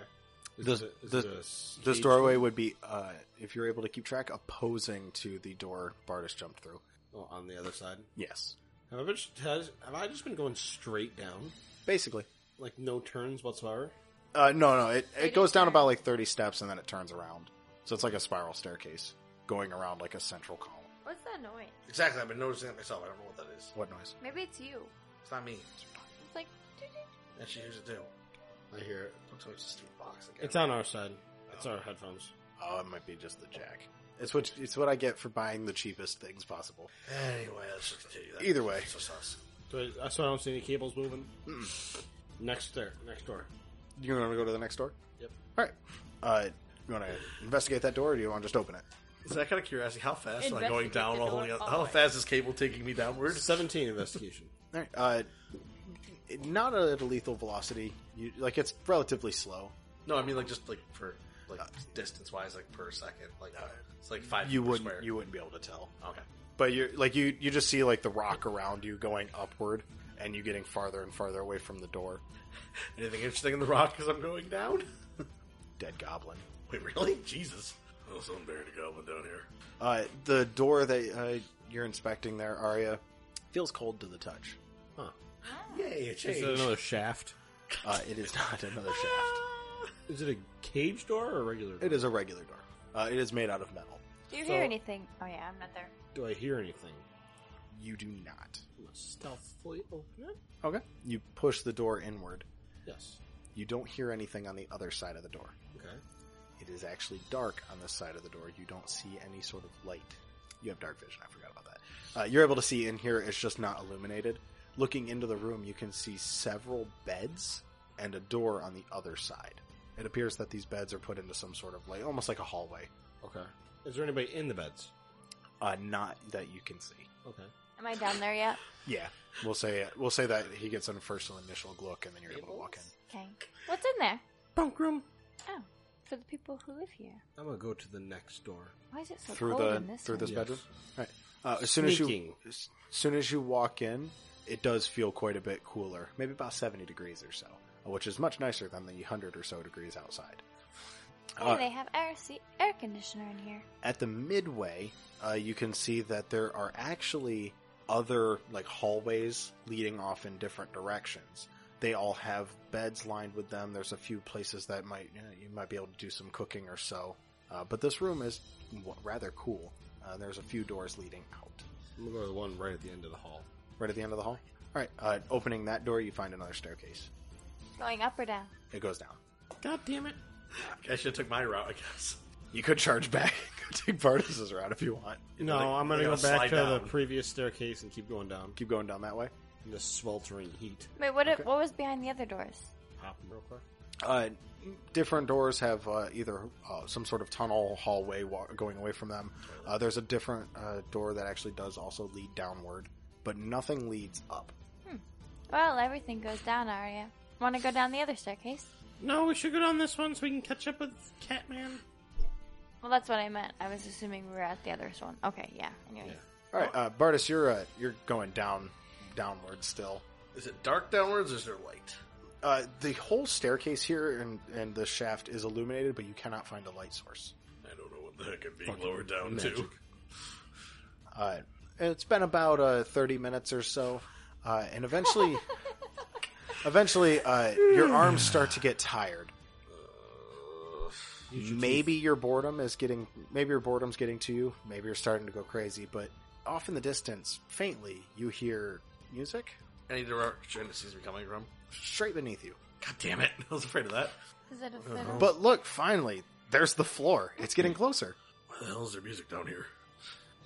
S3: This-
S8: it a- is
S3: this-
S8: it a s-
S3: This
S8: cage
S3: doorway would be, uh, if you're able to keep track, opposing to the door Bartis jumped through.
S8: Oh, on the other side.
S3: Yes,
S8: Have I, just, has, have I just been going straight down,
S3: basically.
S8: like no turns whatsoever?
S3: Uh, no, no, it, it
S6: Thirty
S3: goes down
S6: stairs.
S3: about like 30 steps and then it turns around. So it's like a spiral staircase going around like a central column.
S6: What's that noise?
S7: Exactly. I've been noticing that myself. I don't know what that is.
S3: What noise?
S6: Maybe it's you.
S7: It's not me.
S6: It's like
S7: And she hears it too.
S8: I hear it.
S7: Looks like it's just through a box again.
S8: It's on our side. It's our headphones.
S3: Oh, it might be just the jack. It's what it's what I get for buying the cheapest things possible.
S7: Anyway, let's just continue. That.
S3: Either way.
S7: So sus.
S8: Do I, so I don't see any cables moving. Next stair. Next door.
S3: You want to go to the next door?
S8: Yep.
S3: All right. Uh, you want to investigate that door, or do you want to just open it?
S7: Is that kind of curiosity? How fast am I going
S6: Investigate
S7: down
S6: the
S7: while
S6: door Oh,
S7: holding up?
S6: all
S7: How
S6: the way.
S7: fast is cable taking me downward?
S8: Seventeen investigation.
S3: All right. Uh, not at a lethal velocity. You, like it's relatively slow.
S7: No, I mean like just like for like distance wise, like per second, like uh, it's like five.
S3: You
S7: feet per
S3: wouldn't
S7: square.
S3: you wouldn't be able to tell.
S7: okay.
S3: But you like you you just see like the rock around you going upward, and you getting farther and farther away from the door.
S7: Anything interesting in the rock as I'm going down?
S3: Dead goblin.
S7: Wait, really? Jesus. Oh, someone buried a goblin down here.
S3: Uh, the door that uh, you're inspecting there, Arya, feels cold to the touch.
S7: Yay, a
S8: Is
S7: change.
S8: it another shaft?
S3: Uh, it is not another shaft.
S8: Is it a cage door or a regular? Door?
S3: It is a regular door. Uh, it is made out of metal.
S6: Do you
S8: So-
S6: hear anything? Oh yeah, I'm not there.
S8: Do I hear anything?
S3: You do not.
S8: I'm gonna stealthily open it.
S3: Okay. You push the door inward.
S8: Yes.
S3: You don't hear anything on the other side of the door.
S8: Okay.
S3: It is actually dark on this side of the door. You don't see any sort of light. You have dark vision. I forgot about that. Uh, you're able to see in here. It's just not illuminated. Looking into the room, you can see several beds and a door on the other side. It appears that these beds are put into some sort of like almost like a hallway,
S8: Okay. Is there anybody in the beds?
S3: uh, not that you can see.
S8: Okay.
S6: Am I down there yet?
S3: Yeah, we'll say we'll say that he gets an first initial look, and then you're able to walk in.
S6: Okay. What's in there?
S8: Bunk room.
S6: Oh, for the people who live here.
S8: I'm gonna go to the next door.
S6: Why is it so
S3: through
S6: cold
S3: the
S6: in this
S3: through
S6: room?
S3: this
S8: Yes.
S3: bedroom. All right. Uh, as soon as you
S8: Sneaking.
S3: as soon as you walk in, it does feel quite a bit cooler, maybe about seventy degrees or so, uh, which is much nicer than the hundred or so degrees outside.
S6: Hey,
S3: Uh,
S6: they have air se- air conditioner in here.
S3: at the midway, uh, you can see that there are actually other like hallways leading off in different directions. They all have beds lined with them. There's a few places that might you, know, you might be able to do some cooking or so. Uh, but this room is w- rather cool. Uh, there's a few doors leading out.
S8: I'm gonna go to the one right at the end of the hall.
S3: Right at the end of the hall. All right. Uh, opening that door, you find another staircase.
S6: Going up or down?
S3: It goes down.
S8: God damn it!
S7: I should have took my route, I guess.
S3: You could charge back. Go take Bartus's route if you want.
S8: No,
S7: They-
S8: I'm
S7: they
S8: gonna go
S7: gotta
S8: back to
S7: slide
S8: the
S7: down.
S8: previous staircase and keep going down
S3: Keep going down that way.
S8: in the sweltering heat.
S6: Wait, what? It, what was behind the other doors?
S8: Pop 'em real quick.
S3: Uh, different doors have uh, either uh, some sort of tunnel hallway wa- going away from them. Uh, there's a different uh, door that actually does also lead downward, but nothing leads up.
S6: Well, everything goes down, Arya. Want to go down the other staircase?
S8: No, we should go down this one so we can catch up with Catman.
S6: Well, that's what I meant. I was assuming we were at the other one. Okay, yeah. Anyways.
S3: All right, uh, Bartis, you're uh, you're going down downward still.
S7: Is it dark downwards or is there light?
S3: Uh, the whole staircase here and and the shaft is illuminated, but you cannot find a light source.
S7: I don't know what the heck I'm being lowered down to.
S3: Uh, it's been about uh, 30 minutes or so, uh, and eventually, eventually, uh, your arms start to get tired. Maybe your boredom is getting, maybe your boredom's getting to you. Maybe you're starting to go crazy. But off in the distance, faintly, you hear music
S7: Any direction it sees me coming from?
S3: straight beneath you.
S7: God damn it! I was afraid of that.
S6: Is it a fiddle?
S3: But look, finally, there's the floor. It's getting closer.
S7: Why the hell is there music down here?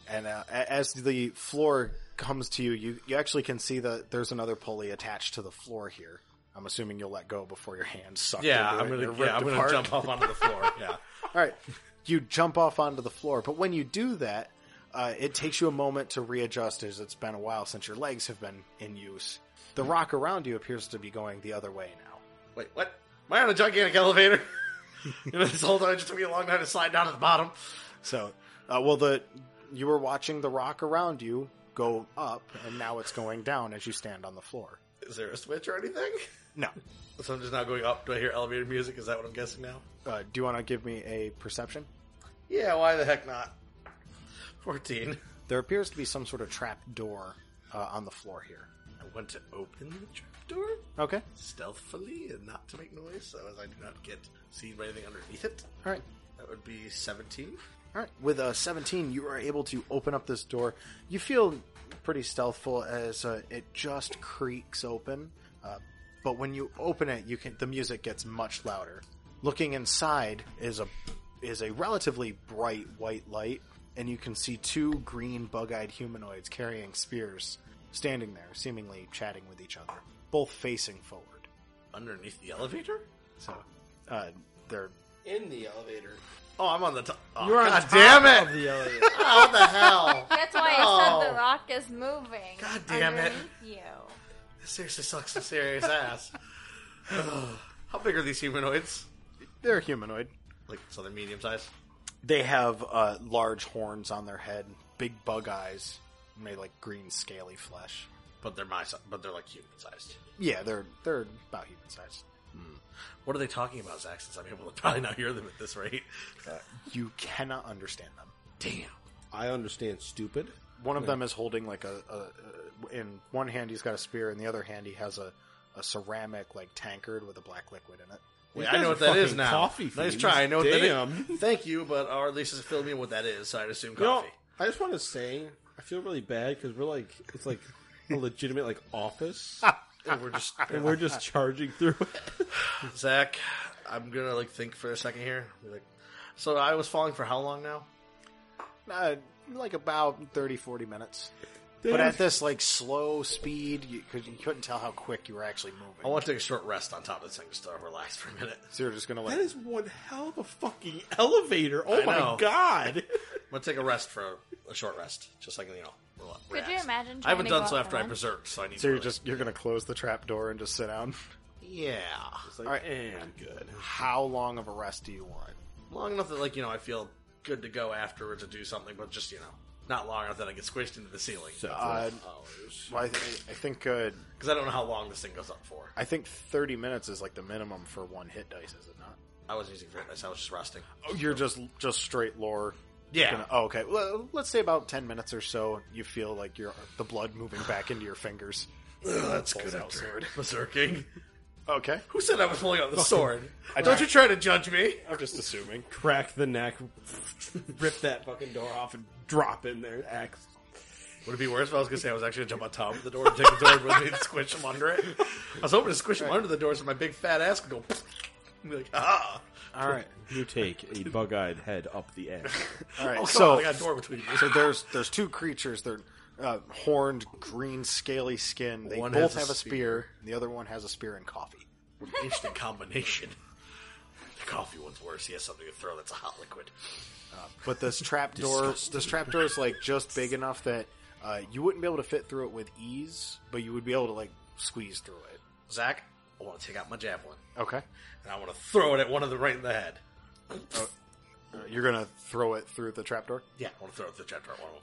S3: And uh, a- as the floor comes to you, you, you actually can see that there's another pulley attached to the floor here. I'm assuming you'll let go before your hands suck.
S7: Yeah,
S3: into
S7: I'm
S3: it
S7: gonna
S3: and
S7: yeah,
S3: ripped
S7: I'm gonna
S3: apart.
S7: jump up onto the floor. Yeah,
S3: All right, you jump off onto the floor, but when you do that, uh, it takes you a moment to readjust as it's been a while since your legs have been in use. The rock around you appears to be going the other way now.
S7: Wait, what? Am I on a gigantic elevator? you know, this whole time it just took me a long time to slide down to the bottom.
S3: So, uh, well, the you were watching the rock around you go up, and now it's going down as you stand on the floor.
S7: Is there a switch or anything?
S3: No.
S7: So I'm just now going up. Do I hear elevator music? Is that what I'm guessing now?
S3: Uh, do you want to give me a perception?
S7: Yeah, why the heck not? 14.
S3: There appears to be some sort of trap door uh, on the floor here.
S7: I want to open the trapdoor
S3: Okay.
S7: stealthily and not to make noise so as I do not get seen by anything underneath it.
S3: All right.
S7: That would be 17.
S3: All right. With a 17, you are able to open up this door. You feel pretty stealthful as uh, it just creaks open. Uh, but when you open it, you can the music gets much louder. Looking inside is a is a relatively bright white light, and you can see two green bug-eyed humanoids carrying spears standing there, seemingly chatting with each other, both facing forward.
S7: Underneath the elevator?
S3: So, uh, they're
S8: In the elevator.
S7: Oh, I'm on the top. Oh,
S8: You're on
S7: God
S8: top
S7: damn it!
S8: of the elevator.
S7: Oh, what the hell?
S6: That's why I said the rock is moving.
S7: Oh. God damn it.
S6: underneath You.
S7: This seriously sucks some serious ass. How big are these humanoids?
S3: they're humanoid.
S7: Like, so they're medium sized?
S3: They have uh, large horns on their head, big bug eyes, and they like green scaly flesh.
S7: But they're my size. But they're like human sized.
S3: Yeah, they're they're about human sized.
S7: What are they talking about, Zach? Since I'm able to probably not hear them at this rate.
S3: You cannot understand them.
S7: Damn.
S8: I understand, stupid.
S3: One of them is holding like a, a, a in one hand he's got a spear, in the other hand he has a, a ceramic like tankard with a black liquid in it.
S7: Wait,
S8: guys
S7: I know
S8: are
S7: what that is
S8: fucking
S7: now.
S8: coffee
S7: nice
S8: fiends.
S7: try. I know what that
S8: Damn.
S7: is. Thank you, but or at least it's filled me in what that is. So I'd assume coffee.
S8: I just want to say, I feel really bad because we're like, it's like a legitimate like office,
S7: And we're just
S8: and we're just charging through it.
S7: Zach. I'm gonna like think for a second here. Be like, so I was falling for how long now?
S3: Uh, like about 30, 40 minutes. But at this like slow speed, you, could, you couldn't tell how quick you were actually moving.
S7: I want to take a short rest on top of this thing just to relax for a minute.
S3: so you're just gonna like
S5: That is one hell of a fucking elevator. Oh
S7: I
S5: my
S7: know.
S5: god.
S7: I'm gonna take a rest for a short rest, just like you know. rela-
S6: Could you
S7: relax.
S6: imagine
S7: I
S6: trying
S7: haven't
S6: to
S7: done
S6: go
S7: so
S6: up
S7: after I
S6: alone?
S7: berserked, so I need.
S3: So you're
S7: really-
S3: just you're gonna close the trap door and just sit down.
S7: yeah,
S3: All right, good. How long of a rest do you want?
S7: long enough that like you know I feel good to go afterwards and do something, but just you know not long enough that I get squished into the ceiling
S3: Uh, well, I, th- I think uh,
S7: because I don't know how long this thing goes up for.
S3: I think 30 minutes is like the minimum for one hit dice, is it not?
S7: I wasn't using fitness; I was just resting.
S3: Oh, you're just just straight lore.
S7: Yeah.
S3: Gonna- oh, okay. Well, let's say about 10 minutes or so. You feel like your the blood moving back into your fingers.
S7: Ugh, that's good after berserking.
S3: Okay.
S7: Who said I was pulling out the sword?
S3: I
S7: don't
S3: tried.
S7: you try to judge me.
S3: I'm just assuming.
S5: Crack the neck, rip that fucking door off, and drop in there. Axe.
S7: Would it be worse if I was going to say I was actually going to jump on top of the door and take the door with me and squish him under it? I was hoping to squish him under the door so my big fat ass could go and be like, ah.
S3: All right.
S8: You take a bug-eyed head up the ass.
S3: All right.
S7: Oh, come
S3: so
S7: on, I got a door between me.
S3: so there's there's two creatures. They're uh, horned, green, scaly skin. They
S7: One
S3: both
S7: has a
S3: have a spear. The other one has a spear and coffee.
S7: Interesting combination. The coffee one's worse. He has something to throw that's a hot liquid.
S3: But this trap door, this trap door is like just big enough that uh, you wouldn't be able to fit through it with ease, but you would be able to like squeeze through it.
S7: Zach, I want to take out my javelin
S3: Okay.
S7: and I want to throw it at one of them right in the head.
S3: Uh, You're gonna throw it through the trapdoor.
S7: Yeah, I want to throw it at the chapter at one of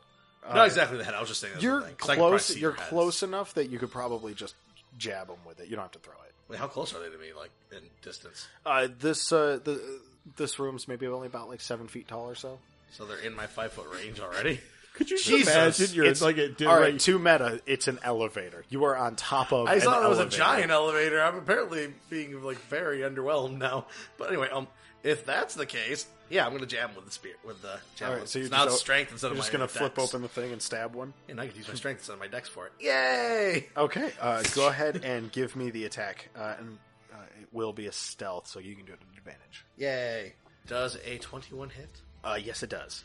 S7: them. Not exactly the head. I was just saying.
S3: Uh, You're
S7: thing, 'cause I could probably
S3: close.
S7: see
S3: You're
S7: their heads.
S3: close enough that you could probably just jab them with it. You don't have to throw it.
S7: Wait, how close are they to me? Like in distance?
S3: Uh, this uh, the this room's maybe only about like seven feet tall or so.
S7: So they're in my five foot range already.
S5: Could you just
S7: Jesus.
S5: imagine you're
S3: It's-
S5: like it did
S3: All
S5: right?
S3: right, two meta. It's an elevator. You are on top of.
S7: I
S3: an
S7: thought it was a
S3: elevator.
S7: giant elevator. I'm apparently being like very underwhelmed now. But anyway, um, if that's the case, yeah, I'm gonna jam with the spear with the
S3: All
S7: javelin.
S3: right, so you're
S7: it's not
S3: just,
S7: strength instead
S3: You're
S7: of
S3: just
S7: my
S3: gonna flip
S7: dex.
S3: open the thing and stab one.
S7: and I could use my strength instead of my dex for it. Yay!
S3: Okay, uh, go ahead and give me the attack, uh, and uh, it will be a stealth, so you can do it at advantage.
S7: Yay! Does a 21 hit?
S3: Uh, yes, it does.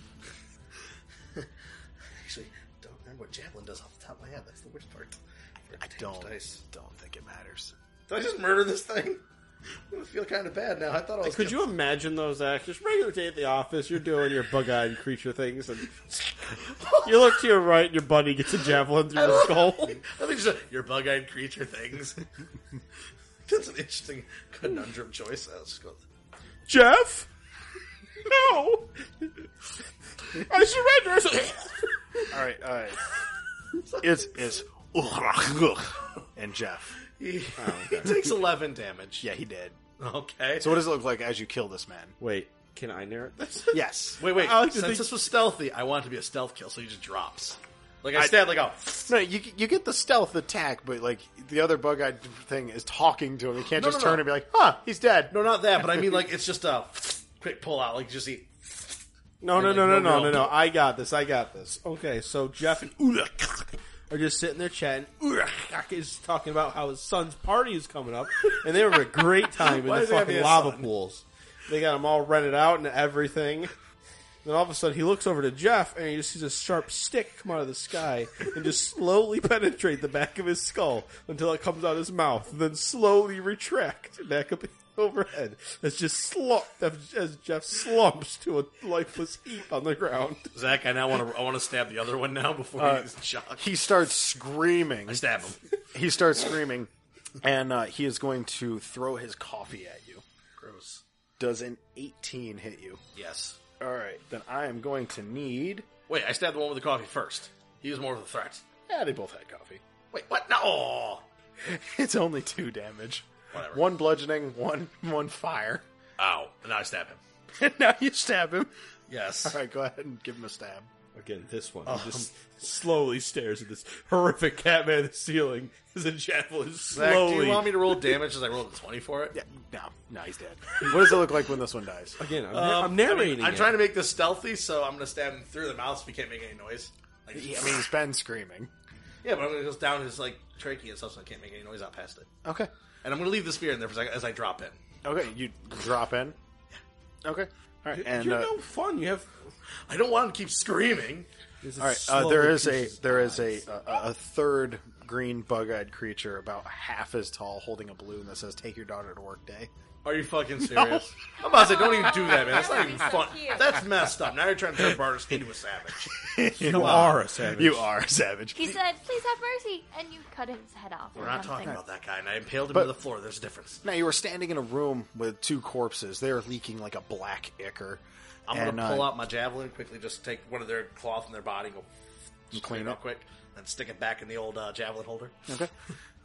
S7: Actually, don't remember what javelin does off the top of my head. That's the worst part.
S3: I don't
S7: Dice.
S3: don't think it matters.
S7: Did I just murder this thing? I'm gonna feel kind of bad now. I
S3: Uh,
S7: thought I was.
S8: Could
S7: gonna-
S8: you imagine those acts? Just regular day at the office, you're doing your bug-eyed creature things, and you look to your right, and your buddy gets a javelin through the skull.
S7: I think it's just uh, your bug-eyed creature things. That's an interesting conundrum choice. I'll just go.
S8: Jeff, no, I surrender.
S3: All right, uh, it's it's and Jeff.
S7: He, he takes eleven damage.
S3: Yeah, he did.
S7: Okay.
S3: So what does it look like as you kill this man?
S8: Wait, can I narrate this?
S3: Yes.
S7: wait, wait.
S8: I like to
S7: Since
S8: think-
S7: this was stealthy, I want it to be a stealth kill, so he just drops. Like I, stand, like oh,
S3: No, you you get the stealth attack, but like the other bug-eyed thing is talking to him. You can't
S7: No,
S3: just
S7: no, no.
S3: turn and be like, "Huh, he's dead."
S7: no, not that. But I mean, like it's just a quick pull out. Like just he.
S8: No, no,
S7: Like,
S8: no, no,
S7: no
S8: no, no,
S7: real-
S8: no. I got this. I got this. Okay, so Jeff and Ulak are just sitting there chatting. Ulak is talking about how his son's party is coming up, and they were a great time in
S7: Why
S8: the
S7: does it have to be
S8: fucking
S7: his
S8: lava
S7: son?
S8: pools. They got them all rented out and everything. Then all of a sudden, he looks over to Jeff, and he just sees a sharp stick come out of the sky and just slowly penetrate the back of his skull until it comes out his mouth, and then slowly retract back up his overhead. As just slump as Jeff slumps to a lifeless heap on the ground.
S7: Zach, I now want to. I want to stab the other one now before he's shocked.
S3: He starts screaming.
S7: I stab him.
S3: He starts screaming, and uh, he is going to throw his coffee at you.
S7: Gross.
S3: Does an eighteen hit you?
S7: Yes.
S3: All right, then I am going to need.
S7: Wait, I stabbed the one with the coffee first. He was more of a threat.
S3: Yeah, they both had coffee.
S7: Wait, what? No.
S3: It's only two damage.
S7: Whatever.
S3: One bludgeoning, one one fire.
S7: Ow! And now I stab him.
S3: now you stab him.
S7: Yes.
S3: All right, go ahead and give him a stab.
S8: Again, this one he just slowly stares at this horrific cat man in the ceiling as a javelin
S7: Zach,
S8: slowly.
S7: do you want me to roll damage as I rolled a twenty for it?
S3: Yeah, no, no, he's dead. what does it look like when this one dies?
S8: Again, I'm,
S7: Um,
S8: I'm narrating.
S7: I mean, I'm
S8: it.
S7: trying to make this stealthy, so I'm going to stab him through the mouth so he can't make any noise. Like,
S3: I mean, he's been screaming.
S7: yeah, but I'm going to go down his like trachea and stuff, so I can't make any noise out past it.
S3: Okay,
S7: And I'm going to leave the spear in there for a second as I drop in.
S3: okay, you drop in. Okay, all right, and
S8: You're
S3: uh,
S8: no fun. You have
S7: I don't want him to keep screaming.
S3: All right, uh, there is a there is a, a a third green bug-eyed creature about half as tall, holding a balloon that says "Take your daughter to work day."
S7: Are you fucking serious? I'm about to say, don't even do that, man. That's not even fun. That's messed up. Now you're trying to turn Barter's into a savage.
S8: You are a savage.
S3: You are savage.
S6: He said, "Please have mercy," and you cut his head off.
S7: We're not talking about that guy, and I impaled him
S3: But-
S7: to the floor. There's a difference.
S3: Now you were standing in a room with two corpses. They are leaking like a black ichor.
S7: I'm
S3: And,
S7: gonna pull
S3: uh,
S7: out my javelin quickly. Just take one of their cloth and their body, go just clean it up quick, and stick it back in the old uh, javelin holder.
S3: Okay.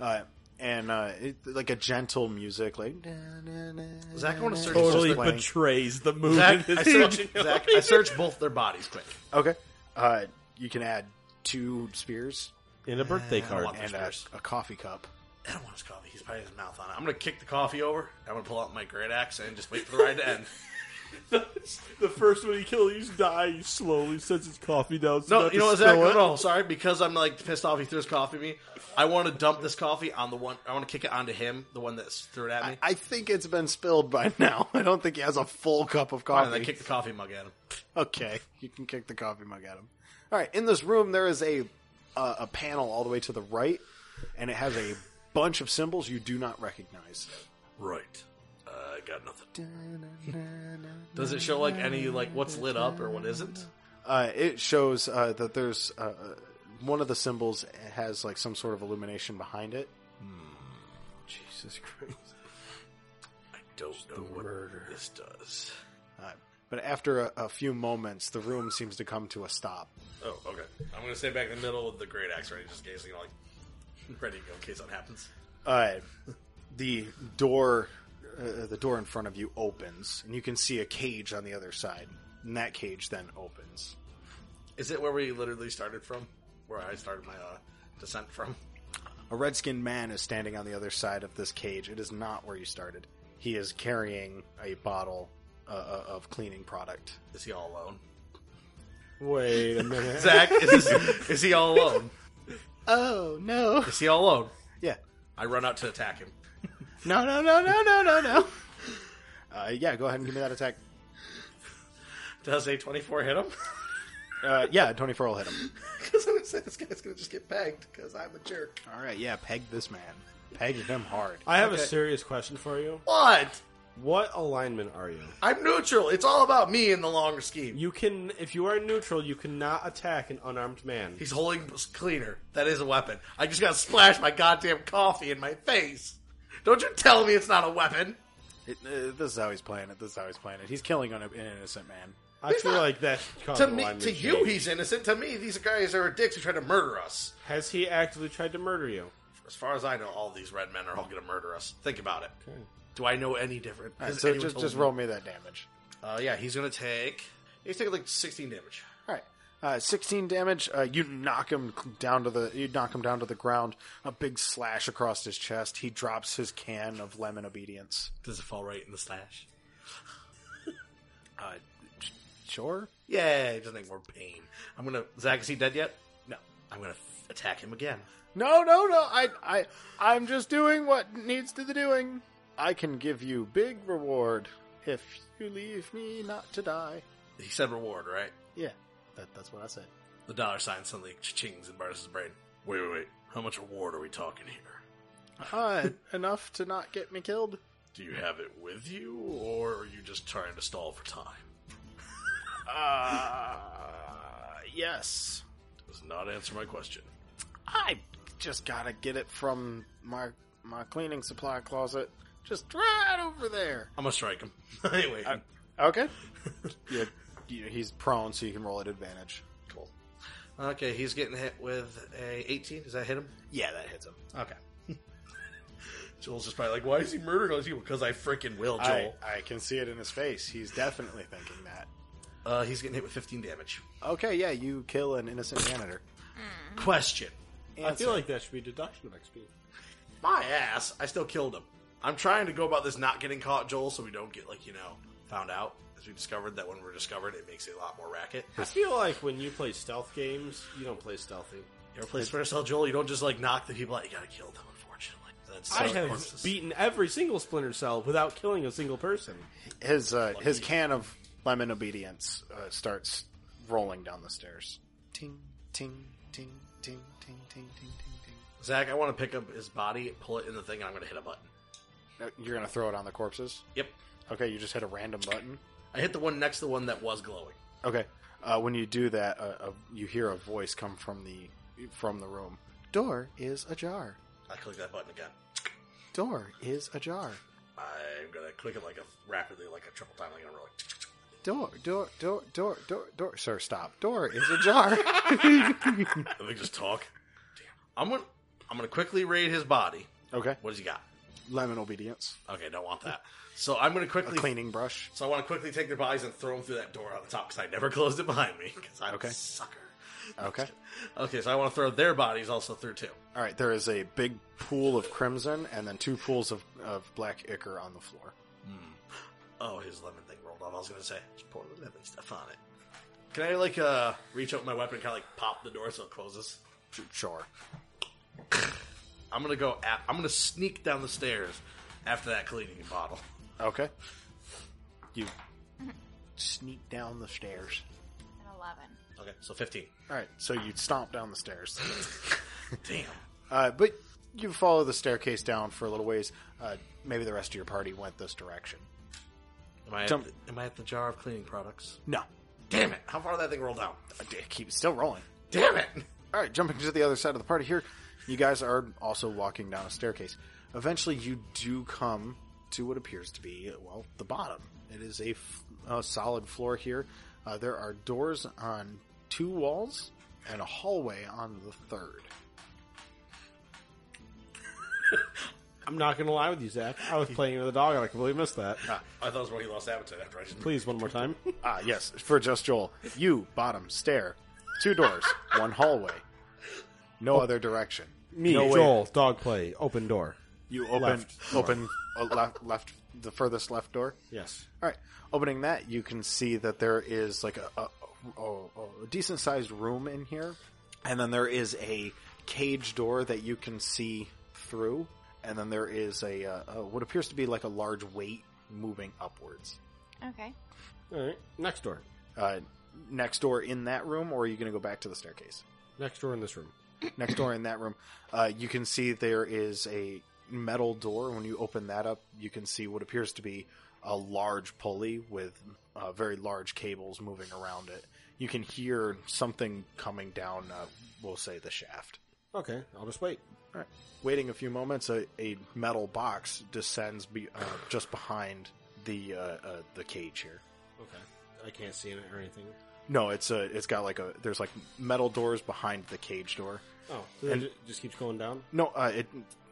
S3: Uh, and uh, it, like a gentle music, like da, da, da,
S7: Zach, I want to search.
S8: Totally
S3: Just playing.
S8: betrays the mood.
S7: Zach,
S8: in
S7: I
S8: his
S7: search,
S8: fucking-
S7: Zach, I search both their bodies quick.
S3: Okay. Uh, you can add two spears
S8: in a birthday card.
S7: want-
S3: and a,
S7: Spears.
S3: a coffee cup.
S7: I don't want his coffee. He's probably his mouth on it. I'm gonna kick the coffee over. and I'm gonna pull out my great axe and just wait for the ride to end.
S8: the first one you kill, you die. You slowly sets his coffee down. so
S7: No,
S8: not
S7: you
S8: to
S7: know what, Zach?
S8: spill
S7: No,
S8: it.
S7: no, sorry. Because I'm like pissed off. He threw his coffee at me. I want to dump this coffee on the one. I want to kick it onto him, the one that threw it at me.
S3: I, I think it's been spilled by now. I don't think he has a full cup of coffee.
S7: and then I kick the coffee mug at him.
S3: Okay, you can kick the coffee mug at him. All right, in this room there is a uh, a panel all the way to the right, and it has a bunch of symbols you do not recognize.
S7: Right. Uh, I got nothing. Does it show like any like what's lit up or what isn't?
S3: Uh, it shows uh, that there's uh, one of the symbols has like some sort of illumination behind it.
S7: Jesus Christ! I don't know what this does.
S3: Uh, but after a, a few moments, the room seems to come to a stop.
S7: Oh, okay. I'm gonna stay back in the middle with the great axe ready, just in case you know, like ready to go in case that happens.
S3: uh, the door uh, the door in front of you opens and you can see a cage on the other side and that cage then opens
S7: Is it where we literally started from? Where I started my uh, descent from?
S3: a red-skinned man is standing on the other side of this cage it is not where you started he is carrying a bottle uh, uh, of cleaning product
S7: Is he all alone?
S8: Wait a minute.
S7: Zach, is this, is he all alone?
S3: oh no
S7: Is he all alone?
S3: yeah
S7: I run out to attack him.
S3: no no no no no no no uh, yeah go ahead and give me that attack
S7: Does a 24 hit him?
S3: uh, yeah 24 will hit him
S7: Because I'm gonna say this guy's gonna just get pegged because I'm a jerk.
S3: all right yeah peg this man peg him hard
S8: I have a serious question for you.
S7: What?
S8: What alignment are you?
S7: I'm neutral. It's all about me in the longer scheme.
S8: You can, if you are neutral, you cannot attack an unarmed man.
S7: He's holding cleaner. That is a weapon. I just gotta splash my goddamn coffee in my face. Don't you tell me it's not a weapon.
S3: It, uh, this is how he's playing it. This is how he's playing it. He's killing an, an innocent man.
S8: I feel
S7: not-
S8: like that caused
S7: to me,
S8: alignment
S7: to you,
S8: change.
S7: he's innocent. To me, these guys are dicks who tried to murder us.
S8: has he actively tried to murder you?
S7: As far as I know, all these red men are all gonna murder us. Think about it. Do I know any different? Has
S3: so
S7: Uh, anyone
S3: just
S7: told
S3: just
S7: me?
S3: roll me that damage.
S7: Uh, yeah, he's gonna take. He's taking like 16 damage.
S3: All right. Uh, 16 damage. Uh, you knock him cl- down to the you knock him down to the ground. A big slash across his chest. He drops his can of lemon obedience.
S7: Does it fall right in the slash?
S3: Uh, sure.
S7: Yeah, he doesn't need more pain. I'm gonna. Zach, is he dead yet? No. I'm gonna f- attack him again.
S3: No, no, no. I I I'm just doing what needs to the doing. I can give you big reward if you leave me not to die.
S7: He said reward, right?
S3: Yeah. That, that's what I said.
S7: The dollar sign suddenly chings in Barnes' brain. Wait, wait, wait. How much reward are we talking here?
S3: Uh, enough to not get me killed.
S7: Do you have it with you, or are you just trying to stall for time?
S3: Uh, yes.
S7: Does not answer my question.
S3: I just gotta get it from my my cleaning supply closet. Just right over there.
S7: I'm gonna strike him. anyway,
S3: Okay. yeah, yeah, he's prone, so you can roll at advantage.
S7: cool. Okay, he's getting hit with a 18. Does that hit him?
S3: Yeah, that hits him.
S7: Okay. Joel's just probably like, why is he murdering all these people? Because I freaking will,
S3: I,
S7: Joel.
S3: I can see it in his face. He's definitely thinking that.
S7: Uh, he's getting hit with 15 damage.
S3: Okay, yeah, you kill an innocent janitor.
S7: Question.
S8: I feel like that should be deduction of XP.
S7: My ass, I still killed him. I'm trying to go about this not getting caught, Joel, so we don't get, like, you know, found out. As we discovered that when we're discovered, it makes a lot more racket.
S8: I feel like when you play stealth games, you don't play stealthy.
S7: You ever play Splinter Cell, Joel? You don't just, like, knock the people out. You gotta kill them, unfortunately. That's
S8: I
S7: so
S8: have
S7: corpses.
S8: beaten every single Splinter Cell without killing a single person.
S3: his uh, his can of lemon obedience uh, starts rolling down the stairs. ting, ting, ting, ting, ting, ting, ting, ting,
S7: Zach, I want to pick up his body, pull it in the thing, and I'm going to hit a button.
S3: ting. Uh, You're gonna throw it on the corpses.
S7: Yep.
S3: Okay, you just hit a random button.
S7: I hit the one next to the one that was glowing.
S3: Okay. Uh, when you do that, uh, uh, you hear a voice come from the from the room. Door is ajar.
S7: I click that button again.
S3: Door is ajar.
S7: I'm going to click it like a rapidly, like a triple time. Like I'm going to like.
S3: Door, door, door, door, door, door. Sir, stop. Door is ajar.
S7: Let me just talk. Damn. I'm going. to I'm going to quickly raid his body.
S3: okay.
S7: What does he got?
S3: Lemon obedience.
S7: Okay, don't want that. So I'm going
S3: A
S7: to quickly.
S3: cleaning brush.
S7: So I want to quickly take their bodies and throw them through that door on the top because I never closed it behind me because I'm
S3: Okay.
S7: a sucker.
S3: Okay.
S7: Okay, so I want to throw their bodies also through too.
S3: All right. There is a big pool of crimson and then two pools of, of black ichor on the floor.
S7: Oh, his lemon thing rolled off. I was gonna say, just pour the lemon stuff on it. Can I like uh reach up with my weapon, kind of like pop the door so it closes?
S3: Sh- Sure.
S7: I'm gonna go. At, I'm gonna sneak down the stairs after that cleaning bottle.
S3: Okay. You sneak down the stairs.
S6: An eleven.
S7: Okay, so 15.
S3: All right. So you stomp down the stairs.
S7: Damn.
S3: Uh, but you follow the staircase down for a little ways. Uh, maybe the rest of your party went this direction.
S7: Am I, at
S3: Jump.
S7: the, am I at the jar of cleaning products?
S3: No.
S7: Damn it! How far did that thing roll down?
S3: It keeps Uh, still rolling.
S7: Damn it!
S3: All right, jumping to the other side of the party here. You guys are also walking down a staircase. Eventually, you do come to what appears to be, well, the bottom. It is a, f- a solid floor here. Uh, there are doors on two walls and a hallway on the third.
S8: I'm not gonna lie with you, Zach. I was playing with a dog, and I completely missed that.
S7: I thought it was where he lost appetite after I just.
S8: Please, one more time.
S3: Ah, yes, for just Joel. You, bottom, stair, two doors, one hallway. No other direction.
S8: Oh. Me,
S3: no way-
S8: Joel, dog play, open door.
S3: You open
S8: Left.
S3: open uh, left left the furthest left door.
S8: Yes.
S3: All right, opening that you can see that there is like a, a, a- a decent sized room in here, and then there is a cage door that you can see through, and then there is a, uh, uh what appears to be like a large weight moving upwards.
S6: Okay.
S8: All right. Next door.
S3: Uh, next door in that room, or are you going to go back to the staircase?
S8: Next door in this room.
S3: next door in that room, uh, you can see there is a metal door. When you open that up, you can see what appears to be a large pulley with uh, very large cables moving around it. You can hear something coming down, uh, we'll say the shaft.
S8: Okay, I'll just wait.
S3: Waiting a few moments, a, a metal box descends be, uh, just behind the uh, uh, the cage here.
S8: Okay. I can't see in it or anything.
S3: No, it's a it's got like a there's like metal doors behind the cage door.
S8: Oh, so
S3: And-
S8: it ju- just keeps going down.
S3: No, uh, it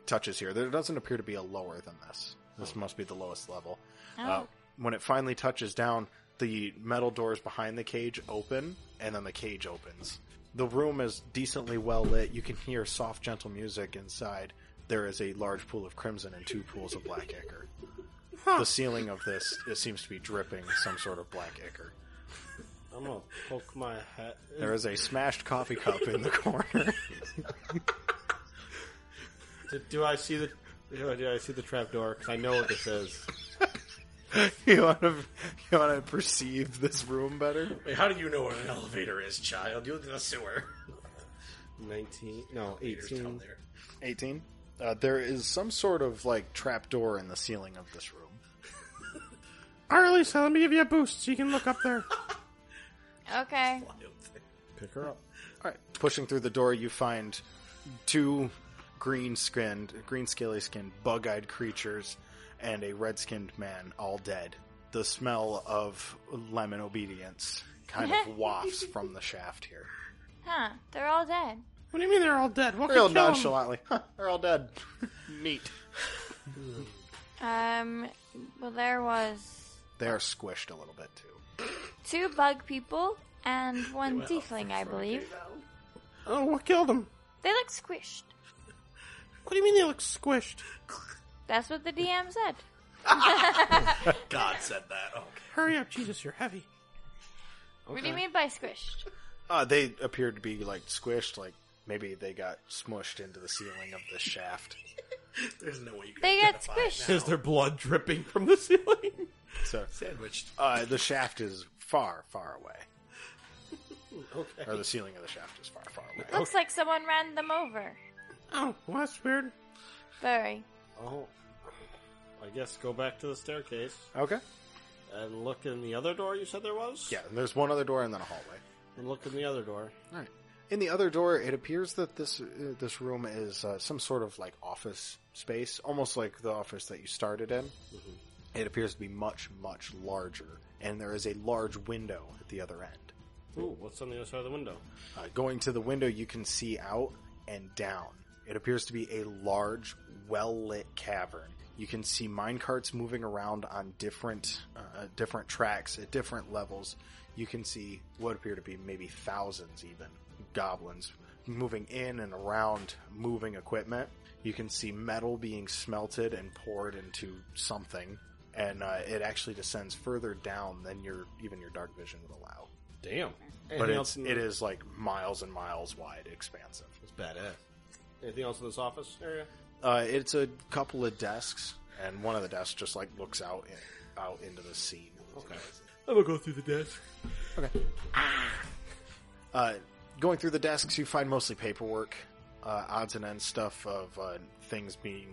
S3: touches here. There doesn't appear to be a lower than this. This must be the lowest level. Uh, when it finally touches down, the metal doors behind the cage open, and then the cage opens. The room is decently well lit. You can hear soft, gentle music inside. There is a large pool of crimson and two pools of black ichor. The ceiling of this it seems to be dripping some sort of black ichor.
S8: I'm gonna poke my head.
S3: There is a smashed coffee cup in the corner.
S8: Do, do I see the? Do I- do I see the trap door? Because I know what this is.
S3: you want to you want to perceive this room better?
S7: Wait, how do you know where an elevator is, child? You live in a sewer.
S8: Nineteen? No, eighteen.
S3: 18. Uh, there is some sort of like trapdoor in the ceiling of this room.
S5: Arlisa, let me give you a boost so you can look up there.
S6: Okay.
S8: Pick her up.
S3: All right, pushing through the door, you find two green-skinned, green scaly-skinned, bug-eyed creatures and a red-skinned man, all dead. The smell of lemon obedience kind of wafts from the shaft here.
S6: Huh. They're all dead.
S5: What do you mean they're all dead? What
S3: Real
S5: could kill 'em?
S3: nonchalantly, huh, they're all dead. Neat.
S6: Um. Well, there was
S3: They are squished a little bit too.
S6: two bug people and one tiefling, I
S5: I
S6: believe.
S5: don't know Oh, what killed them.
S6: They look squished.
S5: What do you mean they look squished?
S6: That's what the DM said.
S7: God said that. Okay.
S5: Hurry up, Jesus, you're heavy.
S6: What do you mean by squished?
S3: Uh, they appear to be like squished, like maybe they got smushed into the ceiling of the shaft.
S7: There's no way you can
S6: They got
S7: identify it
S6: squished.
S7: now.
S5: Is there blood dripping from the ceiling?
S3: So
S7: Sandwiched.
S3: uh, the shaft is far, far away.
S5: Okay.
S3: or the ceiling of the shaft is far, far away.
S6: Looks like someone ran them over.
S5: Oh, well, that's weird.
S6: Very.
S9: Oh, I guess go back to the staircase
S3: Okay.
S9: and look in the other door. You said there was.
S3: Yeah, and there's one other door and then a hallway.
S9: and look in the other door.
S3: All right. In the other door, it appears that this uh, this room is uh, some sort of like office space, almost like the office that you started in. It appears to be much much larger, and there is a large window at the other end.
S9: Ooh, what's on the other side of the window?
S3: Uh, going to the window, you can see out and down. It appears to be a large, well lit cavern. You can see minecarts moving around on different uh, different tracks at different levels. You can see what appear to be maybe thousands, even goblins moving in and around moving equipment. You can see metal being smelted and poured into something, and uh, it actually descends further down than your even your dark vision would allow
S9: Damn,
S3: but
S9: Anything
S3: it's
S9: else in-
S3: it is like miles and miles wide, expansive.
S9: it's badass. Anything else in this office area?
S3: Uh, it's a couple of desks, and one of the desks just like looks out in, out into the scene. Okay,
S8: I'm gonna go through the desk.
S3: uh, going through the desks, you find mostly paperwork, uh, odds and ends stuff of uh, things being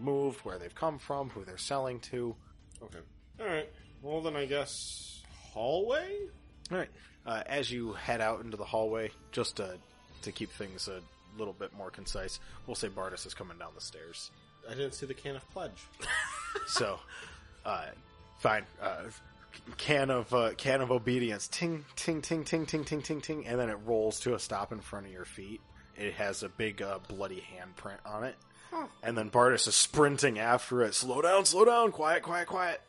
S3: moved, where they've come from, who they're selling to.
S9: Okay. All right. Well, then I guess hallway.
S3: All right. Uh, as you head out into the hallway, just to, to keep things a little bit more concise, we'll say Bartis is coming down the stairs.
S9: I didn't see the can of pledge.
S3: So, uh, fine. Uh, can of uh, can of obedience. Ting ting ting ting ting ting ting ting, and then it rolls to a stop in front of your feet. It has a big uh, bloody handprint on it, and then Bartis is sprinting after it. Slow down, slow down, quiet, quiet, quiet.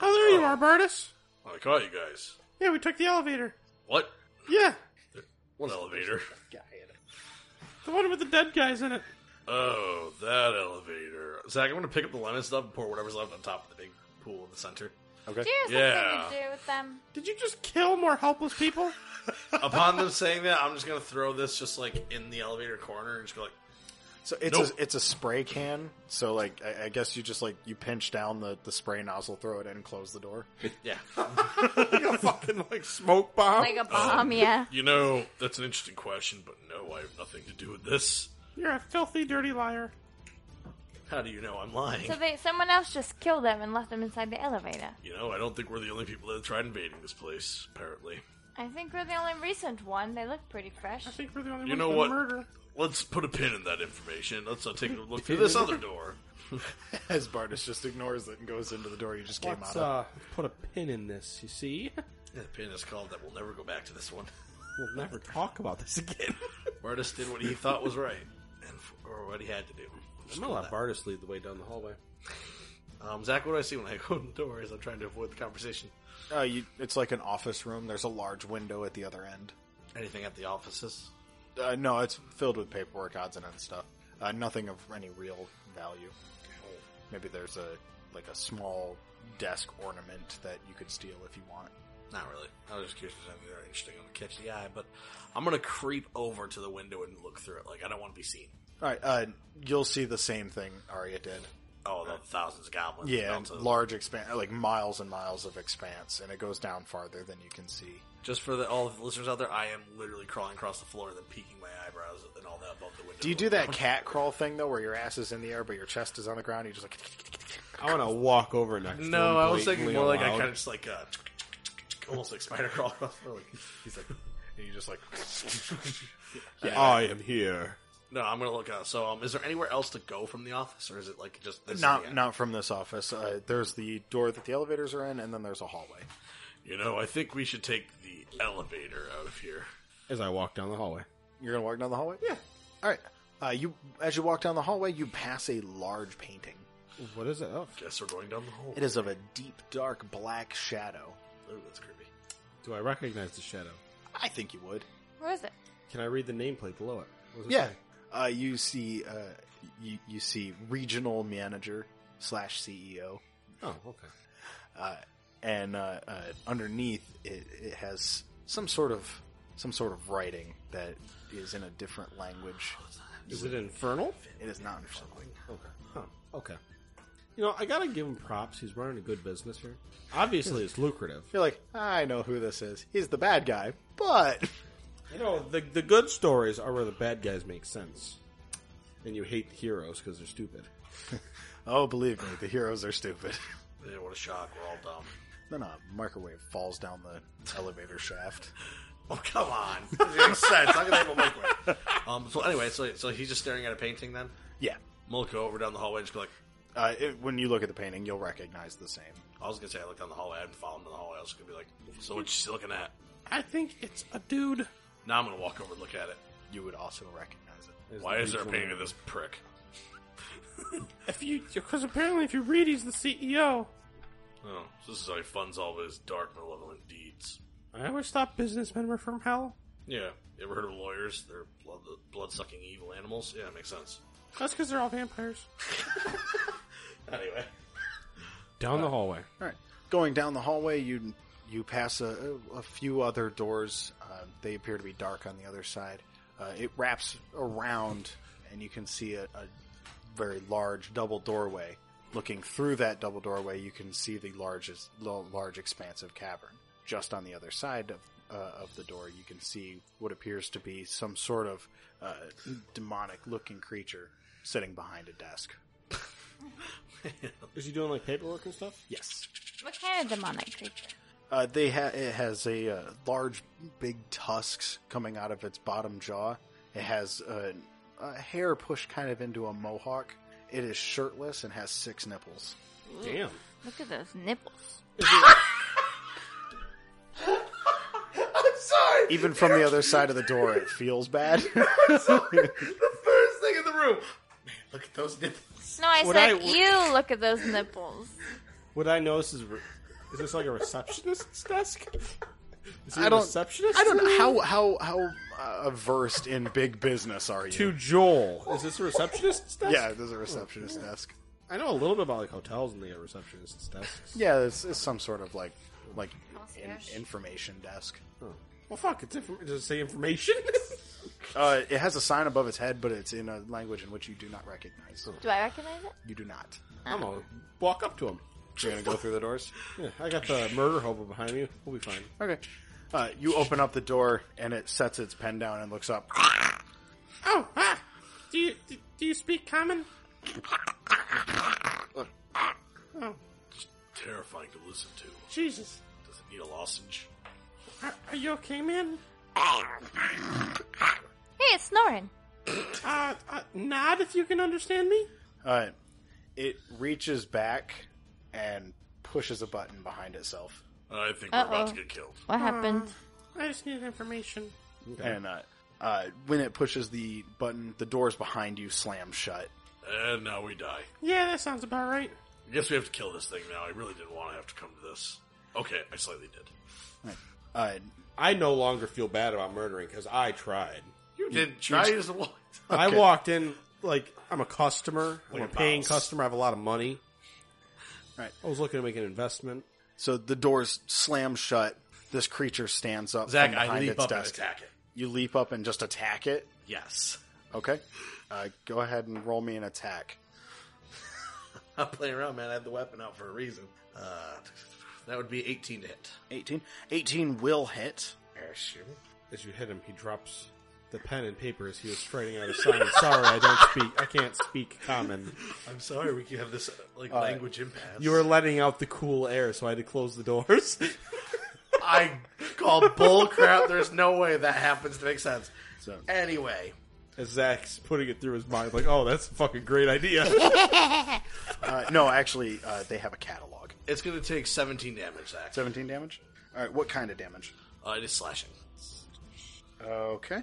S5: Oh, there you are, Bartis.
S1: I caught you guys.
S5: Yeah, we took the elevator.
S1: What?
S5: Yeah,
S1: What elevator?
S5: the one with the dead guys in it.
S1: Oh, that elevator. Zach, I'm gonna pick up the lemon stuff and pour whatever's left on top of the big pool in the center.
S3: Okay.
S6: Do you have
S1: Yeah.
S6: something to do with them?
S5: Did you just kill more helpless people?
S7: Upon them saying that, I'm just gonna throw this just like in the elevator corner and just go like,
S3: So it's
S1: Nope.
S3: a it's a spray can. So like I, I guess you just like you pinch down the the spray nozzle, throw it in, close the door.
S7: yeah.
S5: like a fucking like smoke bomb.
S6: Like a bomb, yeah.
S1: You know, that's an interesting question, but no, I have nothing to do with this.
S5: You're a filthy, dirty liar.
S7: How do you know I'm lying?
S6: So they, someone else just killed them and left them inside the elevator.
S1: You know, I don't think we're the only people that have tried invading this place, apparently.
S6: I think we're the only recent one. They look pretty fresh.
S5: I think we're the only ones
S1: You know
S5: with
S1: what?
S5: murder.
S1: Let's put a pin in that information. Let's
S7: uh,
S1: not take a look through this other door.
S3: As Bartis just ignores it and goes into the door you just came
S8: Let's
S3: out of.
S8: uh, put a pin in this. You see,
S7: The pin is called that. We'll never go back to this one.
S8: we'll never talk about this again.
S7: Bartis did what he thought was right, and f- or what he had to do.
S9: I'm gonna let Bartis lead the way down the hallway.
S7: Um, Zach, what do I see when I go in the door? Is I'm trying to avoid the conversation.
S3: Uh, you, it's like an office room. There's a large window at the other end.
S7: Anything at the offices?
S3: Uh, no, it's filled with paperwork, odds and ends stuff. Uh, nothing of any real value. Maybe there's a like a small desk ornament that you could steal if you want.
S7: Not really. I was just curious if there's anything there interesting I'm gonna catch the eye, but I'm gonna creep over to the window and look through it. Like I don't want to be seen.
S3: All right, uh, you'll see the same thing Arya did.
S7: Oh, the thousands of goblins.
S3: Yeah,
S7: That's a-
S3: large expanse, like miles and miles of expanse, and it goes down farther than you can see.
S7: Just for the, all the listeners out there, I am literally crawling across the floor and then peeking my eyebrows and all that above the window.
S3: Do you do that cat crawl thing though, where your ass is in the air but your chest is on the ground? You just like
S8: I want to walk over next. to him
S7: No, I was thinking
S8: blatantly
S7: more like I
S8: aloud.
S7: kind of just like uh, almost like spider crawl across. the floor, Like, he's like,
S3: and you just like Oh,
S8: I am here.
S7: no, I'm gonna look out. So, um, is there anywhere else to go from the office, or is it like just this is
S3: not
S7: the end?
S3: not from this office. Uh, there's the door that the elevators are in, and then there's a hallway.
S1: You know, I think we should take the elevator out of here.
S8: As I walk down the hallway.
S3: You're gonna walk down the hallway. Yeah. All right. Uh, you as you walk down the hallway, you pass a large painting.
S8: What is it? Oh,
S1: Guess we're going down the hole.
S3: It is of a deep, dark black shadow.
S7: Ooh, that's creepy.
S8: do I recognize the shadow?
S3: I think you would.
S6: Where is it?
S8: Can I read the nameplate below it? What does it
S3: Yeah.
S8: say?
S3: Uh, you see. Uh, you you see regional manager slash CEO,
S8: Oh, okay.
S3: uh, and uh, uh, underneath it, it has some sort of some sort of writing that is in a different language.
S8: Is it infernal?
S3: It is not infernal.
S8: Okay. Huh. Okay. You know, I gotta give him props. He's running a good business here. Obviously, it's lucrative.
S3: You're like, I know who this is. He's the bad guy, But
S8: You know, the, the good stories are where the bad guys make sense. And you hate the heroes because they're stupid.
S3: oh, believe me, the heroes are stupid.
S7: Yeah, what a shock. We're all dumb.
S3: Then a microwave falls down the elevator shaft.
S7: Oh, come on. It makes sense. I'm going to have a microwave. Um, so, anyway, so, so he's just staring at a painting then?
S3: Yeah,
S7: Mull go over down the hallway and just be like,
S3: uh, it, when you look at the painting, you'll recognize the same.
S7: I was going to say, I looked down the hallway. I hadn't followed him in the hallway. I was going to be like, so what you still looking at?
S5: I think it's a dude.
S7: Now I'm going to walk over and look at it.
S3: You would also recognize it.
S7: Why is there a painting of this prick?
S5: If you, because apparently, if you read, he's the E CEO.
S7: Oh, so this is how he funds all of his dark, malevolent deeds.
S5: I always thought businessmen were from hell.
S7: Yeah. You ever heard of lawyers? They're blood, blood-sucking evil animals? Yeah, it makes sense.
S5: That's because they're all vampires.
S7: Anyway.
S5: Down the hallway.
S3: All right, going down the hallway, you you pass a, a few other doors. Uh, they appear to be dark on the other side. Uh, it wraps around, and you can see a, a very large double doorway. Looking through that double doorway, you can see the largest, lo- large expanse of cavern. Just on the other side of uh, of the door, you can see what appears to be some sort of uh, demonic-looking creature sitting behind a desk.
S8: Is he doing like paperwork and stuff?
S3: Yes.
S6: What kind of demonic creature?
S3: Uh, they ha- it has a uh, large, big tusks coming out of its bottom jaw. It has uh, a hair pushed kind of into a mohawk. It is shirtless and has six nipples.
S8: Damn.
S6: Look at those nipples.
S3: Even from the other side of the door, it feels bad.
S7: First thing in the room. Man, look at those nipples.
S6: No, I
S8: Would I-
S6: said you. Look at those nipples.
S8: Would I know this is. Re- is this like a receptionist's desk? Is he
S3: I
S8: a
S3: don't-
S8: receptionist?
S3: I don't know how how how uh, versed in big business are you?
S8: To Joel. Is this a receptionist's desk?
S3: yeah, there's a receptionist desk.
S8: I know a little bit about like hotels
S5: uh,
S8: and they have receptionist's desks.
S3: Yeah, it's, it's some sort of like like in-
S6: Concierge.
S3: information desk.
S8: Well, fuck, it's inf- does it say information?
S3: Uh, it has a sign above its head, but it's in a language in which you do not recognize.
S6: Do I recognize it?
S3: You do not.
S8: I'm gonna walk up to him.
S3: You're gonna go through the doors.
S8: Yeah, I got the murder hobo behind me. We'll be fine.
S3: Okay. Uh, you open up the door and it sets its pen down and looks up.
S5: Oh, ah, do you do, do you speak common?
S7: Terrifying to listen to.
S5: Jesus,
S7: Does it need a lozenge?
S5: are, are you okay, man?
S6: Hey, it's snoring.
S5: Uh, uh, nod if you can understand me.
S3: Uh, it reaches back and pushes a button behind itself,
S7: I think we're about to get killed.
S6: What happened?
S5: I just need information.
S3: and uh, uh, when it pushes the button, the doors behind you slam shut.
S7: And now we die.
S5: Yeah, that sounds about right.
S7: I guess we have to kill this thing now. I really didn't want to have to come to this. Okay, I slightly did.
S3: Uh,
S8: I no longer feel bad about murdering because I tried.
S7: You didn't try as a lot.
S8: I walked in like I'm a customer. I'm a
S7: Like a
S8: paying
S7: mouse.
S8: customer. I have a lot of money.
S3: Right.
S8: I was looking to make an investment.
S3: so the doors slam shut. This creature stands up
S7: Zach,
S3: from
S7: I
S3: behind
S7: leap
S3: its
S7: up and
S3: desk.
S7: attack it.
S3: You leap up and just attack it.
S7: Yes.
S3: Okay. Uh, go ahead and roll me an attack.
S7: I'm playing around, man. I have the weapon out for a reason. Uh, that would be 18 to hit.
S3: 18. 18 will hit.
S8: As you hit him, he drops the pen and paper as he was writing out a sign. Sorry, I don't speak. I can't speak common.
S7: I'm sorry, we have this uh, like language impasse.
S8: You were letting out the cool air, so I had to close the doors.
S7: I call bull crap. There's no way that happens to make sense. So anyway,
S8: As Zach's putting it through his mind, like, oh, that's a fucking great idea.
S3: Uh, no, actually, uh, they have a catalog.
S7: it's going to take 17 damage, Zach.
S3: 17 damage? Alright, what kind of damage?
S7: Uh, it is slashing.
S3: Okay.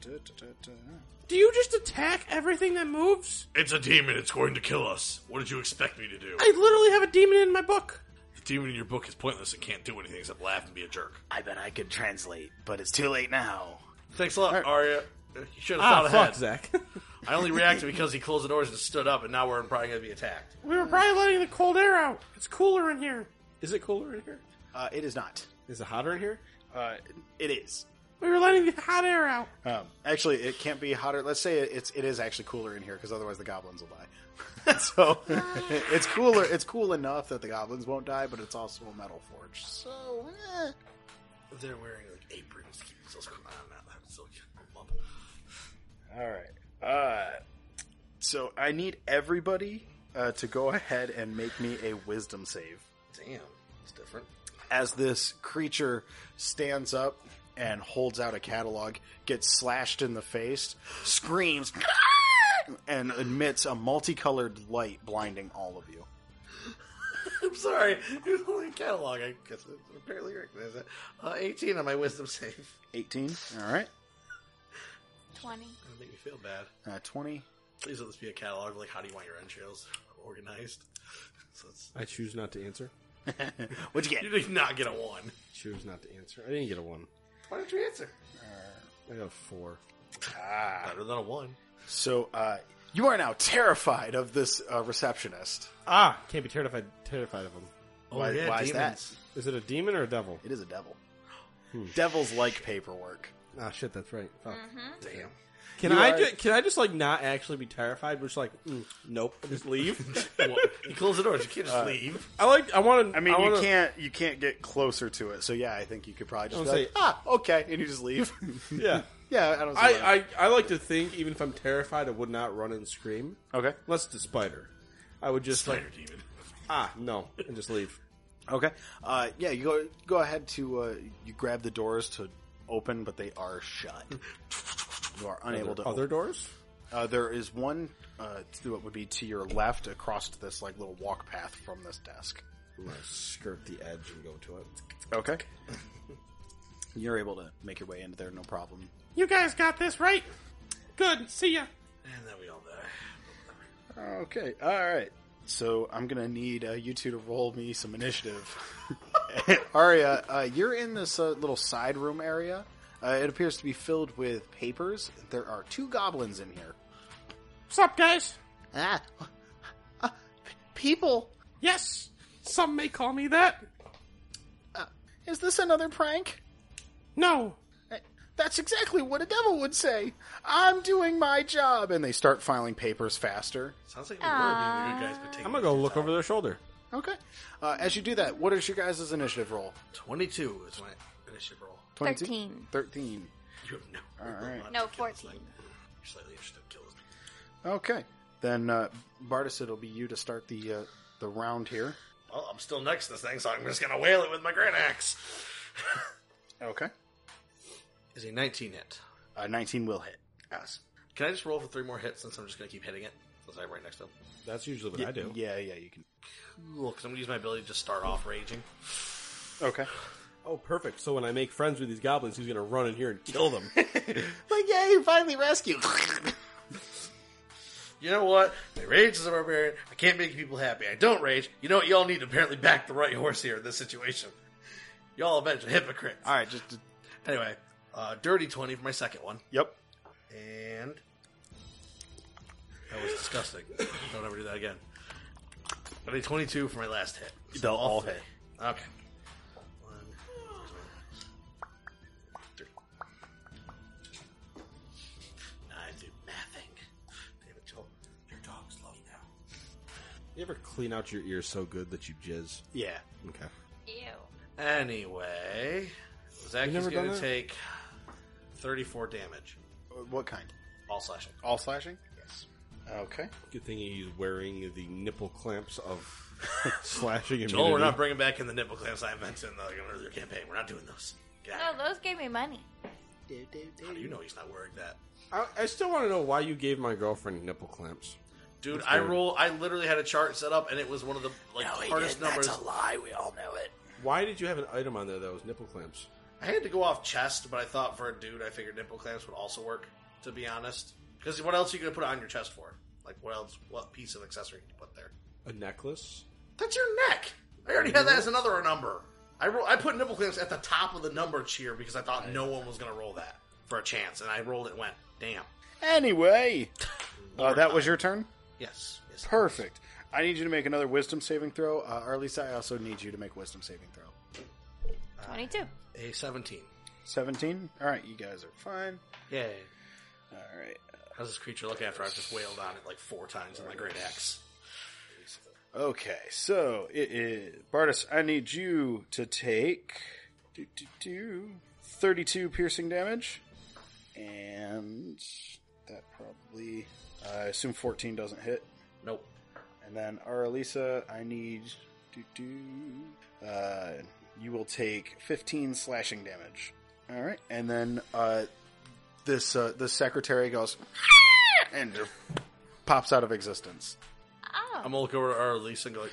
S5: Do you just attack everything that moves?
S7: It's a demon. It's going to kill us. What did you expect me to do?
S5: I literally have a demon in my book.
S7: The demon in your book is pointless and can't do anything except laugh and be a jerk.
S3: I bet I could translate, but it's too late now.
S7: Thanks a lot, Arya. You should have
S8: ah,
S7: thought
S8: fuck,
S7: ahead.
S8: Zach.
S7: I only reacted because he closed the doors and stood up, and now we're probably going to be attacked.
S5: We were probably letting the cold air out. It's cooler in here.
S8: Is it cooler in here?
S3: Uh, it is not.
S8: Is it hotter in here?
S3: Uh, it is.
S5: We were letting the hot air out.
S3: Um, actually, it can't be hotter. Let's say it's it is actually cooler in here because otherwise the goblins will die. so it's cooler. It's cool enough that the goblins won't die, but it's also a metal forge. So eh,
S7: They're wearing like aprons to keep themselves cool. I don't know. That's still getting them up.
S10: All right. Uh, so I need everybody uh, to go ahead and make me a wisdom save
S7: Damn, it's different.
S10: as this creature stands up and holds out a catalog, gets slashed in the face, screams, "Ah!" and emits a multicolored light blinding all of you.
S7: I'm sorry. It was only a catalog. I guess I apparently recognize that. Uh, 18 on my wisdom save.
S10: 18. All right.
S6: Twenty.
S7: That make me feel bad.
S10: Uh, 20.
S7: Please let this be a catalog. Like, how do you want your entrails organized? So it's,
S8: I choose not to answer.
S10: What'd you
S7: you
S10: get?
S7: did not get a one.
S8: Choose not to answer. I didn't get a one.
S7: Why did you answer?
S8: I got a four.
S7: Ah. Better than a one.
S10: So uh, you are now terrified of this uh, receptionist.
S8: Ah, can't be terrified terrified of him.
S7: Oh,
S10: Why- why is that?
S8: Is it a demon or a devil?
S10: It is a devil. Hmm. Devils like paperwork.
S8: Ah, shit, that's right. Fuck.
S7: Damn.
S8: Can I ju- can I just like not actually be terrified? We're just like, mm, nope, just leave.
S7: Well, you close the doors. You can't just leave.
S8: I like. I want to.
S10: I mean,
S8: wanna,
S10: you can't you can't get closer to it. So yeah, I think you could probably just
S8: I
S10: be
S8: was
S10: like,
S8: like-
S10: ah, okay, and you just leave.
S8: Yeah.
S10: yeah, I don't. See why
S8: I, I I like to think even if I'm terrified, I would not run and scream.
S10: not. okay,
S8: Unless it's a spider, I would just
S7: Spider
S8: like
S7: demon.
S8: ah no and just leave.
S10: okay, uh, yeah. You go go ahead to uh, you grab the doors to open, but they are shut. You are unable to.
S8: Other
S10: Open.
S8: doors.
S10: Uh, there is one uh, to what would be to your left across this like little walk path from this desk.
S8: I'm gonna skirt the edge and go to it.
S10: Okay. You're able to make your way into there, no problem.
S11: You guys got this right. Good. See ya.
S7: And then we all die.
S10: Okay, all right. So I'm gonna need uh, you two to roll me some initiative. Aria, uh, you're in this uh, little side room area. Uh, it appears to be filled with papers. There are two goblins in here.
S11: What's up, guys?
S10: Ah, uh, people!
S11: Yes. Some may call me that.
S10: Is this another prank?
S11: No.
S10: That's exactly what a devil would say. I'm doing my job, and they start filing papers faster.
S7: Sounds like we were being the good guys, but taking
S8: I'm gonna go look over their shoulder.
S10: Okay. Uh, as you do that, what is your guys' initiative roll?
S7: 22 is my initiative roll.
S10: 22?
S6: Thirteen.
S10: 13.
S7: You have no.
S10: Alright.
S6: No,
S7: Kill this
S6: 14.
S7: thing. You're slightly interested in kill this thing.
S10: Okay. Then, uh, Bartis, it'll be you to start the uh, the round here.
S7: Well, I'm still next to this thing, so I'm just gonna whale it with my grand axe.
S10: Okay.
S7: Is a 19 hit?
S10: Uh, 19 will hit.
S7: Yes. Can I just roll for three more hits since I'm just gonna keep hitting it since I'm right next to him?
S8: That's usually what I do.
S10: Yeah, yeah, you can.
S7: Cool, because I'm gonna use my ability to just start off raging.
S10: Okay.
S8: Oh, perfect. So when I make friends with these goblins, he's gonna run in here and kill them.
S10: Like, yeah, you finally rescued.
S7: You know what? I rage as a barbarian. I can't make people happy. I don't rage. You know what? Y'all need to apparently back the right horse here in this situation. Y'all a bunch of hypocrites.
S10: All right, just.
S7: Anyway, uh, dirty 20 for my second one.
S10: Yep.
S7: And. That was disgusting. Don't ever do that again. I need 22 for my last hit.
S10: They'll all
S7: three.
S10: hit.
S7: Okay. One, two, three. I do nothing. Damn it, Joel. Your dogs love you now.
S8: you ever clean out your ears so good that you jizz?
S10: Yeah.
S8: Okay.
S6: Ew.
S7: Anyway, Zach
S8: You
S7: is
S8: never done
S7: going
S8: that?
S7: to take 34 damage.
S10: Uh, What kind?
S7: All slashing.
S10: All slashing? Yes. Okay.
S8: Good thing he's wearing the nipple clamps of slashing immunity.
S7: Joel, Oh, we're not bringing back in the nipple clamps I mentioned in the earlier campaign. We're not doing those. Get out
S6: No,
S7: of here.
S6: Oh, those gave me money.
S7: How do you know he's not wearing that?
S8: I, I still want to know why you gave my girlfriend nipple clamps.
S7: Dude, I roll. I literally had a chart set up, and it was one of the like hardest numbers.
S10: lie. We all know it.
S8: Why did you have an item on there that was nipple clamps?
S7: I had to go off chest, but I thought for a dude, I figured nipple clamps would also work. To be honest, because what else are you going to put it on your chest for? Like, what else? What piece of accessory can you put there?
S8: A necklace?
S7: That's your neck. I already had that as another number. I roll, I put nipple clamps at the top of the number cheer because I thought no one was going to roll that for a chance, and I rolled it. and Went damn.
S10: Anyway. Uh, that was your turn?
S7: Yes. yes.
S10: Perfect. I need you to make another wisdom saving throw, uh, or at least I also need you to make wisdom saving throw.
S6: Twenty-two.
S7: A seventeen.
S10: 17? Alright, you guys are fine.
S7: Yay.
S10: Alright.
S7: How's this creature look after I've just wailed on it like four times with my great axe?
S10: Okay, so it is Bartis. I need you to take Do, do, do. 32 piercing damage. And that probably, I assume 14 doesn't hit.
S7: Nope.
S10: And then Aralisa, I need do do. Uh, you will take fifteen slashing damage. All right, and then uh, this uh, this secretary goes and just pops out of existence.
S6: Oh,
S7: I'm gonna look over at our Lisa and go like,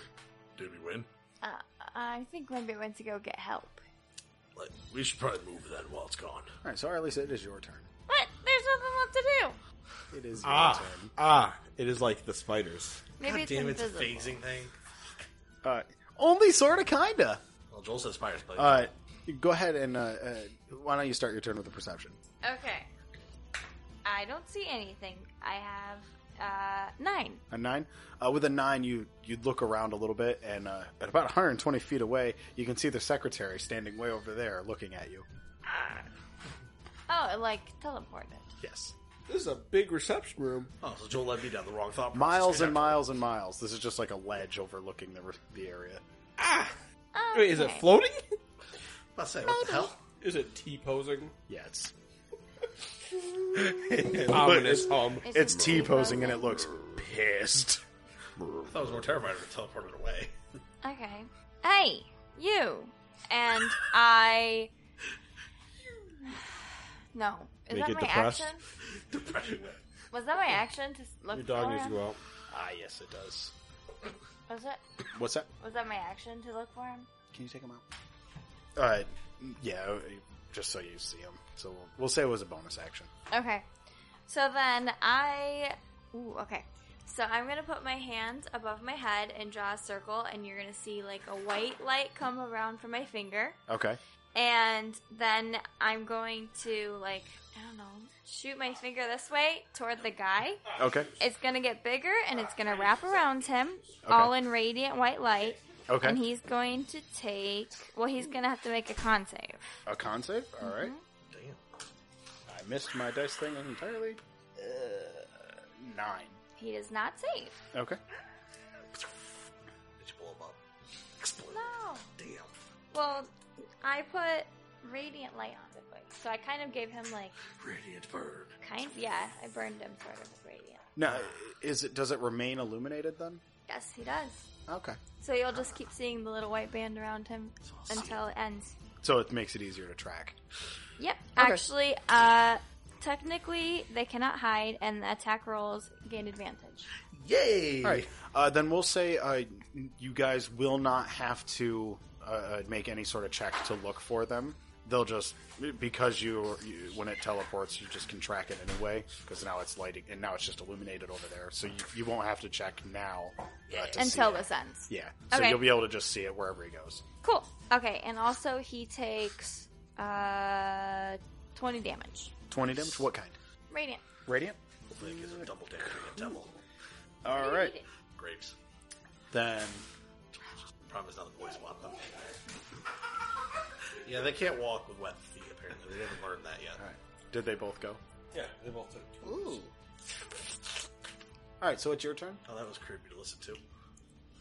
S7: "Did we win?
S6: uh, I think maybe I went to go get help.
S7: Like, we should probably move then while it's gone."
S10: All right, so Aralisa, it is your turn.
S6: What? There's nothing left to do.
S10: It is your turn.
S8: Ah, it is like the spiders.
S6: Maybe it's
S7: Damn, it's a
S6: invisible.
S7: phasing thing.
S10: Uh, only sorta, kinda.
S7: Well, Joel says fires, but
S10: Uh, go ahead and uh, uh, why don't you start your turn with a perception?
S6: Okay. I don't see anything. I have uh nine.
S10: A nine. Uh, with a nine, you you look around a little bit, and uh, at about 120 feet away, you can see the secretary standing way over there, looking at you.
S6: Oh, it like teleported.
S10: Yes.
S8: This is a big reception room.
S7: oh, so Joel led me down the wrong thought. process.
S10: Miles and
S7: Yeah.
S10: miles and miles. This is just like a ledge overlooking the the area.
S6: Okay.
S8: Wait, is it floating?
S7: I'm about to say, what the hell?
S12: Is it T posing?
S10: Yeah, it's
S8: Um,
S12: Ominous hum.
S6: Is
S10: it's
S6: it
S10: T posing and it
S6: moving?
S10: looks pissed.
S7: I thought it was more terrifying if it teleported away.
S6: Okay. Hey, you. And I. No. Is
S8: Make
S6: that
S8: it
S6: my
S8: depressed.
S6: action? Was that my action to s- look
S8: Your dog
S6: for
S8: needs to
S6: him?
S8: go out.
S7: ah, yes, it does.
S6: Was that
S10: What's that?
S6: was that my action to look for him?
S10: Can you take him out? Uh, yeah, just so you see him. So we'll, we'll say it was a bonus action.
S6: Okay. So then I. Ooh, okay. So I'm gonna put my hand above my head and draw a circle, and you're gonna see like a white light come around from my finger.
S10: Okay.
S6: and then I'm going to like I don't know, shoot my finger this way toward the guy.
S10: Okay.
S6: It's gonna get bigger and it's gonna wrap around him, all in radiant white light.
S10: Okay.
S6: And he's going to take. Well, he's gonna have to make a con save.
S10: a con save. All right.
S7: Damn.
S10: I missed my dice thing entirely. Uh, nine.
S6: He does not save.
S10: Okay.
S7: Did you blow him up? Explode.
S6: No.
S7: Damn.
S6: Well, I put radiant light on the boy, so I kind of gave him like
S7: Radiant bird.
S6: kind. Yeah, I burned him sort of with radiant.
S10: Now, is it? Does it remain illuminated then?
S6: Yes, he does.
S10: Okay.
S6: So you'll just keep seeing the little white band around him until it ends.
S10: So it makes it easier to track.
S6: Yep. Actually, uh, technically, they cannot hide, and the attack rolls gain advantage.
S7: Yay!
S10: All right. Uh, then we'll say uh, you guys will not have to uh, uh, make any sort of check to look for them. They'll just because you, you when it teleports, you just can track it anyway because now it's lighting and now it's just illuminated over there, so you, you won't have to check now uh, to
S6: Until
S10: see it.
S6: this ends.
S10: Yeah, so
S6: Okay.
S10: you'll be able to just see it wherever he goes.
S6: Cool. Okay, and also he takes uh, 20 damage.
S10: Twenty damage. What kind?
S6: Radiant.
S10: Radiant.
S7: Hopefully it gives him double damage and double.
S10: All right.
S7: Grapes.
S10: Then
S7: Problem is now the boys want them. yeah, they can't walk with wet feet, apparently. They haven't learned that yet.
S10: did they both go?
S12: Yeah, they both took.
S10: Ooh. All right. So it's your turn.
S7: Oh, that was creepy to listen to.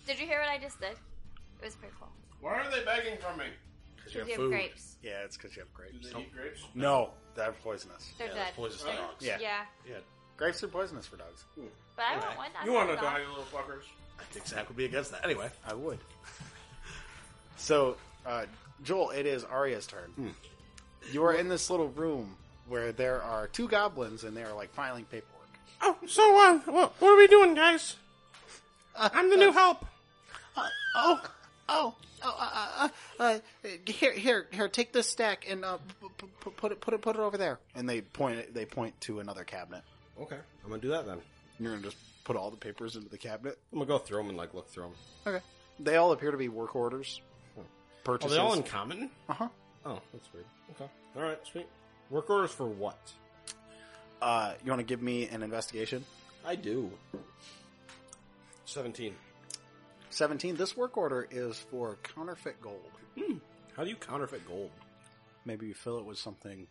S6: Did you hear what I just did? It was pretty cool.
S12: Why are they begging from me?
S7: Because
S6: Because you have grapes.
S10: Yeah, it's because you have grapes.
S12: Do they eat grapes?
S10: No, they're poisonous.
S6: They're
S7: Yeah,
S6: dead.
S7: that's poisonous to dogs.
S10: Yeah.
S6: Yeah.
S7: Yeah.
S10: Grapes are poisonous for dogs.
S6: But I want one.
S12: You
S6: want
S12: want to die, you little fuckers?
S7: I think Zach would be against that. Anyway,
S10: I would. So, uh, Joel, it is Arya's turn.
S7: Hmm.
S10: You are in this little room where there are two goblins and they are like filing paperwork.
S3: Oh, so uh, what, what are we doing, guys? I'm the new help.
S10: Oh, oh, oh, uh, uh, uh, here, here, here, take this stack and uh, p- p- p- put it, put it, put it over there. And they point, they point to another cabinet.
S8: Okay, I'm gonna do that then.
S10: You're gonna just put all the papers into the cabinet.
S8: I'm gonna go through them and like look through them.
S10: Okay. They all appear to be work orders,
S8: Are
S10: purchases.
S8: they all in common?
S10: Uh-huh.
S8: Oh, that's weird. Okay, all right, sweet. Work orders for what?
S10: Uh, you want to give me an investigation?
S8: I do. Seventeen.
S10: 17. This work order is for counterfeit gold.
S8: How do you counterfeit gold?
S10: Maybe you fill it with something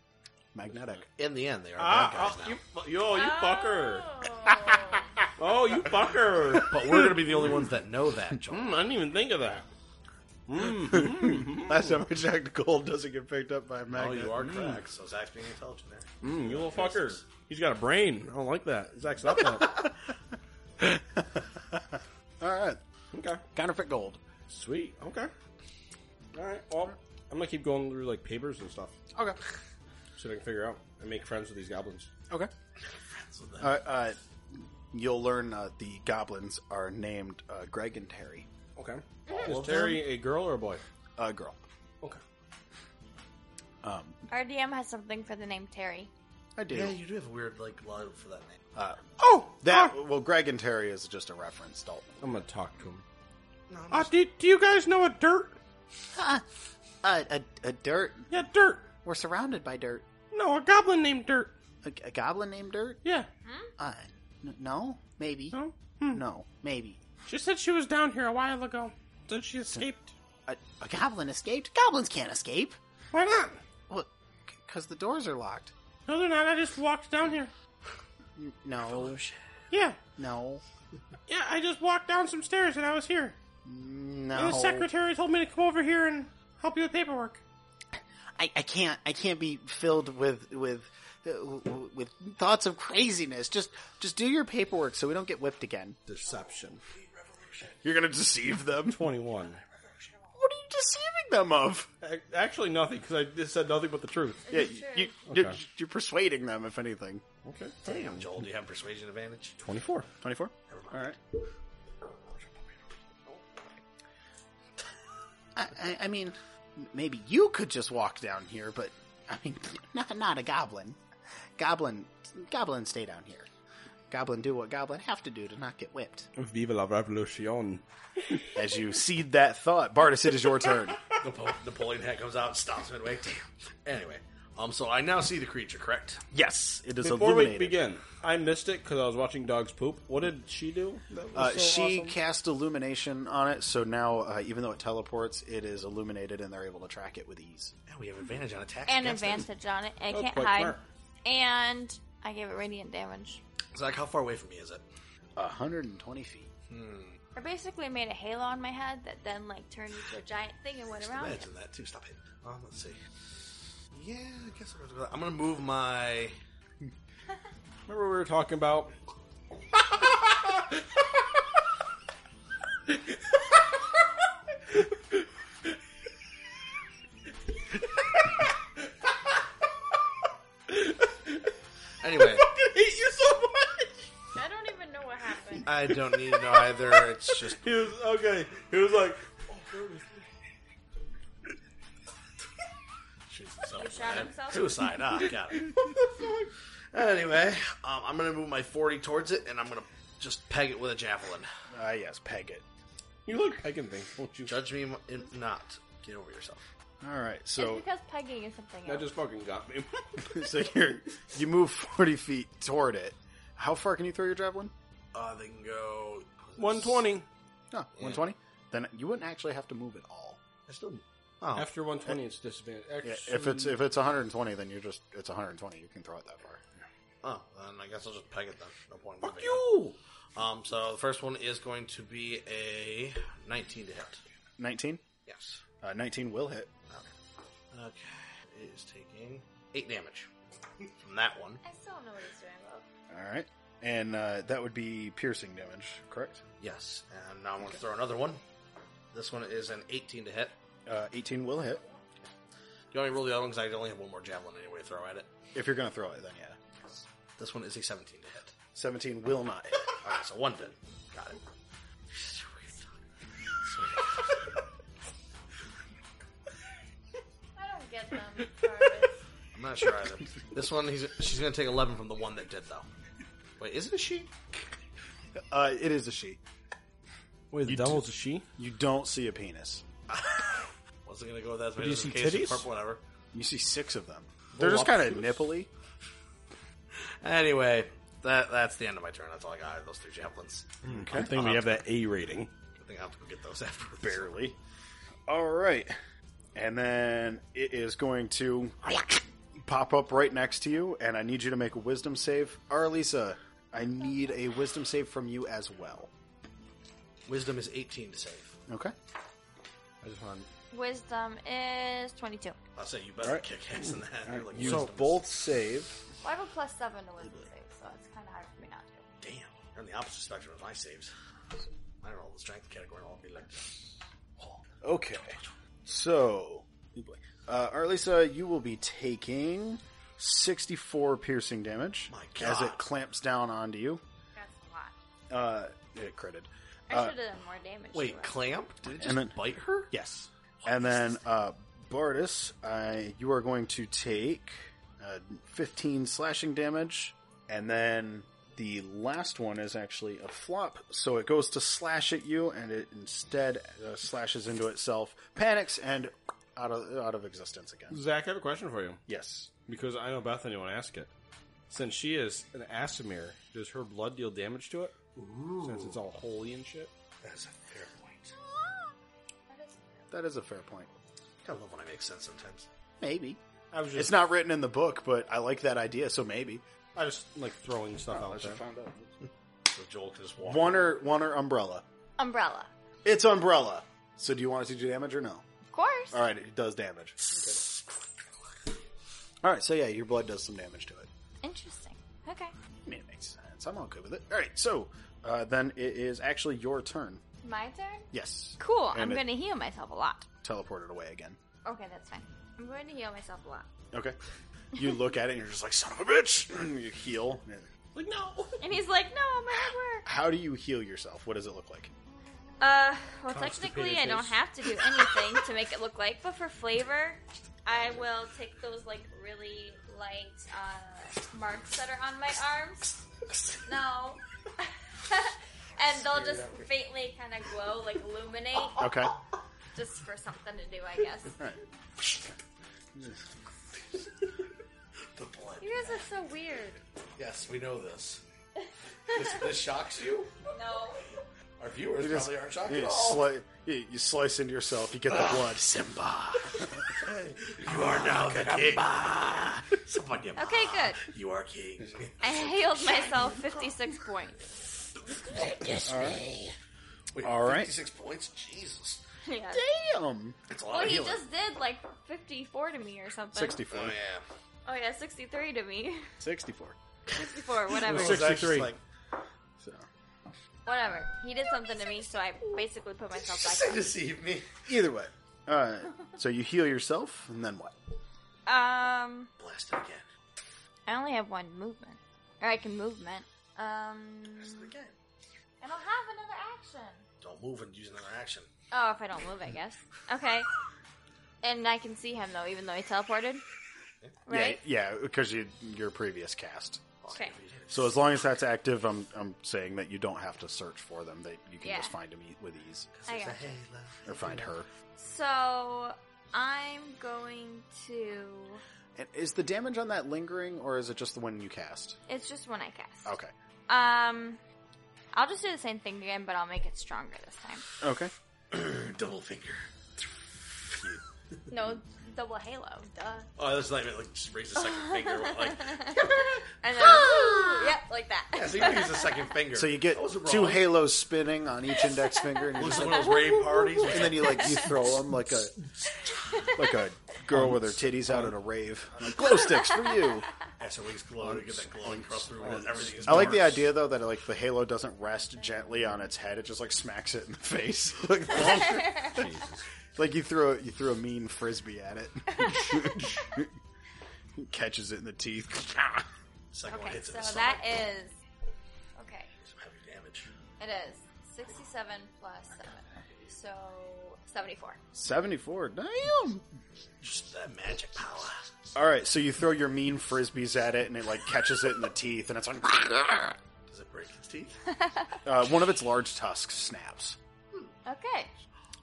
S10: magnetic.
S7: in the end, they are bad guys
S8: Ah,
S7: now.
S8: oh, you, bu- yo, you fucker! Oh, you fucker!
S7: But we're going to be the only ones that know that, Joel.
S8: Mm. Hmm, I didn't even think of that.
S7: Last time I checked, gold doesn't get picked up by a
S13: Oh,
S7: magnet.
S13: you are correct.
S7: So I was acting intelligent there.
S8: Mm, you little fucker. He's got a brain. I don't like that. Zach, stop that.
S10: Oh, All right.
S8: okay.
S10: Counterfeit gold.
S8: Sweet. Okay. All right. Well, I'm gonna keep going through like papers and stuff,
S10: Okay.
S8: so I can figure out and make friends with these goblins.
S10: Okay. Uh, uh, you'll learn uh, the goblins are named uh, Greg and Terry.
S8: Okay. Is Terry a girl or a boy?
S10: Uh, girl.
S8: Mm-hmm. Okay.
S10: Um,
S6: Our DM has something for the name Terry.
S10: I do.
S7: Yeah, you do have a weird like love for that name.
S10: Uh, oh, that.
S8: Ah!
S10: Well, Greg and Terry is just a reference, Dalton.
S8: I'm gonna talk to him.
S7: I'm
S8: Ah, do, do you guys know a dirt?
S10: Uh, a, a dirt.
S8: Yeah, dirt.
S10: We're surrounded by dirt.
S8: No, a goblin named Dirt.
S10: A, a goblin named Dirt?
S8: Yeah.
S10: Uh, n- no, maybe.
S8: No.
S10: No, maybe.
S8: She said she was down here a while ago. Then she escaped.
S10: A, a goblin escaped? Goblins can't escape.
S8: Why not?
S10: Well, because the doors are locked.
S8: No, they're not. I just walked down here.
S10: N- no,
S8: Yeah.
S10: no,
S8: Yeah, I just walked down some stairs and I was here.
S10: no.
S8: The secretary told me to come over here and help you with paperwork.
S10: I, I can't. I can't be filled with with uh, w- with thoughts of craziness. Just just do your paperwork so we don't get whipped again.
S8: Deception.
S14: You're gonna deceive them?
S8: 21.
S10: What are you deceiving them of?
S8: Actually, nothing, because I just said nothing but the truth.
S10: Yeah, you, you,
S8: Okay.
S10: you're, you're persuading them, if anything.
S8: Okay.
S7: Damn, Joel, do you have persuasion advantage?
S8: 24.
S10: Twenty four. All right. I, I, I mean, maybe you could just walk down here, but I mean, not not a goblin. Goblin, goblin, stay down here. Goblin, do what goblin have to do to not get whipped.
S8: Viva la revolution.
S10: As you seed that thought, Bartis, it is your turn.
S7: Napo- Napoleon head comes out, stops midway. Damn. Anyway, um, so I now see the creature, correct?
S10: Yes, it is
S8: Before we
S10: illuminated.
S8: begin, I missed it because I was watching dogs poop. What did she do? That was
S10: uh,
S8: so
S10: she
S8: awesome?
S10: cast illumination on it, so now uh, even though it teleports, it is illuminated, and they're able to track it with ease.
S7: Yeah, we have advantage on attack.
S6: And
S7: against it.
S6: advantage on it. I
S8: That's
S6: can't
S8: Oh, quite
S6: hide.
S8: smart.
S6: And I gave it radiant damage.
S7: Zach, how far away from me is it?
S10: hundred and twenty feet.
S6: I basically made a halo on my head that then like turned into a giant thing and went around.
S7: Imagine that too. Stop it. Um, let's see. Yeah, I guess I'm gonna, I'm gonna move my.
S8: Remember we were talking about
S7: Anyway,
S6: I don't even know what happened.
S7: I don't need to know either. It's just
S8: He was okay. He was like, "Oh,
S7: shoots itself.
S6: shot himself?
S7: Suicide. Ah, got it. anyway, um, I'm gonna move my 40 towards it, and I'm gonna just peg it with a javelin.
S10: Ah, yes, peg it.
S8: "You look pegging things, won't you?"
S7: Judge me in, in- not. Get over yourself.
S10: All right, so
S6: it's because pegging is something
S8: That
S6: else.
S8: just fucking got me.
S10: so you you move forty feet toward it. How far can you throw your javelin?
S7: Uh, they can go.
S8: One twenty
S10: No, Ah, one twenty. Then you wouldn't actually have to move at all.
S7: I still. Oh,
S8: after one twenty, it's disadvantage.
S10: Yeah, if it's if it's one hundred and twenty, then you're just it's one hundred and twenty. You can throw it that far.
S7: oh, then I guess I'll just peg it then. No point. in
S8: fuck
S7: moving it.
S8: you.
S7: Um, so the first one is going to be a 19 to hit.
S10: Nineteen.
S7: Yes.
S10: Uh, Nineteen will hit.
S7: Okay. It is taking eight damage from that one.
S6: I still don't know what he's doing. though.
S10: All right, and uh, that would be piercing damage, correct?
S7: Yes. And now I'm going to throw another one. This one is an 18 to hit.
S10: Uh, Eighteen will hit.
S7: You only roll the other one because I only have one more javelin anyway to throw at it.
S10: If you're going to throw it, then yeah.
S7: This one is a 17 to hit.
S10: 17 will not hit.
S7: Alright, so one did. Got it.
S6: I don't get them. Sorry.
S7: I'm not sure either. This one, he's, she's going to take 11 from the one that did, though. Wait, is it a she?
S10: Uh, it is a she.
S8: Wait, the devil's a she.
S10: You don't see a penis.
S7: Wasn't going to go that way.
S8: you
S7: just in
S8: see
S7: case
S8: titties?
S7: Purple, whatever.
S10: You see six of them. They're just kind of nipply.
S7: Anyway, that that's the end of my turn. That's all I got. I have Those three javelins.
S8: I think we have that A rating.
S7: I think I have to go get those afterwards.
S10: Barely. All right. And then it is going to pop up right next to you, and I need you to make a wisdom save. Arlisa, I need a wisdom save from you as well.
S7: Wisdom is 18 to save.
S10: Okay.
S8: I just want.
S6: Wisdom is 22.
S7: I'll say you better kick ass in that. You're like,
S10: You
S7: so,
S10: both save.
S6: Well, I have a plus 7 to wisdom save, so it's kind of hard for me not to.
S7: damn, you're on the opposite spectrum of my saves. I don't know the strength category. I'll be like,
S10: Okay. So, uh, Arlisa, you will be taking 64 piercing damage
S7: My
S10: as
S7: God.
S10: it clamps down onto you.
S6: That's a lot.
S10: Uh, eh, critted.
S6: I
S10: Uh,
S6: should have done more damage. to
S7: wait,
S6: her.
S7: clamp? Did it just
S10: And then-
S7: bite her?
S10: Yes. and then, uh, Bardis, I, you are going to take uh, 15 slashing damage, and then the last one is actually a flop, so it goes to slash at you, and it instead uh, slashes into itself, panics, and out of out of existence again.
S9: Zach, I have a question for you
S10: Yes.
S9: because I know Bethany won't ask it. Since she is an Asimir, does her blood deal damage to it? Since it's all holy and shit.
S7: That's a fair point.
S10: That is a fair point.
S7: I love when I make sense sometimes.
S10: Maybe.
S9: I was
S10: It's
S9: just,
S10: not written in the book, but I like that idea, so maybe.
S9: I just like throwing stuff
S10: Oh,
S9: out there.
S7: So Joel can just walk.
S10: One or one or umbrella.
S6: Umbrella.
S10: It's umbrella. So do you want it to do damage or no?
S6: Of course.
S10: All right, it does damage. All right, so yeah, your blood does some damage to it.
S6: Interesting. Okay.
S10: I mean, it makes sense. I'm all good with it. All right, so uh, then it is actually your turn.
S6: My turn?
S10: Yes,
S6: Cool.
S10: And
S6: I'm
S10: it-
S6: going to heal myself a lot.
S10: teleported away again.
S6: Okay, that's fine. I'm going to heal myself a lot.
S10: Okay. You look at it and you're just like, son of a bitch! And you heal.
S7: Like, no.
S6: And he's like, no, my head works.
S10: How do you heal yourself? What does it look like?
S6: Uh, well, technically, I don't have to do anything to make it look like, but for flavor, I will take those like really light uh, marks that are on my arms. No, and they'll just faintly kind of glow, like illuminate,
S10: Okay. All
S6: just for something to do, I guess.
S10: right.
S7: The blood.
S6: You guys are so weird.
S7: Yes, we know this. this. This shocks you?
S6: No,
S7: Our viewers
S10: just-
S7: probably aren't shocked
S10: You,
S7: at all. Ah,
S10: sli- you you slice into yourself, you get the blood.
S7: Simba. you are now the king. Simba.
S6: Okay, good.
S7: You are king.
S6: I healed myself 56 points.
S7: Wait,
S10: All right.
S7: 56 points? Jesus.
S6: Yeah.
S10: Damn!
S7: That's a lot
S6: Well,
S7: of
S6: he
S7: healing.
S6: just did like 54 to me or something.
S10: 64.
S7: Oh, yeah.
S6: Oh yeah, 63 to me.
S10: 64.
S6: 64, whatever.
S8: Sixty-three.
S10: So.
S6: Whatever. He did something to me, so I basically put myself
S7: Say
S6: back
S7: deceive me.
S10: Either way. Alright. Uh, So you heal yourself, and then what?
S6: up. Um,
S7: Blast it again.
S6: I only have one movement. Or I can movement. Um,
S7: Blast it again.
S6: I don't have another action.
S7: Don't move and use another action.
S6: Oh, if I don't move, I guess. Okay. And I can see him though, even though he teleported. Right?
S10: Yeah, yeah, because you your previous cast.
S6: Okay.
S10: So as long as that's active, I'm I'm saying that you don't have to search for them. That you can
S6: Yeah.
S10: just find them e- with ease
S6: I got you.
S10: or find her.
S6: So I'm going to.
S10: And is the damage on that lingering, or is it just the one you cast?
S6: It's just when I cast.
S10: Okay.
S6: Um, I'll just do the same thing again, but I'll make it stronger this time.
S10: Okay.
S7: Double finger.
S6: No, double halo, duh.
S7: Oh, that's not even like just raise the second finger. Like,
S6: And then, yep, like that.
S7: yeah, so you can use the second finger.
S10: So you get
S7: That wasn't
S10: two
S7: wrong.
S10: halos spinning on each index finger, and, you
S7: Looks
S10: just
S7: like
S10: like,
S7: one of those rave parties.
S10: and then you like you throw them like a like a girl with her titties out at a rave. Like, Glow sticks for you.
S7: As her wings glow, you get that glowing crust through it. Everything is
S10: I like the
S7: dark.
S10: idea though that like the halo doesn't rest gently on its head; it just like smacks it in the face. Like, bonk. like you throw you throw a mean frisbee at it, catches it in the teeth.
S7: Second one
S6: Okay,
S7: hits
S6: so
S7: it. in the
S6: that
S7: stomach.
S6: is okay.
S7: Some heavy damage.
S6: It is sixty-seven plus seven, so seventy-four.
S10: Seventy four, damn!
S7: Just that magic power.
S10: All right, so you throw your mean frisbees at it, and it like catches it in the teeth, and it's like
S7: Does it break its teeth?
S10: uh, one of its large tusks snaps.
S6: Okay.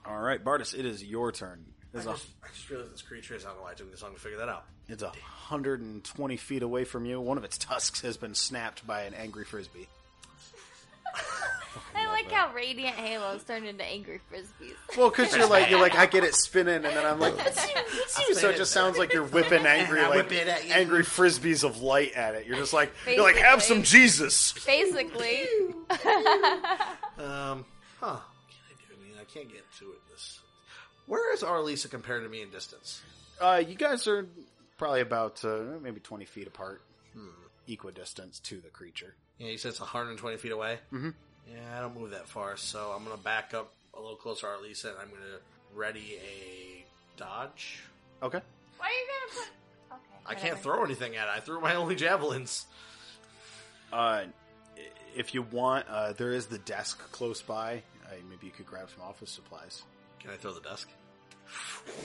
S10: All right, Bardis, it is your turn. It's
S7: I
S10: a,
S7: just, I just realized this creature is. I don't know why it took me this long to figure that out.
S10: it's a hundred and twenty feet away from you. One of its tusks has been snapped by an angry frisbee.
S6: I like how radiant halos turned into angry frisbees.
S10: Well, because you're like you're like I get it spinning, and then I'm like, so it just sounds like you're whipping angry
S7: I
S10: like
S7: whip it at you.
S10: angry frisbees of light at it. You're just like you're like have some Jesus.
S6: Basically,
S7: Um, huh. What can I do? I mean, I can't get to it. This. Where is Arlisa compared to me in distance?
S10: Uh, you guys are probably about uh, maybe 20 feet apart, equidistance to the creature.
S7: Yeah, you said it's 120 feet away.
S10: Mhm.
S7: Yeah, I don't move that far, so I'm gonna back up a little closer to Arlisa, and I'm gonna ready a dodge.
S10: Okay.
S6: Why are you gonna put? Okay.
S7: I can't
S6: whatever.
S7: throw anything at it. I threw my only javelins.
S10: Uh, i- if you want, uh, there is the desk close by. Uh, maybe you could grab some office supplies.
S7: Can I throw the desk?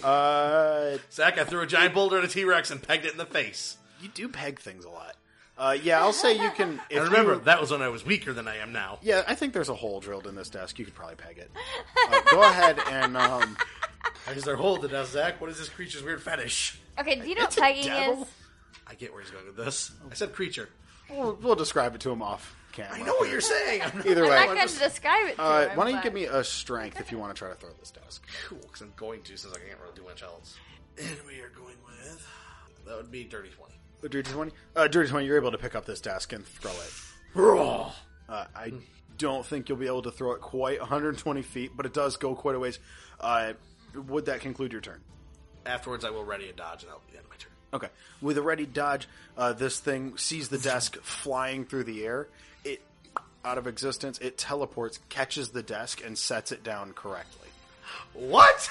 S10: Uh,
S7: Zach, I threw a giant boulder at a T Rex and pegged it in the face.
S10: you do peg things a lot. Uh, yeah, I'll say you can. If
S7: And remember,
S10: you-
S7: that was when I was weaker than I am now.
S10: yeah, I think there's a hole drilled in this desk. You could probably peg it. Uh, go ahead and um,
S7: I just there hold the desk, Zach. What is this creature's weird fetish?
S6: Okay, do you know what pegging is?
S7: I get where he's going with this. I said creature.
S10: we'll, we'll describe it to him off camera.
S7: I know what you're saying. I'm not
S10: Either
S6: I'm
S10: way,
S6: not going to describe it to him,
S10: uh, why don't you
S6: but-
S10: give me a strength if you want to try to throw this desk?
S7: cool because I'm going to since I can't really do much else. And we are going with that would be dirty twenty.
S10: Uh, Dirty 20? Uh, Dirty 20, you're able to pick up this desk and throw it. Uh, I don't think you'll be able to throw it quite 120 feet, but it does go quite a ways. Uh, would that conclude your turn?
S7: Afterwards, I will ready a dodge, and that'll be the end of my turn.
S10: Okay. With a ready dodge, uh, this thing sees the desk flying through the air. It, out of existence, it teleports, catches the desk, and sets it down correctly.
S7: What?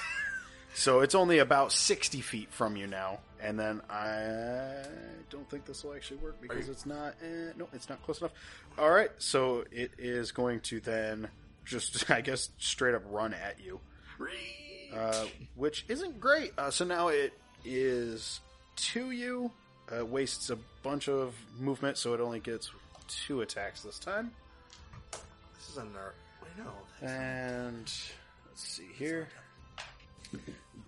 S10: So it's only about 60 feet from you now. And then I don't think this will actually work because it's not. Eh, no, it's not close enough. All right. So it is going to then just, I guess, straight up run at you, uh, which isn't great. Uh, so now it is to you, uh, wastes a bunch of movement, so it only gets two attacks this time.
S7: this is a nerd. I know.
S10: And let's see here.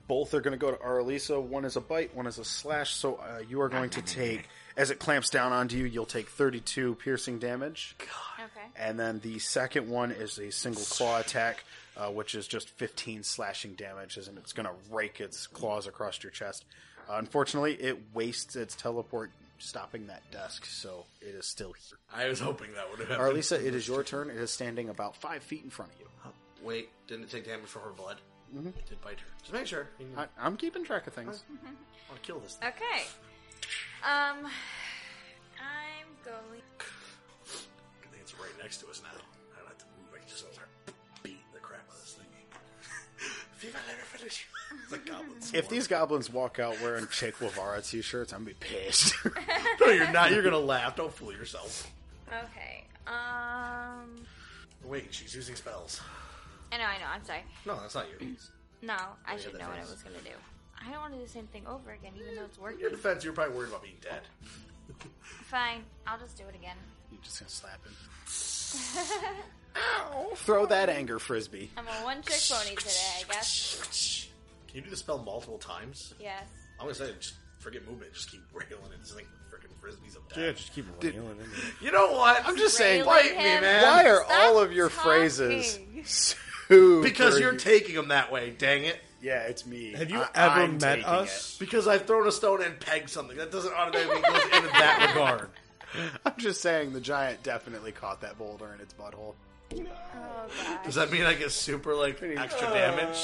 S10: Both are going to go to Aralisa. One is a bite, one is a slash. So uh, you are going to take, as it clamps down onto you, you'll take 32 piercing damage.
S6: Okay.
S10: And then the second one is a single claw attack, uh, which is just 15 slashing damage, and it's going to rake its claws across your chest. Uh, unfortunately, it wastes its teleport stopping that desk, so it is still here.
S7: I was hoping that would have happened.
S10: Aralisa, it is your turn. It is standing about five feet in front of you.
S7: Wait, didn't it take damage from her blood? Mm-hmm. It did bite her. Just make sure. You
S10: I, I'm keeping track of things.
S7: want to kill this thing.
S6: Okay. Um, I'm going.
S7: Good thing it's right next to us now. I don't have to move. I can just start beating the crap out of this thing. Viva la revolution. It's like goblins.
S10: If these gublins walk out wearing Che Guevara t-shirts, I'm gonna be pissed.
S7: no, you're not. You're gonna laugh. Don't fool yourself.
S6: Okay. Um,
S7: Wait, she's using spells.
S6: I know, I know. I'm sorry.
S7: No, that's not yours.
S6: No, I
S7: yeah,
S6: should
S7: that
S6: know what I
S7: is.
S6: was gonna do. I don't want to do the same thing over again, even though it's
S7: In your
S6: working.
S7: defense, you're probably worried about being dead.
S6: Fine, I'll just do it again.
S10: You're just gonna slap him. Ow! Throw that anger frisbee.
S6: I'm a one-trick pony today, I guess.
S7: Can you do the spell multiple times?
S6: Yes.
S7: I'm gonna say just forget movement, just keep railing at this thing with freaking frisbees of
S9: Yeah,
S7: death.
S9: just keep railing. in there.
S7: You know what?
S10: I'm just saying,
S6: Railing
S7: bite me,
S6: him.
S7: man.
S10: why are
S6: Stop
S10: all of your phrases
S6: talking.
S10: so?
S7: because you're
S10: dirty?
S7: taking them that way. Dang it!
S10: yeah, it's me.
S8: Have you
S10: I-
S8: ever
S10: I'm
S8: met
S10: taking
S8: us?
S7: Because I've thrown a stone and pegged something. That doesn't automatically go into that regard.
S10: it. I'm just saying, the giant definitely caught that boulder in its butthole.
S7: Does that mean I get super like extra damage?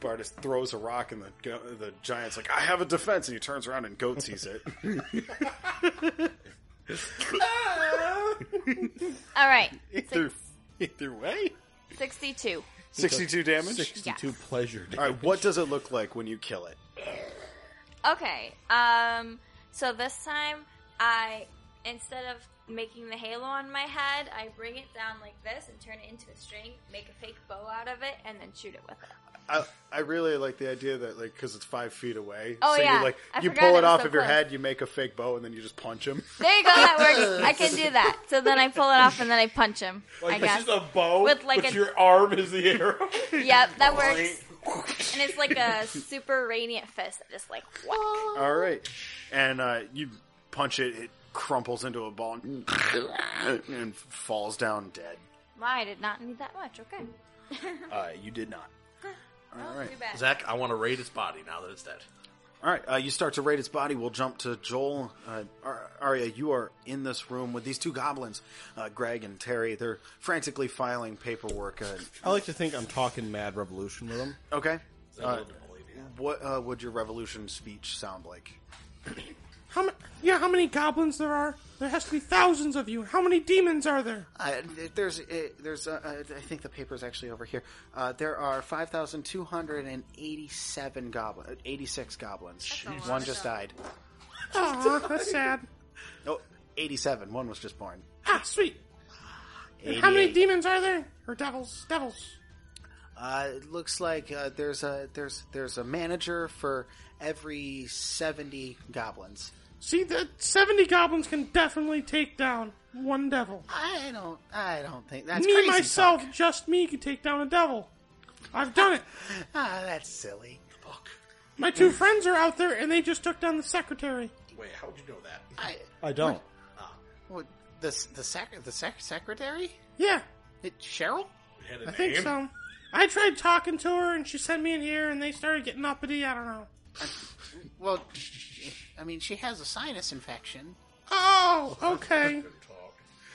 S10: Bartis throws a rock, and the go- the giant's like, "I have a defense," and he turns around and goat sees it.
S6: All right.
S10: either, either way,
S6: Sixty-two.
S10: sixty-two damage.
S8: Sixty-two pleasure.
S10: All right, what does it look like when you kill it?
S6: Okay. Um. So this time, I instead of making the halo on my head, I bring it down like this and turn it into a string, make a fake bow out of it, and then shoot it with it.
S10: I, I really like the idea that like because it's five feet away,
S6: Oh,
S10: so
S6: yeah.
S10: you like
S6: I
S10: you
S6: forgot
S10: pull
S6: it
S10: it,
S6: was
S10: off
S6: so
S10: of your
S6: close.
S10: head, you make a fake bow, and then you just punch him.
S6: There you go. That works. I can do that. So then I pull it off and then I punch him. I guess.
S8: This is a bow
S6: With, like,
S8: but
S6: a-
S8: your arm is the arrow.
S6: Yep, that works. And it's like a super radiant fist. that Just like whoa.
S10: All right, and uh, you punch it, it crumples into a ball and, and falls down dead.
S6: Why I did not need that much. Okay.
S10: Uh, you did not. All right,
S6: Too bad.
S7: Zach, I want to raid its body now that it's dead.
S10: all right. Uh, you start to raid its body. We'll jump to Joel, uh, Ar- Arya. You are in this room with these two goblins, uh, Greg and Terry. They're frantically filing paperwork. Uh,
S9: I like to think I'm talking mad revolution with them.
S10: okay,
S3: Uh, what uh, would your revolution speech sound like?
S5: How ma- yeah, how many goblins there are? There has to be thousands of you. How many demons are there?
S10: Uh, there's, uh, there's, uh, uh, I think the paper's actually over here. Uh, there are five thousand two hundred and eighty-seven goblin, eighty-six goblins.
S6: a lot.
S10: One just died.
S5: Aw, that's sad.
S10: No, eighty-seven. One was just born.
S5: Ah, sweet. And how many
S10: 88.
S5: demons are there? Or devils? Devils.
S10: Uh, it looks like uh, there's a there's there's a manager for every seventy goblins.
S5: See, the seventy goblins can definitely take down one devil.
S10: I don't I don't think that's
S5: me
S10: crazy
S5: myself,
S10: talk.
S5: just me, can take down a devil. I've done it.
S10: Ah, that's silly.
S5: My two friends are out there, and they just took down the secretary.
S7: Wait, how would you know that?
S10: I
S8: I don't.
S10: what, the s- the sec the sec- secretary
S5: Yeah,
S10: it, Cheryl.
S7: It had a
S5: I think
S7: name?
S5: so. I tried talking to her, and she sent me in here, and they started getting uppity. I don't know.
S10: Well, I mean she has a sinus infection.
S5: Oh, okay.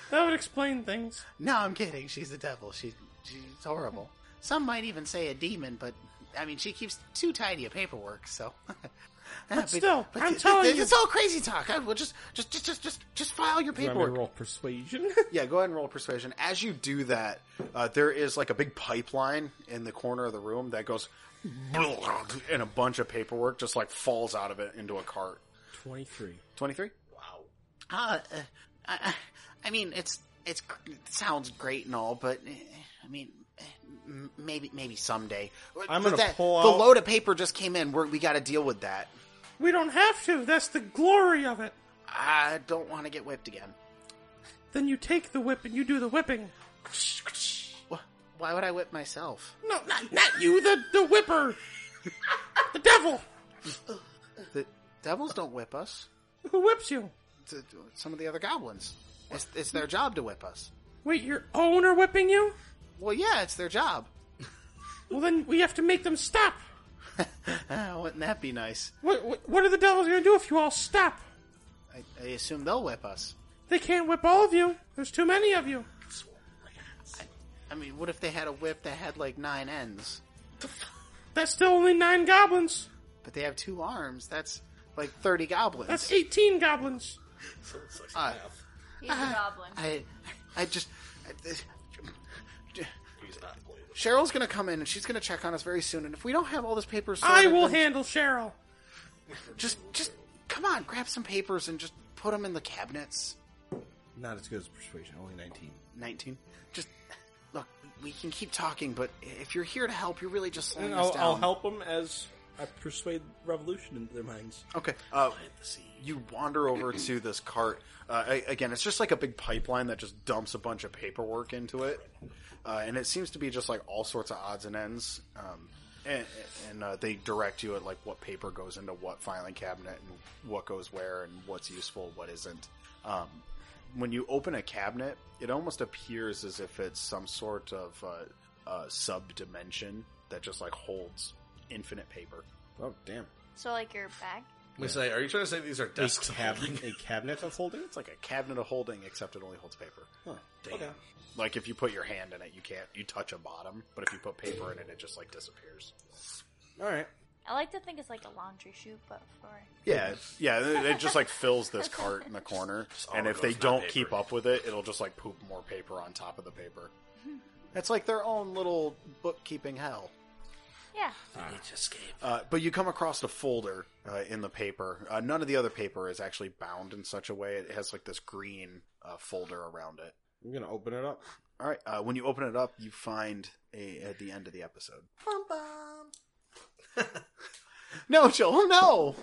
S5: That would explain things.
S10: No, I'm kidding. She's the devil. She she's horrible. Some might even say a demon, but I mean she keeps too tidy a paperwork. So, but
S5: still, I'm
S10: th-
S5: telling
S10: th-
S5: you-
S10: it's all crazy talk. I will just just just just just just file your
S8: I'm gonna
S10: paperwork.
S8: roll persuasion.
S3: Yeah, go ahead and roll persuasion. As you do that, uh, there is like a big pipeline in the corner of the room that goes, and a bunch of paperwork just like falls out of it into a cart.
S8: Twenty-three.
S3: Twenty three.
S10: Uh, uh, I, I- I mean, it's it's gr- it sounds great and all, but eh, I mean, eh, m- maybe maybe someday.
S8: I'm gonna
S10: That-
S8: pull
S10: the
S8: out-
S10: load of paper just came in. We're, we got to deal with that.
S5: We don't have to. That's the glory of it.
S10: I don't want to get whipped again.
S5: Then you take the whip and you do the whipping.
S10: Wh- Why would I whip myself?
S5: No, not, not you, the, the whipper. the devil.
S10: The devils don't whip us.
S5: Who whips you?
S10: It's- it's Some of the other goblins. It's, it's their job to whip us.
S5: Wait, your owner whipping you?
S10: Well, yeah, it's their job.
S5: Well, then we have to make them stop.
S10: Ah, wouldn't that be nice?
S5: What, what, what are the devils going to do if you all stop?
S10: I, I assume they'll whip us.
S5: They can't whip all of you. There's too many of you.
S10: I mean, what if they had a whip that had like nine ends?
S5: That's still only nine goblins.
S10: But they have two arms. That's like thirty goblins.
S5: That's 18 goblins.
S10: Uh,
S6: He's a goblin.
S10: I, I just.
S3: uh,
S10: I, Cheryl's gonna come in and she's gonna check on us very soon. And if we don't have all this paper,
S5: I
S10: sorted,
S5: will
S10: then
S5: handle Cheryl.
S10: just, just come on, grab some papers and just put them in the cabinets.
S9: Not as good as persuasion. Only nineteen.
S10: 19. Just look, we can keep talking, but if you're here to help, you're really just slowing
S8: And
S10: us
S8: I'll,
S10: down.
S8: I'll help them as I persuade revolution into their minds.
S3: Okay. Uh, you wander over to this cart. Uh, a- again, it's just like a big pipeline that just dumps a bunch of paperwork into it, uh, and it seems to be just like all sorts of odds and ends. Um, and and uh, they direct you at like what paper goes into what filing cabinet and what goes where and what's useful, what isn't. Um, when you open a cabinet, it almost appears as if it's some sort of uh, uh, sub dimension that just like holds infinite paper.
S9: Oh damn!
S6: So like your bag.
S7: We say, are you trying to say these are
S9: A
S7: desks?
S9: cabinet, a cabinet of holding.
S3: It's like a cabinet of holding, except it only holds paper.
S7: Damn.
S3: Like if you put your hand in it, you can't you touch a bottom, but if you put paper in it, it just like disappears.
S9: All right.
S6: I like to think it's like a laundry chute, but for
S3: Yeah, yeah. It, it just like fills this cart in the corner,
S7: all
S3: and if they
S7: goes in
S3: don't
S7: paper.
S3: keep up with it, it'll just like poop more paper on top of the paper. It's like their own little bookkeeping hell.
S6: yeah.
S3: Uh, but you come across a folder uh, in the paper. Uh, none of the other paper is actually bound in such a way. It has like this green uh, folder around it.
S9: I'm gonna open it up.
S3: All right. Uh, when you open it up, you find a at the end of the episode. no, Joel, no.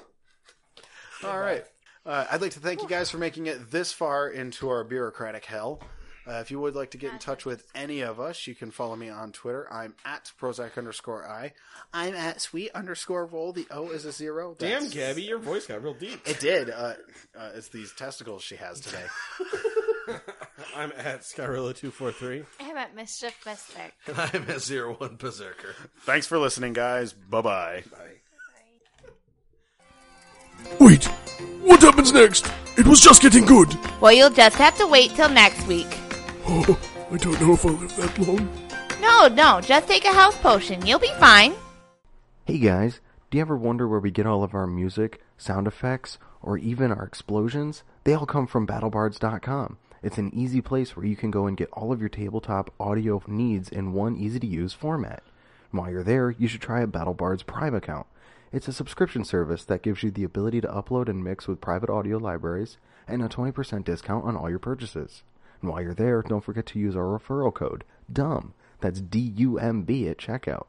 S3: All right. Uh, I'd like to thank you guys for making it this far into our bureaucratic hell. Uh, if you would like to get in touch with any of us, you can follow me on Twitter. I'm at Prozac underscore I.
S10: I'm at sweet underscore roll. The O is a zero.
S9: Damn,
S10: That's-
S9: Gabby, your voice got real deep.
S3: It did. Uh, uh, it's these testicles she has today.
S9: I'm at Skyrilla two four three.
S6: I'm at mischief mystic.
S7: And I'm at zero one berserker.
S3: Thanks for listening, guys. Bye bye.
S1: Wait, what happens next? It was just getting good.
S2: Well, you'll just have to wait till next week.
S1: Oh, I don't know if I'll live that long.
S2: No, no, just take a health potion. You'll be fine.
S3: Hey guys, do you ever wonder where we get all of our music, sound effects, or even our explosions? They all come from battlebards.com. It's an easy place where you can go and get all of your tabletop audio needs in one easy to use format. And while you're there, you should try a BattleBards Prime account. It's a subscription service that gives you the ability to upload and mix with private audio libraries and a 20% discount on all your purchases. And while you're there, don't forget to use our referral code, DUMB. That's D U M B at checkout.